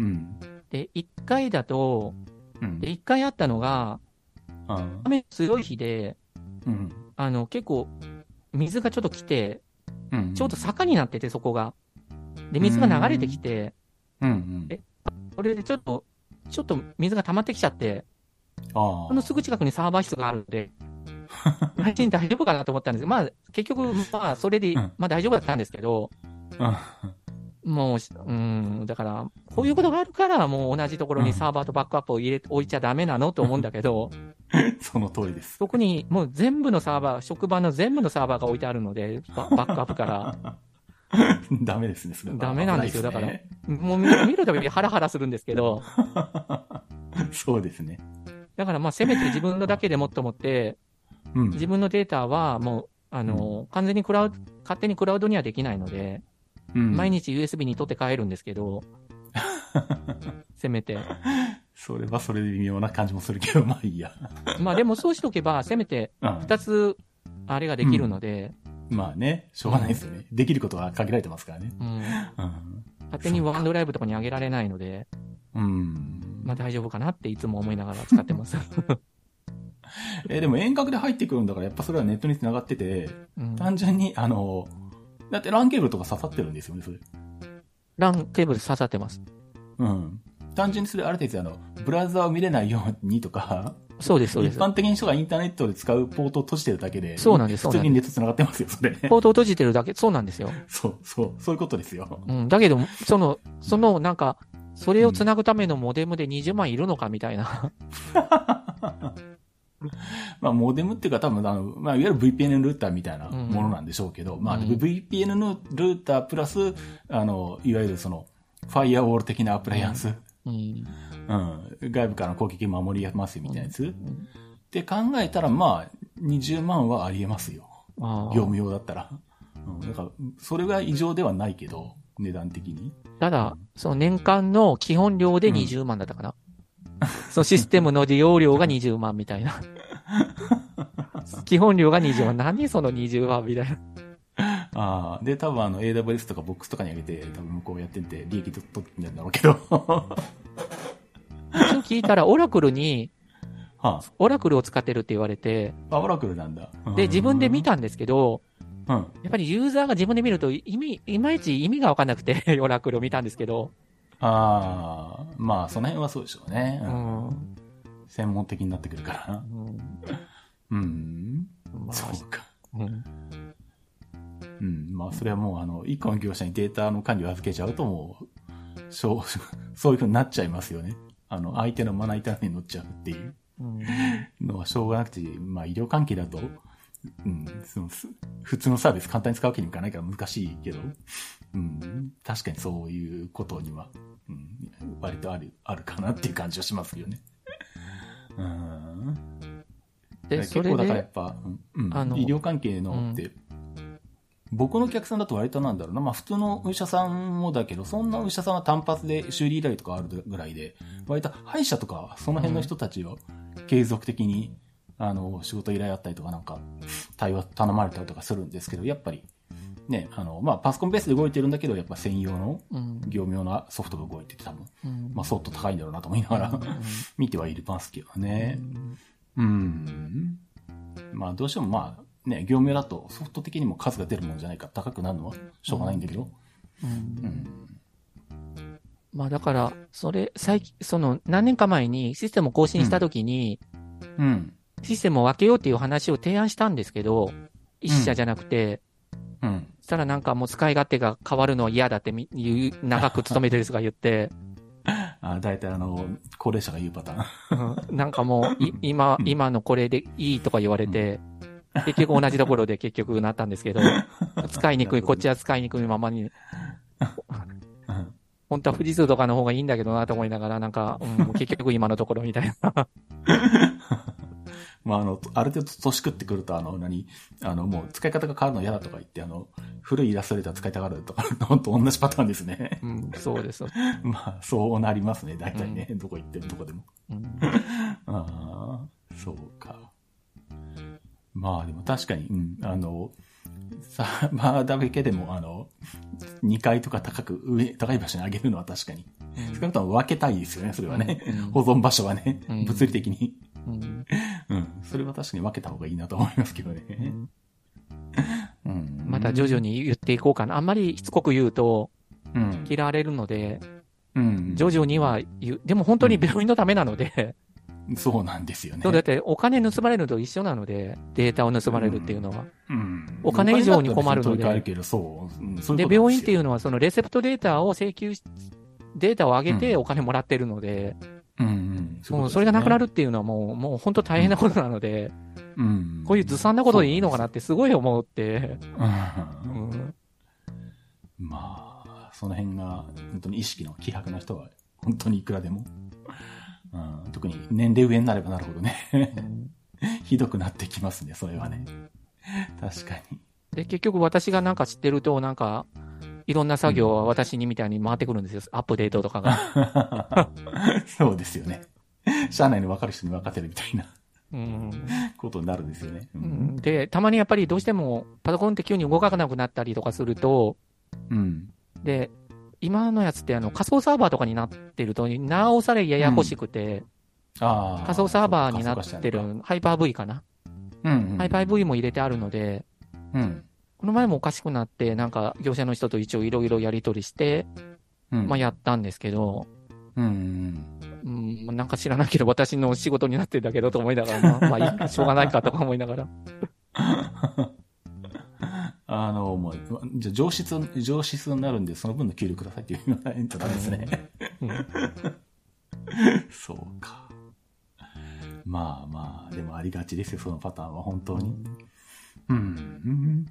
A: うん。
B: で、1階だと、
A: うん
B: で、。1階あったのが、
A: うん
B: 雨強い日で、
A: うん。
B: あの、結構、水がちょっと来て、
A: うん。
B: ちょうど坂になってて、そこが。で、水が流れてきて、
A: うんうん。
B: えそれでちょっと、ちょっと水が溜まってきちゃって、
A: あ
B: こ
A: あ
B: の。すぐ近くにサーバー室があるん
A: (laughs)
B: で、配信大丈夫かなと思ったんですけど、まあ、結局、まあ、それで、
A: うん
B: まあ大丈夫だったんですけど、もう、うん、だから、こういうことがあるから、もう同じところにサーバーとバックアップを入れ、置いちゃダメなのと思うんだけど、
A: うん (laughs) その通りです。
B: 特にもう全部のサーバー、職場の全部のサーバーが置いてあるので、ババックアップ
A: (laughs)
B: から、
A: ダメですね、それは
B: ダメなんですよ
A: 危い
B: もう見見るたびにハラハラするんですけど、
A: ねそうですね。
B: だからまあ、せめて自分のだけでもと思って、
A: うん。
B: 自分のデータはもう、あの、完全にクラウド、勝手にクラウドにはできないので、
A: うん
B: 毎日 USB に取って帰るんです
A: (laughs)
B: けど、せめて。
A: それはそれで微妙な感じもするけど、まあいいや。
B: まあでもそうしとけば、せめて
A: うん
B: 2つ、あれができるので、
A: まあね、しょうがないですよね。できることは限られてますからね。
B: うん
A: うん。
B: 勝手にワンドライブとかに上げられないので、
A: うん。
B: まあ大丈夫かなっていつも思いながら使って
A: (laughs)
B: ます。
A: えーでも遠隔で入ってくるんだから、やっぱそれはネットに繋がってて、
B: うん
A: 単純に、あの、だってランケーブルとか刺さってるんですよね、それ。
B: ランケーブル刺さってます。
A: うん。単純にそれある程度、あの、ブラウザを見れないようにとか、
B: そうです、そうで
A: 一
B: す。
A: 般的に人がインターネットで使うポートを閉じてるだけで、
B: そうなんです、そう
A: 普通
B: なん
A: に
B: で
A: ネット繋がってますよ、それ。
B: す。ポートを閉じてるだけ、そうなんですよ。
A: そう、そう、そういうことですよ。
B: うん、だけど、その、その、なんか、それをつなぐためのモデムで20万いるのかみたいな。
A: まあ、モデムっていうか多分、あの、まあ、いわゆる VPN ルーターみたいなものなんでしょうけど、まあ、
B: うん
A: VPN のルータープラス、あの、いわゆるその、ファイアウォール的なアプライアンス、
B: うん。
A: うん、外部からの攻撃守りますみたいなやつ。って考えたら、まあ、20万はありえますよ。
B: あ
A: 業
B: ー
A: 務用だったら。うん、だから、それが異常ではないけど、値段的に。
B: ただ、その年間の基本料で20万だったかな。そのシステムの利用料 (laughs) が20万みたいな。基本料が20万。何その20万みたいな。
A: ああ、で、多分あの、AWS とか BOX とかに上げて、多分向こうやってて、利益取取ってんだろうけど。 (laughs) は
B: 一応聞いたら、オラクルに、
A: あ、
B: オラクルを使ってるって言われて、
A: あオラクルなんだ。うん
B: で、自分で見。たんですけど、
A: うん。
B: やっぱりユーザーが自分で見ると意味、いまいち意味がわかんなくて、 (laughs) オラクルを見たんですけど、
A: ああ、まあ、その辺はそうでしょうね。
B: う
A: うん
B: ん。
A: 専門的になってくるから。うん。
B: まあ
A: そうか。
B: うん
A: うん。まあ、それはもう、あの、一個の業者にデータの管理を預けちゃうと、もう、そう、そう (laughs) いうふうになっちゃいますよね。あの、相手のまな板に乗っちゃうっていう
B: うん
A: のはしょうがなくて、まあ、医療関係だと、うん、その、す普通のサービス簡単に使うわけにもいかないから難しいけど、うん、確かにそういうことには、うん、割とある、あるかなっていう感じはしますよね。うん。
B: で、
A: 結
B: それ
A: 構だからや
B: で、
A: っぱ、うんうん
B: あの
A: 医療関係のって、僕のお客さんだと割となんだろうな、まあ普通のお医者さんもだけど、そんなお医者さんは単発で修理依頼とかあるぐらいで、割と歯医者とか、その辺の人たちを継続的に、あの、仕事依頼あったりとかなんか、対話頼まれたりとかするんですけど、やっぱり、ね、あの、まあパソコンベースで動いてるんだけど、やっぱ専用の
B: うん、
A: 業務用のソフトが動いてて多分、
B: うん
A: まあ相当高いんだろうなと思いながら、 (laughs) 見てはいますけどね。う
B: うん
A: ん。まあ、どうしてもまあ、ね、業務用だとソフト的にも数が出るもんじゃないから高くなるのはしょうがないんだけど。
B: う
A: うんん。
B: まあだから、それ、最近、その何年か前にシステムを更新したときに、
A: うん。
B: システムを分けようっていう話を提案したんですけど、一社じゃなくて、
A: うん。
B: そしたらなんかもう使い勝手が変わるのは嫌だってみ言う、長く勤めてる人が言って、
A: あ大体あの、高齢者が言うパターン。
B: うんなんかもうい、今、今のこれでいいとか言われて、結局同じところで結局なったん (laughs) ですけど、使いにくい、こっちは使いにくいままに、
A: うん
B: 本当は富士通とかの方がいいんだけどなと思いながら、なんか、うん結局今のところみたいな。
A: まあ、あの、ある程度年食ってくると、あの、何、あの、もう使い方が変わるの嫌だとか言って、あの、古いイラストレーター使いたがるとか、 (laughs) ほんと同じパターンですね。
B: うん、そうです。
A: まあ、そうなりますね、大体ね。どこ行ってもどこでも。
B: うん
A: ああ、そうか。まあでも確かに、うん、あの、サ (laughs) ーバーだけでも、あの、2階とか高く、上、高い場所に上げるのは確かに。少なくとも分けたいですよね、それはね。
B: うん
A: 保存場所はね、
B: うん
A: 物理的に。
B: うん
A: うん、それは確かに分けた方がいいなと思いますけど
B: う
A: ね。
B: ん
A: うん。
B: また徐々に言っていこうかな。あんまりしつこく言うと
A: うん。
B: 嫌われるので、
A: うん。
B: 徐々には言う。でも本当に病院のためなので、
A: そうなんですよね。
B: (laughs) そうだってお金盗まれるのと一緒なので、データを盗まれるっていうのは。
A: うん。
B: お金以上に困る
A: お金だったら別に取
B: ので
A: り替えるけど、そう。うん、そういう
B: で、
A: ことなん
B: 病
A: すよ
B: 院っていうのはそのレセプトデータを請求し、データを上げてお金もらってるので、
A: うん、うん。いこ
B: も
A: とですね
B: うそれがなくなるっていうのはもう、もう本当大変なことなので、
A: うん。
B: こういうずさんなことでいいのかなってすごい思うって、
A: うん
B: うん
A: まあ、その辺が本当に意識の希薄な人は本当にいくらでも。うん、特に年齢上になればなるほどね、 (laughs) ひどくなってきますね、それはね。確かに。
B: で、結局私がなんか知ってると、なんか、いろんな作業は私にみたいに回ってくるんですよ。アップデートとかが。
A: (laughs) そうですよね。社内の分かる人に分かってるみたいな
B: うん
A: ことになるんですよね。う。
B: うんんで、たまにやっぱりどうしてもパソコンって急に動かなくなったりとかすると、
A: うん。
B: で、今のやつってあの仮想サーバーとかになってると、なおさらややこしくて、
A: ああ。
B: 仮想サーバーになっ
A: 仮想
B: て
A: 化したのか。
B: る、ハイパー V かな。
A: うん、うん。
B: ハイパー V も入れてあるので、
A: うん。
B: この前もおかしくなって、なんか業者の人と一応いろいろやり取りして、
A: うん。
B: まあやったんですけど、
A: うんうん
B: うん、なんか知らなければ私の仕事になってんだけどと思いながら、まあ、まあいい (laughs) か、しょうがないかとか思いながら。
A: あの、もう、じゃあ上質、上質になるんで、その分の給料くださいって言わないとダメですね。
B: うん
A: そうか。まあまあ、でもありがちですよ、そのパターンは、本当に。うん。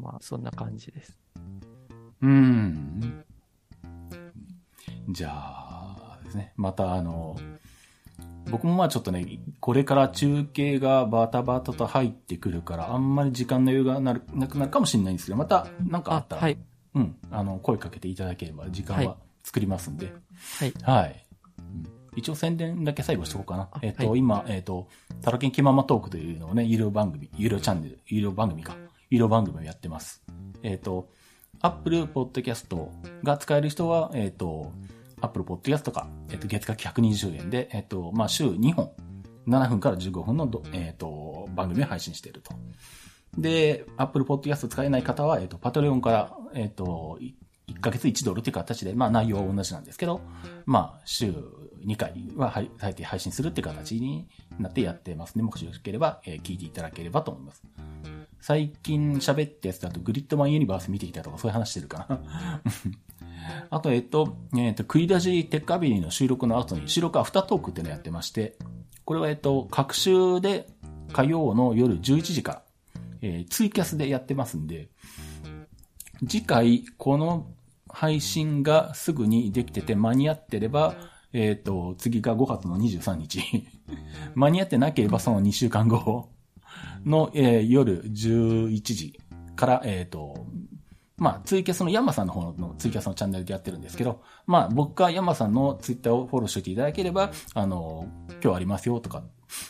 B: まあ、そんな感じです。
A: うん。じゃあ、ですね。また、あの、僕もまあちょっとね、これから中継がバタバタと入ってくるから、あんまり時間の余裕がなるなくなるかもしれないんですけど、またなんかあ
B: あ
A: っ、たら、
B: はい。
A: うん、あの、声かけていただければ時間
B: はい
A: は作りますんで。
B: はい。
A: はい。うん一応宣伝だけ最後しとこうかな
B: あ。
A: えっと、
B: は
A: 今、えっと、タロケン気ままトークというのをね、有料番組、有料チャンネル、有料番組か。有料番組をやってます。えっと、Apple Podcast が使える人は、えっと、Apple Podcast か、えっと、月額120円で、えっと、まあ、週2本、7分から15分のど、えっと、番組を配信していると。で、Apple Podcast 使えない方は、えっと、Patreon から、えっと、い1ヶ月1ドルという形で、まあ内容は同じなんですけど、まあ週2回ははい最低配信するっていう形になってやってますね。もしよければ、えー聞いていただければと思います。最近喋ったやつだとグリッドマンユニバース見てきたとかそういう話してるかな。あと、えっと、えっと、クイラジテックアビリーの収録の後に収録アフタートークっていうのをやってまして、これはえっと、各週で火曜の夜11時から、えーツイキャスでやってますんで、次回、この配信がすぐにできてて間に合ってれば、えっ、と、次が5月の23日 (laughs) 間に合ってなければその2週間後の、えー夜11時から、えっ、と、まあ、ツイキャスのヤンマさんの方のツイキャスのチャンネルでやってるんですけど、まあ、僕かヤンマさんのツイッターをフォローしておいていただければ、あの、今日ありますよとか、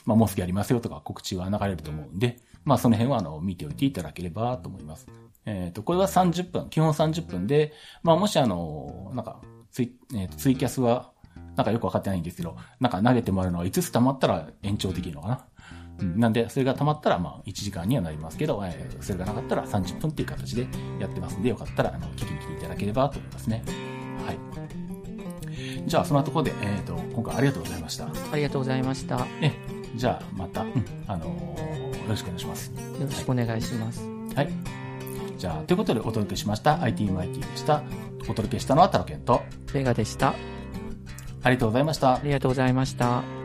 A: まあ、もうすぐありますよとか告知が流れると思うんで、まあ、その辺は、あの、見ておいていただければと思います。えっ、と、これは30分、基本30分で、まあ、もしあの、なんか、ツイ、えーとツイキャスは、なんかよくわかってないんですけど、なんか投げてもらうのは5つ溜まったら延長できるのかな。うん、なんで、それが溜まったら、まあ、1時間にはなりますけど、えーそれがなかったら30分っていう形でやってますんで、よかったら、あの、聞きに来ていただければと思いますね。はい。じゃあ、そんなところで、えっ、と、今回ありがとうございました。
B: ありがとうございました。よ
A: え、じゃあ、また、うん、あのーよろしくお願いします。
B: ろしくお願いします。
A: はい。じゃあ、ということでお届けしました。ITMIT でした。お届けしたのはタロケンと、
B: ベガでした。
A: ありがとうございました
B: あ。りがとうございました。